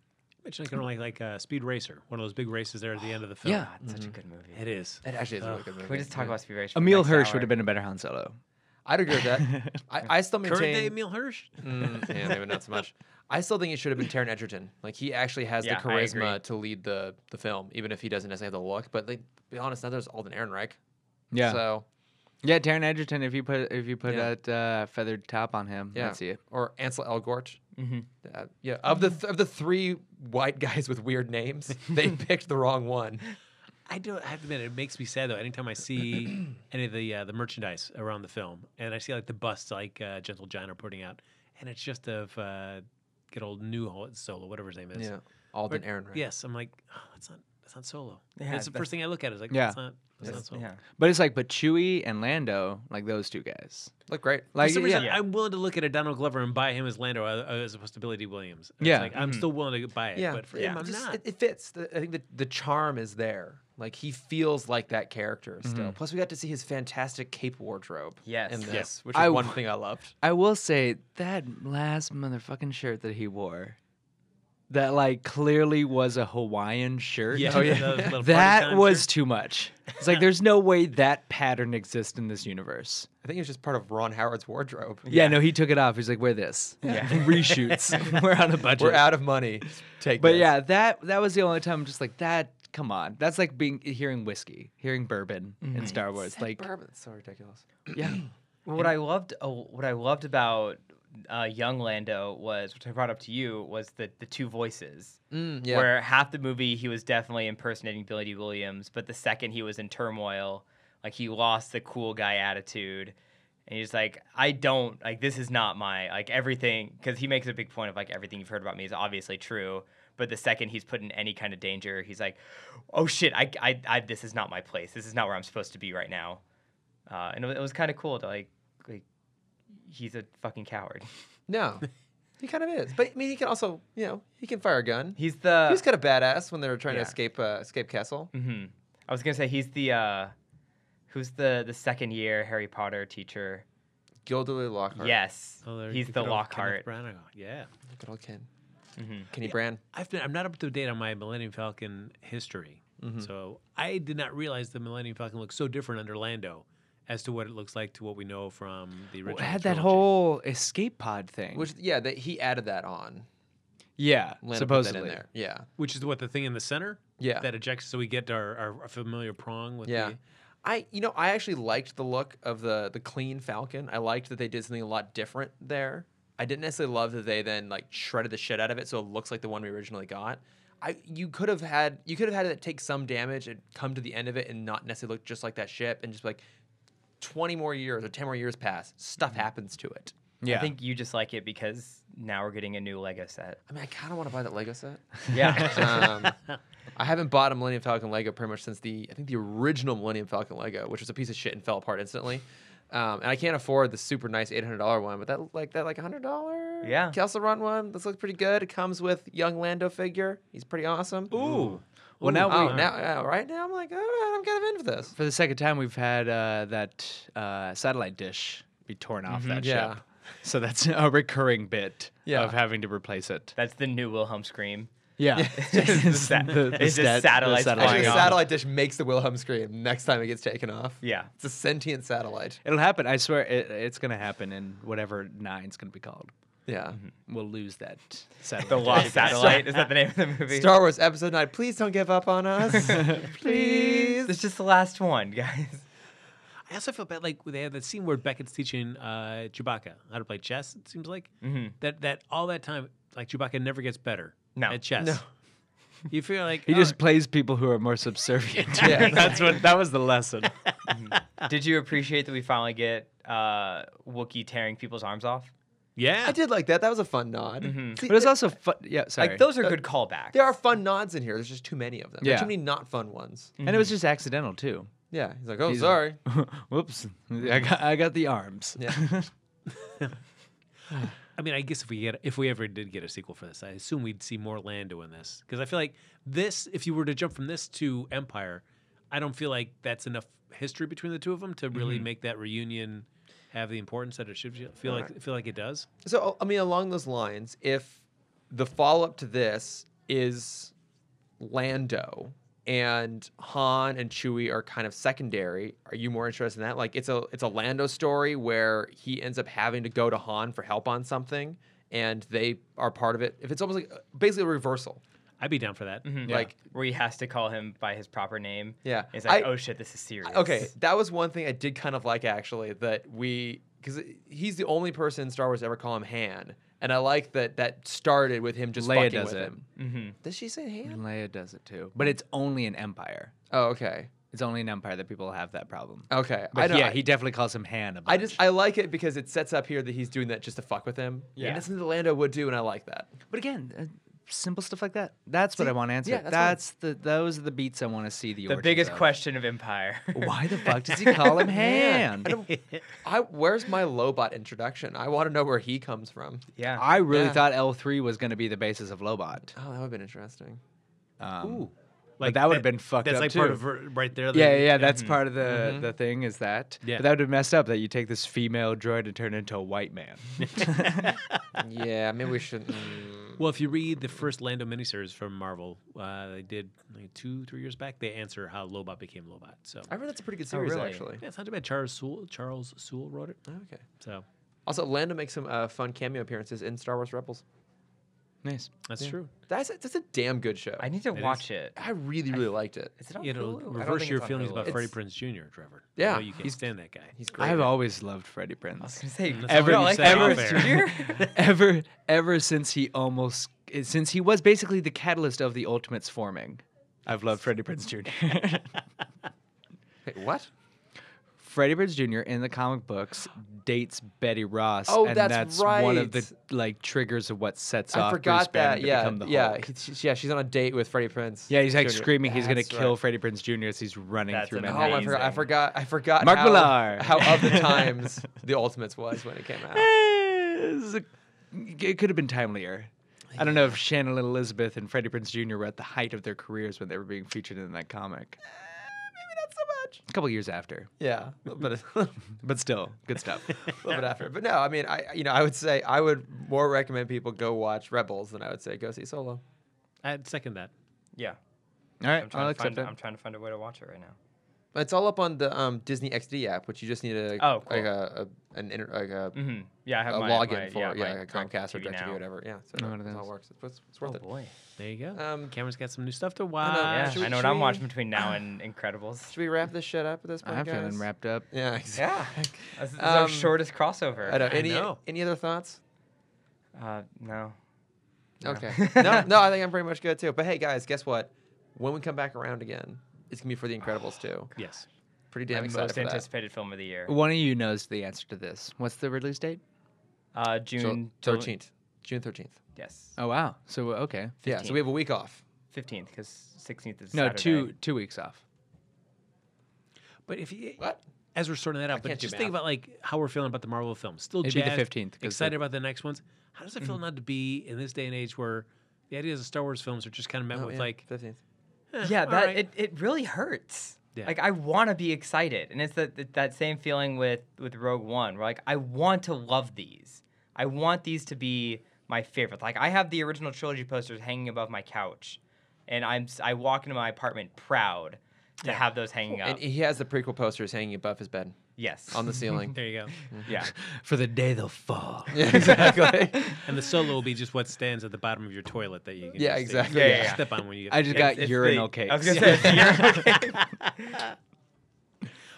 D: Imagine kind of like like uh, Speed Racer, one of those big races there at the end of the film.
C: Yeah.
B: it's such a good movie.
D: it is.
A: that actually is a really good movie.
B: Can we just talk
A: Yeah.
B: about Speed Racer? for the
C: Emil
B: next
C: Hirsch
B: hour?
C: would have been a better Han Solo.
A: I'd agree with *laughs* that. I, I still
D: Current day
A: maintain.
D: Emil Hirsch.
A: Mm, yeah, maybe not so much. I still think it should have been Taron Egerton. Like he actually has
B: Yeah, I
A: the charisma
B: agree.
A: to lead the the film, even if he doesn't necessarily have the look. But like, be honest, now there's Alden Ehrenreich.
C: Yeah,
A: So
C: yeah. Taron Egerton, if you put if you put
A: Yeah.
C: that uh, feathered top on him,
A: yeah.
C: that's you.
A: Or Ansel Elgort. Uh, yeah. Of the th- of the three white guys with weird names, they picked the wrong one.
D: I do. I have to admit, it makes me sad though. Anytime I see any of the uh, the merchandise around the film, and I see like the busts like uh, Gentle John are putting out, and it's just of uh, good old New Ho- Solo, whatever his name is.
A: Yeah. Alden
D: Or-
A: Ehrenreich.
D: Yes, I'm like, oh, that's not that's not Solo.
B: Yeah,
D: Yeah, that's the
B: that's-
D: first thing I look at. Is like,
C: Yeah.
D: that's not that's not Solo.
B: Yeah.
C: But it's like, but Chewie and Lando, like those two guys.
A: Look great.
C: Like,
D: For some
C: yeah,
D: reason, I'm willing to look at a Donald Glover and buy him as Lando uh, as opposed to Billy D. Williams. It's
C: Yeah.
D: like, I'm still willing to buy it,
A: Yeah.
D: but for
A: yeah.
D: him, I'm
A: Just-
D: not.
A: It, it fits. The, I think the, the charm is there. Like he feels like that character
C: Mm-hmm.
A: still. Plus, we got to see his fantastic cape wardrobe.
B: Yes.
A: In
B: Yeah.
A: this, which is
C: I
A: one
C: w-
A: thing I loved.
C: I will say that last motherfucking shirt that he wore, that like clearly was a Hawaiian shirt.
D: yeah,
A: Oh, yeah.
C: *laughs*
D: the little party
C: That
D: time
C: was
D: shirt.
C: too much. It's like there's no way that pattern exists in this universe.
A: I think it was just part of Ron Howard's
C: *laughs*
A: wardrobe.
C: Yeah, no, he took it off. He's like, wear this.
B: Yeah.
C: *laughs* Reshoots. We're on a budget.
A: We're out of money. Take
C: But
A: this.
C: yeah, that that was the only time I'm just like that. Come on, that's like being hearing whiskey, hearing bourbon in Star Wars. Like,
A: Bourbon, it's so ridiculous.
C: yeah,
B: What I loved, uh, what I loved about uh, Young Lando was, which I brought up to you, was the the two voices.
C: Mm-hmm.
A: Mm, yeah.
B: Where half the movie he was definitely impersonating Billy D. Williams, but the second he was in turmoil, like he lost the cool guy attitude, and he's like, I don't like this is not my like everything because he makes a big point of like everything you've heard about me is obviously true. But the second he's put in any kind of danger, he's like, "Oh shit! I, I, I this is not my place. This is not where I'm supposed to be right now." Uh, and it, wa- it was kind of cool to like, like, he's a fucking coward. *laughs*
C: *laughs*
A: No, he kind of is. But I mean, he can also, you know, he can fire a gun. He,
B: He's the
A: was kind of badass when they were trying
B: yeah.
A: to escape uh, escape Castle.
B: hmm I was gonna say he's the uh, who's the the second year Harry Potter teacher.
A: Gilderoy Lockhart.
B: Yes,
D: Oh, there-
B: he's
D: good
B: the
D: old Kenneth
B: Lockhart.
D: Branagh. Yeah.
A: Good old Ken.
C: Mm-hmm.
B: Mhm.
A: Kenny Brand.
D: I've been, I'm not up to date on my Millennium Falcon history, so I did not realize the Millennium Falcon looks so different under Lando as to what it looks like to what we know from the original.
C: had that
D: trilogy.
C: whole escape pod thing.
A: Which yeah, that he added that on.
C: yeah,
A: Lando put that
C: supposedly.
A: in there. Yeah.
D: which is what the thing in the center,
A: Yeah.
D: that ejects, so we get our, our, our familiar prong with
A: Yeah.
D: the.
A: I you know I actually liked the look of the the clean Falcon. I liked that they did something a lot different there. I didn't necessarily love that they then like shredded the shit out of it so it looks like the one we originally got. I you could have had you could have had it take some damage and come to the end of it and not necessarily Mm-hmm. look just like that ship and just be like twenty more years or ten more years pass stuff happens to it.
C: Yeah.
B: I think you just like it because now we're getting a new Lego set.
A: I mean, I kind of want to buy that Lego set.
B: *laughs*
A: *laughs*
B: Yeah.
A: Um, I haven't bought a Millennium Falcon Lego pretty much since the I think the original Millennium Falcon Lego, which was a piece of shit and fell apart instantly. Um, and I can't afford the super nice eight hundred dollar one, but that like that like hundred dollar
B: Yeah.
A: Kelsey Run one. This looks pretty good. It comes with young Lando figure. He's pretty awesome.
D: Ooh.
C: Well, now
A: Oh,
C: we-
A: now yeah, right now I'm like, all right, I'm kind of into this.
C: For the second time, we've had uh, that uh, satellite dish be torn off
B: Mm-hmm,
C: that
A: Yeah.
C: ship. So that's *laughs* a recurring bit
A: Yeah.
C: of having to replace it.
B: That's the new Wilhelm scream. *laughs*
C: Yeah. *laughs*
B: It's just sat- it's just satellites
A: Actually,
B: flying
A: the
B: off.
A: satellite dish makes the Wilhelm scream next time it gets taken off.
B: Yeah.
A: It's a sentient satellite.
C: It'll happen. I swear it, it's going to happen in whatever nine's going to be called.
A: Yeah.
B: Mm-hmm.
C: We'll lose that satellite.
B: The
C: dish.
B: Lost Satellite. Is that the name of the movie?
A: Star Wars Episode 9. Please don't give up on
B: *laughs*
A: us. Please.
B: It's just the last one, *laughs* guys.
D: I also feel bad like they had that scene where Beckett's teaching uh, Chewbacca how to play chess. It seems like that that all that time like Chewbacca never gets better
B: No.
D: at chess.
A: No.
D: You feel like
C: *laughs* He
D: all
C: just
A: Uh,
D: right,
C: plays people who are more
B: *laughs*
C: subservient.
A: Yeah.
C: that's what that was the *laughs* lesson.
B: Did you appreciate that we finally get uh, Wookiee tearing people's arms off?
D: yeah.
A: I did like that. That was a fun nod. See,
C: Mm-hmm. But it's
A: th-
C: also fun. Yeah, sorry.
B: Like those are good callbacks.
A: there are fun nods in here. There's just too many of them. There are
C: Yeah.
A: Too many not fun ones.
C: and it was just accidental too. *laughs*
A: Yeah. He's like, oh,
C: He's-
A: sorry.
C: Whoops, I got I got the arms.
A: Yeah.
D: I mean, I guess if we get if we ever did get a sequel for this, I assume we'd see more Lando in this because I feel like this. If you were to jump from this to Empire, I don't feel like that's enough history between the two of them to really make that reunion have the importance that it should feel like feel like it does.
A: So, oh, I mean, along those lines, if the follow up to this is Lando and Han and Chewie are kind of secondary, are you more interested in that? Like, it's a it's a Lando story where he ends up having to go to Han for help on something, and they are part of it. If it's almost like basically a reversal,
D: I'd be down for that.
A: like
B: where he has to call him by his proper name.
A: Yeah.
B: It's like,
A: I-
B: oh shit, this is serious.
A: Okay, that was one thing I did kind of like actually that we because he's the only person in Star Wars to ever call him Han, and I like that that started with him just
C: Leia
A: fucking
C: does
A: with
C: it. Mm-hmm.
A: him. Does she say Han?
C: And Leia does it too, but it's only an Empire.
A: Oh, okay,
C: It's only an Empire that people have that problem.
A: okay. I
C: But
A: know.
C: yeah,
A: I-
C: he definitely calls him Han. A
A: I
C: bunch.
A: just I like it because it sets up here that he's doing that just to fuck with him. Yeah,
B: Yeah.
A: and that's something that Lando would do, and I like that.
C: but again, uh, simple stuff like that. That's what
A: See?
C: I want answered.
A: Yeah,
C: that's
A: that's what I-
C: the those are the beats I want to see. The,
B: The
C: origins
B: biggest
C: of.
B: question of *laughs* Empire.
C: Why the fuck does he call *laughs* him Han?
A: I, don't, I where's my Lobot introduction? I want to know where he comes from.
B: yeah.
C: I really
A: Yeah.
C: thought L three was going to be the basis of Lobot.
A: Oh, that would have been interesting.
C: Um,
D: Ooh,
C: that would've been fucked
D: That's
C: up,
D: like part
C: too.
D: of her- right there.
C: Yeah,
D: the-
C: yeah, that's part of the the thing is that.
D: Yeah.
C: But that would have messed up that you take this female droid and turn it into a white man.
A: yeah, maybe we should. Mm,
D: Well, if you read the first Lando miniseries from Marvel, uh, they did like, two, three years back. They answer how Lobot became Lobot. So
A: I read that's a pretty
C: Oh,
A: good series
B: really?
A: actually.
D: yeah, it's not too bad. Charles Sewell, Charles Sewell wrote it.
A: Okay.
D: So
A: Also, Lando makes some uh, fun cameo appearances in Star Wars Rebels.
C: *laughs* nice.
D: that's true.
A: That's a, that's a damn good show.
B: I need to
D: is.
B: watch it.
A: I really really liked it.
B: Is it on
D: It'll
B: Hulu? I don't
D: reverse
B: think
D: your
B: it's on
D: feelings
B: Hulu.
D: about
A: It's-
D: Freddie Prince Jr., Trevor.
A: Yeah,
D: I know you can't
A: he's-
D: stand that guy.
A: He's great.
C: I've always loved Freddie
B: I was
C: Prince.
B: gonna say
D: That's
C: Ever-
B: you don't
C: all you
B: like
C: said
B: Freddie
D: off
B: Prinze *laughs* Jr.?
C: *laughs* ever, ever since he almost, eh, since he was basically the catalyst of the Ultimates forming, I've loved Freddie Prince Jr.
A: Wait, what?
C: *laughs* Freddie Prince Jr. in the comic books dates Betty Ross.
A: Oh,
C: and
A: that's
C: one of the
A: right.
C: like triggers of what sets
A: I
C: off Bruce
A: forgot
C: Banner
A: that.
C: to
A: Yeah,
C: become the
A: yeah,
C: Hulk.
A: he- she- yeah. She's on a date with Freddie Prince.
C: Yeah, he's like
A: Jr.
C: screaming he's gonna
A: That's
C: kill
A: right.
C: Freddie Prince Jr. as he's running
B: That's
C: through
B: an
A: Oh, I
C: Manhattan.
A: forgot. I
B: Amazing.
A: forgot. I forgot.
C: Mark
A: how,
C: Millar.
A: How of
C: *laughs*
A: the times the Ultimates was when it came out.
C: Eh, *laughs* this is a- it could have been timelier. I don't know if Shannon Elizabeth and Freddie Prince Jr. were at the height of their careers when they were being featured in that comic.
A: Maybe not so much.
C: A couple years after,
A: Yeah, but *laughs* a little
C: but still,
B: *laughs*
C: good stuff.
A: bit after. But no, I mean, I you know, I would say I would more recommend people go watch Rebels than I would say go see Solo.
D: I'd second that.
B: Yeah.
C: All right,
B: I'm trying
C: I'll
B: to find
C: accept it.
B: I'm trying to find a way to watch it right now.
A: It's all up on the um, Disney XD app, which you just need a
B: Oh, cool.
A: like a, a an inter, like a,
B: hmm Yeah, I have
A: a
B: my,
A: login
B: my-
A: for
B: yeah,
A: yeah,
B: my
A: like a Comcast or
B: DirecTV
A: DirecTV
B: now.
A: or whatever. Yeah, so
C: know
A: that-
C: what it
A: that's how it
C: is.
A: works. It's, it's- it's
B: Oh
A: worth it.
B: boy.
D: There you go.
A: Um,
D: Cameron's got some new stuff to
B: Yeah,
D: watch.
A: should we-
B: I know what
A: should
B: I'm
A: we-
B: watching between now and Incredibles.
A: Should we wrap this shit up at this point,
C: I'm
A: guys?
C: feeling wrapped up.
A: *laughs* Yeah, exactly. *laughs*
B: Yeah. This is our
A: Um,
B: shortest crossover.
A: I don't, any
D: know.
A: any other thoughts?
B: Uh, no.
C: *laughs*
A: Okay. no, no, I think I'm pretty much good too. But hey, guys, guess what? When we come back around again, it's gonna be for The
B: *sighs*
A: Incredibles too.
D: Yes.
A: Pretty
B: My
A: damn excited
B: most
A: for that.
B: anticipated film of the year.
C: One of you knows the answer to this. What's the release date?
B: uh,
A: So
B: June till-
A: 13th. June 13th.
B: Yes,
C: Oh wow. So okay.
A: Yeah, so we have a week off.
B: fifteenth because sixteenth is
C: No,
B: Saturday.
C: two two weeks off.
D: But if you,
A: What?
D: as we're sorting that out, but
A: can't do
D: just think
A: math.
D: about like how we're feeling about the Marvel films. Still
C: It'd be the Mm-hmm.
D: jazzed,
C: 15th, 'cause
D: Excited about the next ones. How does it feel not to be in this day and age where the ideas of Star Wars films are just kind of met
A: Oh,
D: with
A: yeah,
D: like,
A: 15th.
D: eh,
B: yeah
D: all
B: that
D: right.
B: it, it really hurts
D: Yeah.
B: like i want to be excited and it's that that- that same feeling with with rogue one where like i want to love these i want these to be my favorite like i have the original trilogy posters hanging above my couch and i'm s- i walk into my apartment proud to have those hanging up
A: And he has the prequel posters hanging above his bed
B: yes
A: on the
B: *laughs*
A: ceiling.
D: there you go.
B: yeah
C: *laughs*
D: *laughs*
C: For the day they'll fall.
A: yeah, *laughs*
D: Um,
A: exactly.
D: And the solo will be just what stands at the bottom of your toilet that you can
A: Yeah,
D: just,
A: exactly.
B: Yeah, yeah, yeah.
D: step on when you get
C: I just
D: Yeah.
B: *laughs* It's-
C: got
B: it's the-
C: urinal cakes.
B: I was gonna say, *laughs* it's the urinal cake.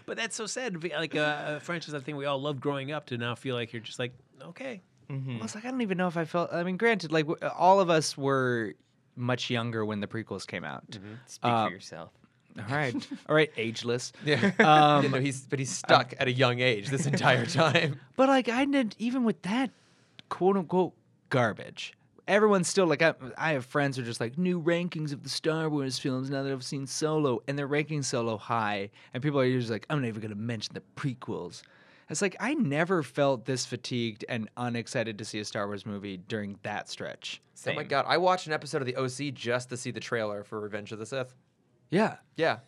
D: But that's so sad. be- Like uh, French is that thing we all loved growing up to now feel like you're just like, okay,
C: *laughs*
B: hmm.
C: I was like, I don't even know if I felt. I mean, granted, like w- all of us were much younger when the prequels came out.
B: speak
C: Uh,
B: for yourself
C: All right, *laughs* all right, ageless.
A: Yeah.
C: *laughs* Um,
A: You know, he's but he's stuck at a young age this
D: *laughs*
A: entire time. Oh
C: But like, I didn't even with that quote unquote garbage. Everyone's still like, I, I have friends who are just like new rankings of the Star Wars films now that I've seen Solo, and they're ranking Solo high, and people are just like, I'm not even gonna mention the prequels. It's like I never felt this fatigued and unexcited to see a Star Wars movie during that stretch.
A: Oh my god, I watched an episode of the OC just to see the trailer for Revenge of the Sith.
C: Yeah,
A: Yeah.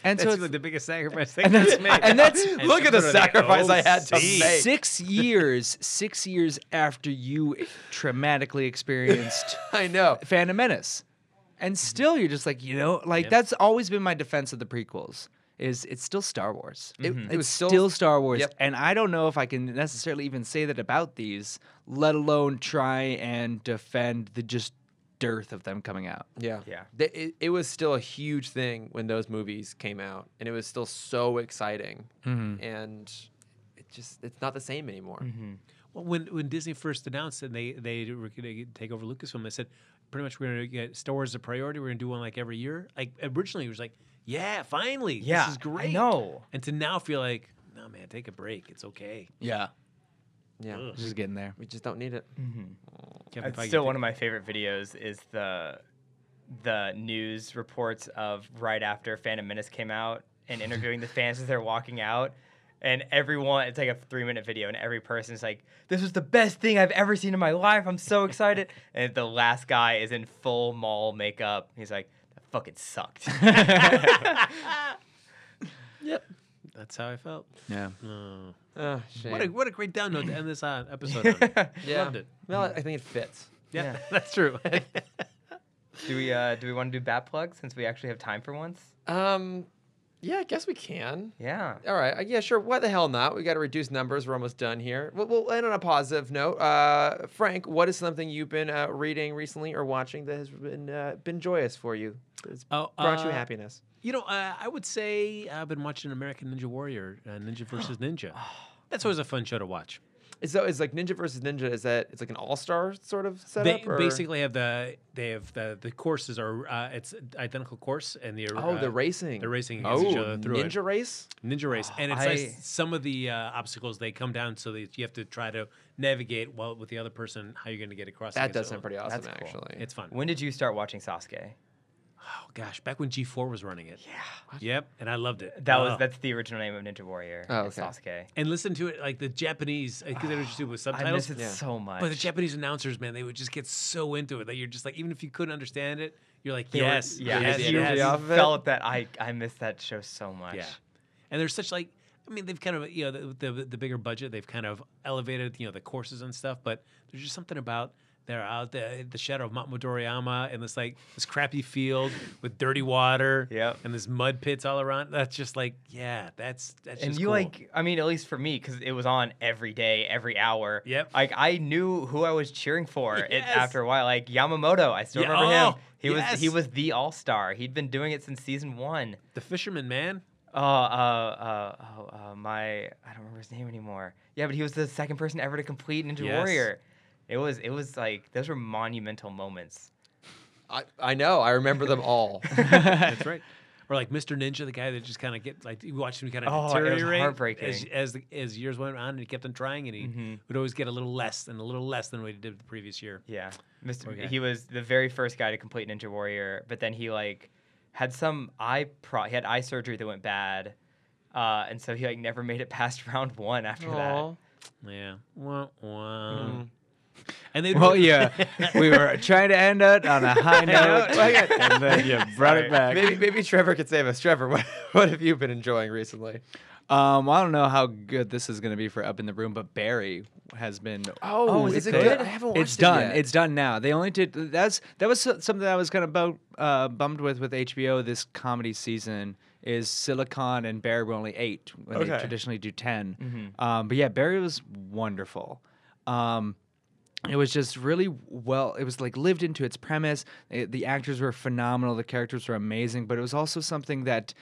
A: *laughs*
C: and so
D: that's
C: it's
D: like the biggest sacrifice they could make.
C: and that's
A: *laughs* Look at the
D: *laughs* episode of the
A: sacrifice I had to
D: OC.
A: make.
C: six years, six years after you
D: *laughs*
C: traumatically experienced
A: I know.
C: Phantom Menace, and still you're just like, you know, like
D: Yep.
C: that's always been my defense of the prequels. Is it's still Star Wars?
A: It-
C: Mm-hmm. It's
A: it was
C: still,
A: still-
C: Star Wars,
A: Yep.
C: and I don't know if I can necessarily even say that about these, let alone try and defend the just dearth of them coming out.
A: Yeah.
B: Yeah.
A: The- it, it was still a huge thing when those movies came out, and it was still so exciting.
D: Mm-hmm.
A: And it just, it's not the same anymore.
D: Well, when when Disney first announced and they they were going to take over Lucasfilm, they said pretty much we're going to get Star Wars as a priority. We're going to do one like every year. Like originally, it was like, yeah, finally,
B: yeah
D: this is great.
B: no
D: and to now feel like, no man, take a break. It's okay.
C: Yeah,
A: Yeah.
D: Ugh. Mm.
C: just getting there.
A: We just don't need it.
D: Kevin
B: It's
D: Feige
B: still
D: did-
B: one of my favorite videos is the the news reports of right after Phantom Menace came out and interviewing the fans as they're walking out. And everyone, it's like a three minute video, and every person's like, This was the best thing I've ever seen in my life. I'm so excited. and the last guy is in full mall makeup. He's like, That fucking sucked. *laughs*
D: That's how I felt.
C: Yeah.
D: Oh.
A: Oh, shame.
D: What a what a great down note to end this on episode. on.
A: *laughs* yeah.
D: Loved it.
A: Well, I think it fits.
D: Yeah, *laughs* that's true.
B: do we uh, do we want to do bat plugs since we actually have time for once?
A: Um, yeah, I guess we can.
B: Yeah.
A: All right. uh, Yeah, sure. Why the hell not? We got to reduce numbers. We're almost done here. We'll, we'll end on a positive note. Uh, Frank, what is something you've been uh, reading recently or watching that has been uh, been joyous for you? It's
D: Oh,
A: brought you
D: uh,
A: happiness.
D: You know, uh, I would say I've been watching American Ninja Warrior,
A: *gasps*
D: uh, Ninja versus Ninja.
A: Oh.
D: That's always a fun show to watch.
A: Is so it's like Ninja versus Ninja. Is that it's like an all star sort of setup?
D: They
A: or-
D: basically have the they have the the courses are uh, it's identical course and the
A: Oh,
D: uh,
A: the racing.
D: they're racing against
A: Oh,
D: each other through
A: ninja
D: it.
A: race. *gasps*
D: ninja race and it's
B: I-
D: like some of the uh, obstacles they come down so that you have to try to navigate well with the other person how you're going to get across.
A: That
D: against
A: does
D: it.
A: sound pretty awesome,
B: That's cool.
A: actually.
D: It's fun.
B: When did you start watching Sasuke?
D: Oh gosh, back when G4 was running it. Yeah. Yep, and I loved it.
B: That was
D: Oh.
B: that's the original name of Ninja Warrior.
A: Oh,
B: It's
A: okay.
B: Sasuke.
D: And listen to it like the Japanese because they would just do it with
B: I
D: subtitles.
B: miss it so much.
D: But the Japanese announcers, man, they would just get so into it that you're just like, even if you couldn't understand it, you're like,
B: You were-
D: yes,
B: yeah,
D: yes,
B: you
D: yes.
A: energy off of it.
B: felt that I I miss that show so much.
D: Yeah. And there's such like, I mean, they've kind of you know the, the the bigger budget, they've kind of elevated you know the courses and stuff, but there's just something about they're out there, the shadow of Mount Midoriyama and this like this crappy field with dirty water,
B: Yep.
D: and this mud pits all around. That's just like, yeah, that's that's
B: And
D: just
B: you
D: cool.
B: like, I mean, at least for me, because it was on every day, every hour.
D: Yep.
B: Like I knew who I was cheering for. It,
D: Yes.
B: after a while, like Yamamoto, I still
D: Yeah,
B: remember him.
D: oh,
B: He was he
D: yes.
B: was the all star. He'd been doing it since season one.
D: the fisherman man.
B: Oh, uh, uh, oh, uh, my, I don't remember his name anymore. Yeah, but he was the second person ever to complete Ninja
D: Yes.
B: Warrior. It was it was like those were monumental moments.
A: I, I know. I remember them all.
D: *laughs* That's right. *laughs* Or like Mr. Ninja, the guy that just kind of get like you watched him kind of
B: Oh, it was
D: deteriorate as
B: heartbreaking.
D: as, the, as years went on, and he kept on trying, and he
B: Mhm.
D: would always get a little less and a little less than what he did the previous year.
B: *laughs* Yeah. Mr.
D: Okay.
B: He was the very first guy to complete Ninja Warrior, but then he like had some eye pro he had eye surgery that went bad. Uh, and so he like never made it past *laughs* round one after
A: Aw.
D: Yeah. Wah, wah. And
C: *laughs*
D: they
C: Well, yeah, we were trying to end it on *laughs* a high note,
A: Like,
C: and then you brought
B: Sorry.
C: it back.
A: Maybe maybe Trevor could save us. Trevor, *laughs* what, what have you been enjoying recently?
C: Um, I don't know how good this is going to be for Up in the Room, but Barry has been.
A: Oh,
C: it's
A: is it good? I haven't watched
C: it's
A: it
C: done.
A: yet.
C: It's done now. They only did that's that was so- something I was kind of bo- uh, bummed with with HBO this comedy season is Silicon and Barry were only eight when they
A: Okay. Mm-hmm.
C: traditionally do 10 Um, but yeah, Barry was wonderful. Um, it was just really well it was like lived into its premise It- the actors were phenomenal the characters were amazing but it was also something that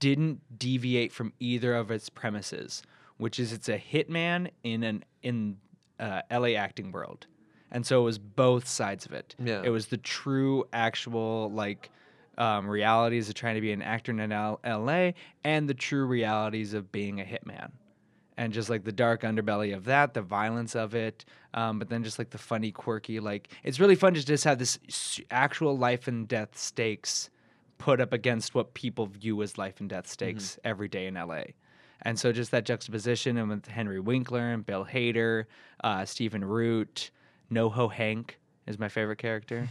C: didn't deviate from either of its premises which is it's a hitman in an in uh, la acting world and so it was both sides of it
A: Yeah.
C: it was the true actual like um, realities of trying to be an actor in L- la and the true realities of being a hitman and just like the dark underbelly of that, the violence of it, um, but then just like the funny, quirky, like it's really fun to just have this s- actual life and death stakes put up against what people view as life and death stakes every day in LA. And so just that juxtaposition and with Henry Winkler and Bill Hader, uh, Stephen Root, NoHo Hank is my favorite character.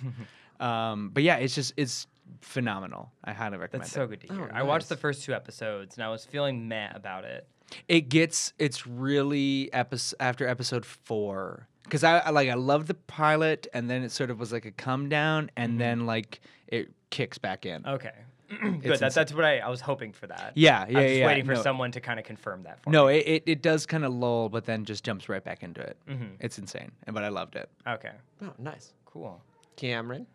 C: um, but yeah, it's just it's phenomenal. I highly recommend
B: That's
C: it.
B: so good
D: Oh,
B: to hear. I watched the first two episodes and I was feeling meh about it.
C: it gets it's really episode after episode four because I, I like i loved the pilot and then it sort of was like a come down and then like it kicks back in
B: Okay. *clears throat* Good. That,
C: insane.
B: that's what I, I was hoping for that.
C: Yeah,
B: I
C: yeah,
B: was just
C: yeah,
B: waiting for
C: no.
B: someone to kind of confirm that for
C: no
B: me.
C: it, it, it does kind of lull but then just jumps right back into it
B: Mm-hmm.
C: it's insane and- but i loved it
B: Okay.
A: Oh, nice.
B: Cool.
A: Cameron.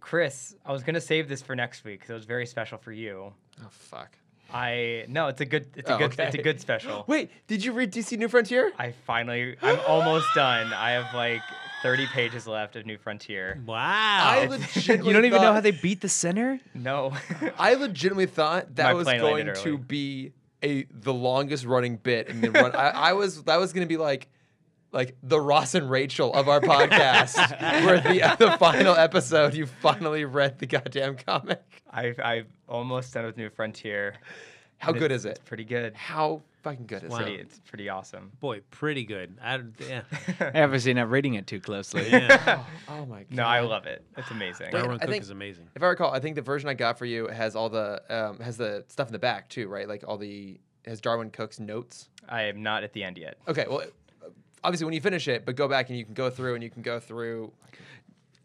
B: Chris, I was gonna save this for next week because it was very special for you.
A: Oh fuck.
B: I no, it's a good, it's a
A: Oh,
B: good, it's a
A: okay.
B: good special.
A: Wait, did you read DC New Frontier?
B: I finally, I'm almost done. I have like 30 pages left of New Frontier.
A: I
D: *laughs*
A: *laughs*
D: wow.
A: legitimately
C: you don't even know
A: thought-
C: how they beat
B: *laughs*
C: the center
B: No,
A: I legitimately thought that
B: My
A: was
B: plane landed
A: going to
B: early.
A: be a the longest running bit in the run. I, I was that was going to be like like the Ross and Rachel of our podcast,
B: *laughs*
A: where the the final episode you finally read the goddamn comic.
B: I, I'm almost done with New Frontier.
A: How
B: and
A: good
B: it's-
A: is it?
B: It's pretty good.
A: How fucking good is
D: Wow.
B: Pretty,
A: it?
B: it's pretty awesome.
D: *laughs* Boy, pretty good. I, don't- yeah.
C: obviously not reading it too closely
D: yeah.
A: Oh my god!
B: *laughs* No, I love it. It's amazing.
A: Wait,
D: Darwin
A: I
D: Cook
A: think-
D: is amazing.
A: If I recall, I think the version I got for you has all the um, has the stuff in the back too, right? Like all the has Darwin Cook's notes.
B: I am not at the end yet.
A: Okay, well, obviously when you finish it, but go back and you can go through and you can go through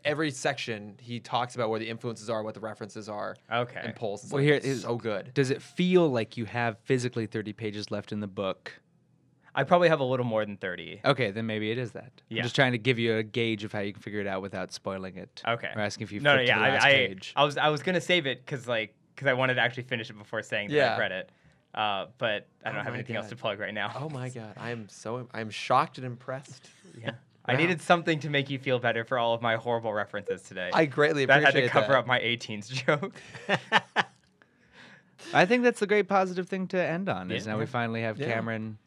A: every section. He talks about where the influences are, what the references are,
B: Okay.
A: and pulls. It's
C: *laughs* Well,
A: like,
C: here
A: it's
C: is-
A: so good.
C: does it feel like you have physically 30 pages left in the book
B: I probably have a little more than 30.
C: okay then maybe it is that
B: Yeah.
C: i'm just trying to give you a gauge of how you can figure it out without spoiling it
B: Okay.
C: or asking if you
B: no, no,
C: flipped
B: yeah.
C: to the last
B: I, I,
C: page
B: I was, I was gonna save it because like, because I wanted to actually finish it before saying that
A: Yeah.
B: I read it. Uh, but I don't
A: Oh
B: have
A: my
B: anything else to
A: God.
B: plug right now.
A: Oh
B: *laughs*
A: my god, I am so I am shocked and impressed.
B: Yeah. I
A: Wow.
B: needed something to make you feel better for all of my horrible references today.
A: I greatly
B: that
A: appreciate
B: had to cover
A: that.
B: up my 18s joke. *laughs*
C: I think that's a great positive thing to end on. Is
B: Yeah.
C: now we finally have
A: Yeah.
C: Cameron.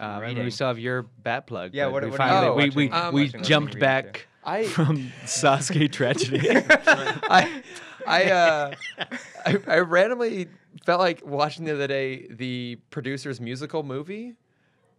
C: Um, and
B: Reading.
C: we still have your bat plug.
B: Yeah,
C: but
B: what-
C: we
B: what are you
C: finally we
A: watching?
C: we,
A: I'm
C: we
B: watching
C: jumped
B: Reading
C: back
A: I-
C: from
B: *laughs*
C: Sasuke
A: *laughs*
C: tragedy.
A: I, I, uh, I, I randomly felt like watching the other day the producer's musical movie,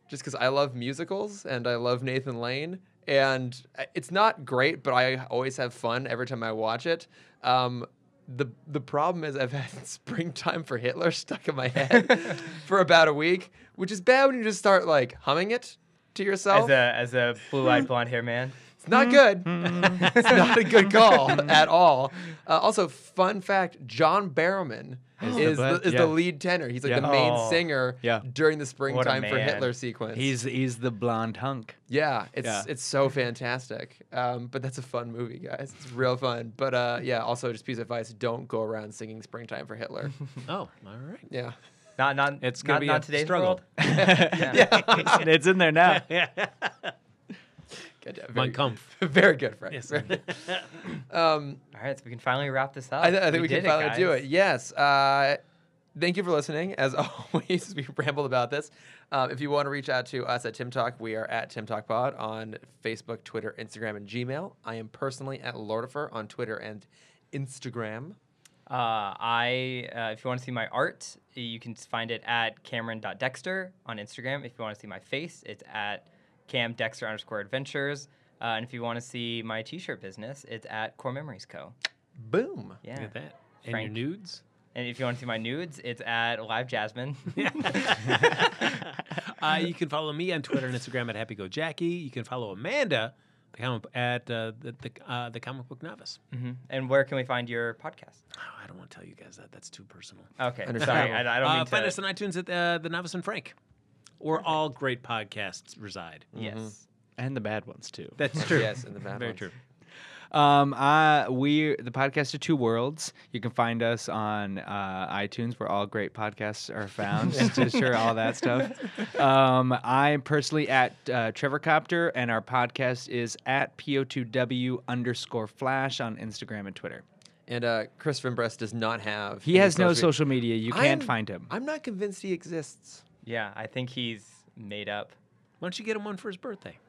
A: just because I love musicals and I love Nathan Lane. And uh, it's not great, but I always have fun every time I watch it. Um, the The problem is I've had *laughs* "Springtime for Hitler" stuck in my head for about a week, which is bad when you just start like humming it to yourself.
B: As a as a blue-eyed blonde hair man.
A: It's not good. it's *laughs* not a good call at all. Uh, also, fun fact: John Barrowman
C: Is
A: is
C: the
A: the,
C: butt-
A: is
C: yeah.
A: the lead tenor. He's like
C: Yeah.
A: the main
B: Oh.
A: singer
C: Yeah.
A: during the springtime for
B: man.
A: Hitler sequence.
C: he's he's the blonde hunk.
A: yeah, it's
C: Yeah.
A: it's so fantastic. Um, but that's a fun movie, guys. It's real fun. But uh, yeah, also just piece of advice: don't go around singing "Springtime for
C: *laughs*
A: Hitler."
D: Oh, all right.
A: yeah.
B: Not not
D: It's gonna
B: not,
D: be
B: not
D: a
B: today's
D: struggle.
A: *laughs*
C: *laughs*
B: world. *laughs*
C: it's, it's in there now.
A: Good, uh, very,
D: Mein Kampf.
A: *laughs* very good, Frank.
D: Yes.
A: Very good. *laughs* Um,
B: All right, so we can finally wrap this up.
A: I, th- I think we,
B: did
A: can finally do
B: guys.
A: it. Yes. Uh, Thank you for listening. As *laughs* always, we rambled about this. Um, if you want to reach out to us at Tim Talk, we are at Tim Talk Pod on Facebook, Twitter, Instagram, and Gmail. I am personally at Lordifer on Twitter and Instagram.
B: Uh, I, uh, if you want to see my art, you can find it at Cameron.Dexter on Instagram. If you want to see my face, it's at Cam Dexter underscore Adventures. Uh, and if you want to see my T-shirt business, it's at Core Memories Co.
A: Boom.
B: Yeah.
D: Look at that.
B: Frank.
D: And your nudes.
B: And if you want to see my nudes, it's at Live
D: *laughs*
B: Jasmine. *laughs*
D: uh, you can follow me on Twitter and Instagram at Happy Go Jackie. You can follow Amanda the comic, at uh, the the, uh, the comic book novice.
B: Mhm. And where can we find your podcast?
D: Oh, I don't want to tell you guys that. That's too personal.
B: Okay, sorry,
A: Understandable.
B: I, I don't
D: uh,
B: mean to.
D: Find us on iTunes at uh, the Novice and Frank, where all great podcasts reside.
B: yes.
C: *laughs*
A: Mm-hmm.
C: and the bad ones too.
D: That's true.
A: Yes, in the bad
D: Very
A: ones.
D: true.
C: Um, I we the podcast of two worlds. You can find us on uh, iTunes, where all great podcasts
B: *laughs*
C: are found. Stitcher, all that stuff. Um, I'm personally at uh, Trevor Copter, and our podcast is at po2w underscore flash on Instagram and Twitter.
A: And uh, Chris Van Brest does not have.
C: He
A: any
C: has no social media. You can't
A: I'm-
C: find him.
A: I'm not convinced he exists.
B: Yeah, I think he's made up.
D: Why don't you get him one for his birthday?
A: *laughs*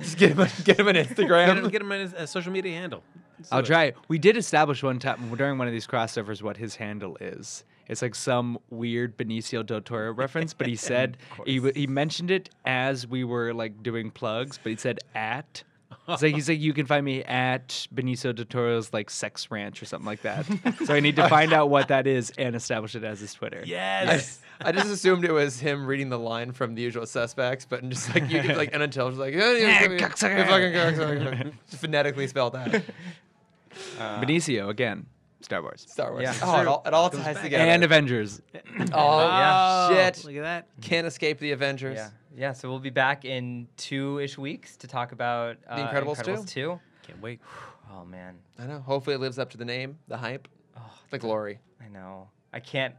A: Just get him, a- get him an
D: *laughs* Get him,
A: Instagram.
D: get him a, a social media handle. Let's do
C: I'll
D: it.
C: try. it. We did establish one time during one of these crossovers what his handle is. It's like some weird Benicio del Toro reference, but *laughs* he said he w- he mentioned it as we were like doing plugs, but he said at. It's like he's like you can find me at Benicio del Toro's like sex ranch or something like that. so I need to find out what that is and establish it as his Twitter.
A: I,
D: Yes.
A: I just assumed it was him reading the line from The Usual Suspects, but just like you could like unintelligent like "Yeah, yeah, yeah, yeah,
C: cocksucker."
A: yeah, fucking cocksucker. Just phonetically spelled out.
C: Benicio again, Star Wars
A: Star Wars.
B: Yeah.
A: Oh, it all, it all ties together.
C: and Avengers.
A: oh
B: Yeah.
A: yeah, shit!
D: Look at that.
A: Can't escape the Avengers.
B: Yeah, yeah. So we'll be back in two-ish weeks to talk about uh,
A: Incredibles
B: 2.
D: Can't wait.
B: *sighs* Oh man,
A: I know. Hopefully, it lives up to the name, the hype, the glory.
B: I know. I can't,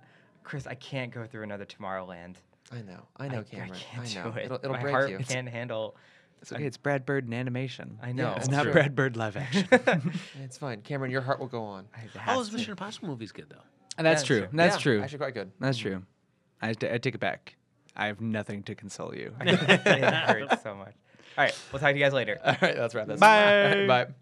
B: Chris. I can't go through another Tomorrowland.
A: I know. I know,
B: I
A: Cameron. I,
B: can't
A: know.
B: do it.
A: It'll, it'll
B: My
A: break
B: heart
A: you.
B: can't handle.
C: It's okay. It's Brad Bird in animation.
B: I know.
A: it's
C: It's not
A: true.
C: Brad Bird live *laughs* action.
A: It's fine, Cameron. Your heart will go on.
B: *laughs* I have
D: All those
B: to. *laughs*
D: Mission Impossible movies good though.
C: And that's
B: Yeah,
C: true.
B: sure.
C: That's
A: Yeah,
C: true.
A: Actually, quite good.
C: That's true. I, t- I take it back. I have nothing to console you.
B: it hurts so much. All right, we'll talk to you guys later.
A: All right, that's right.
C: Bye.
A: Bye.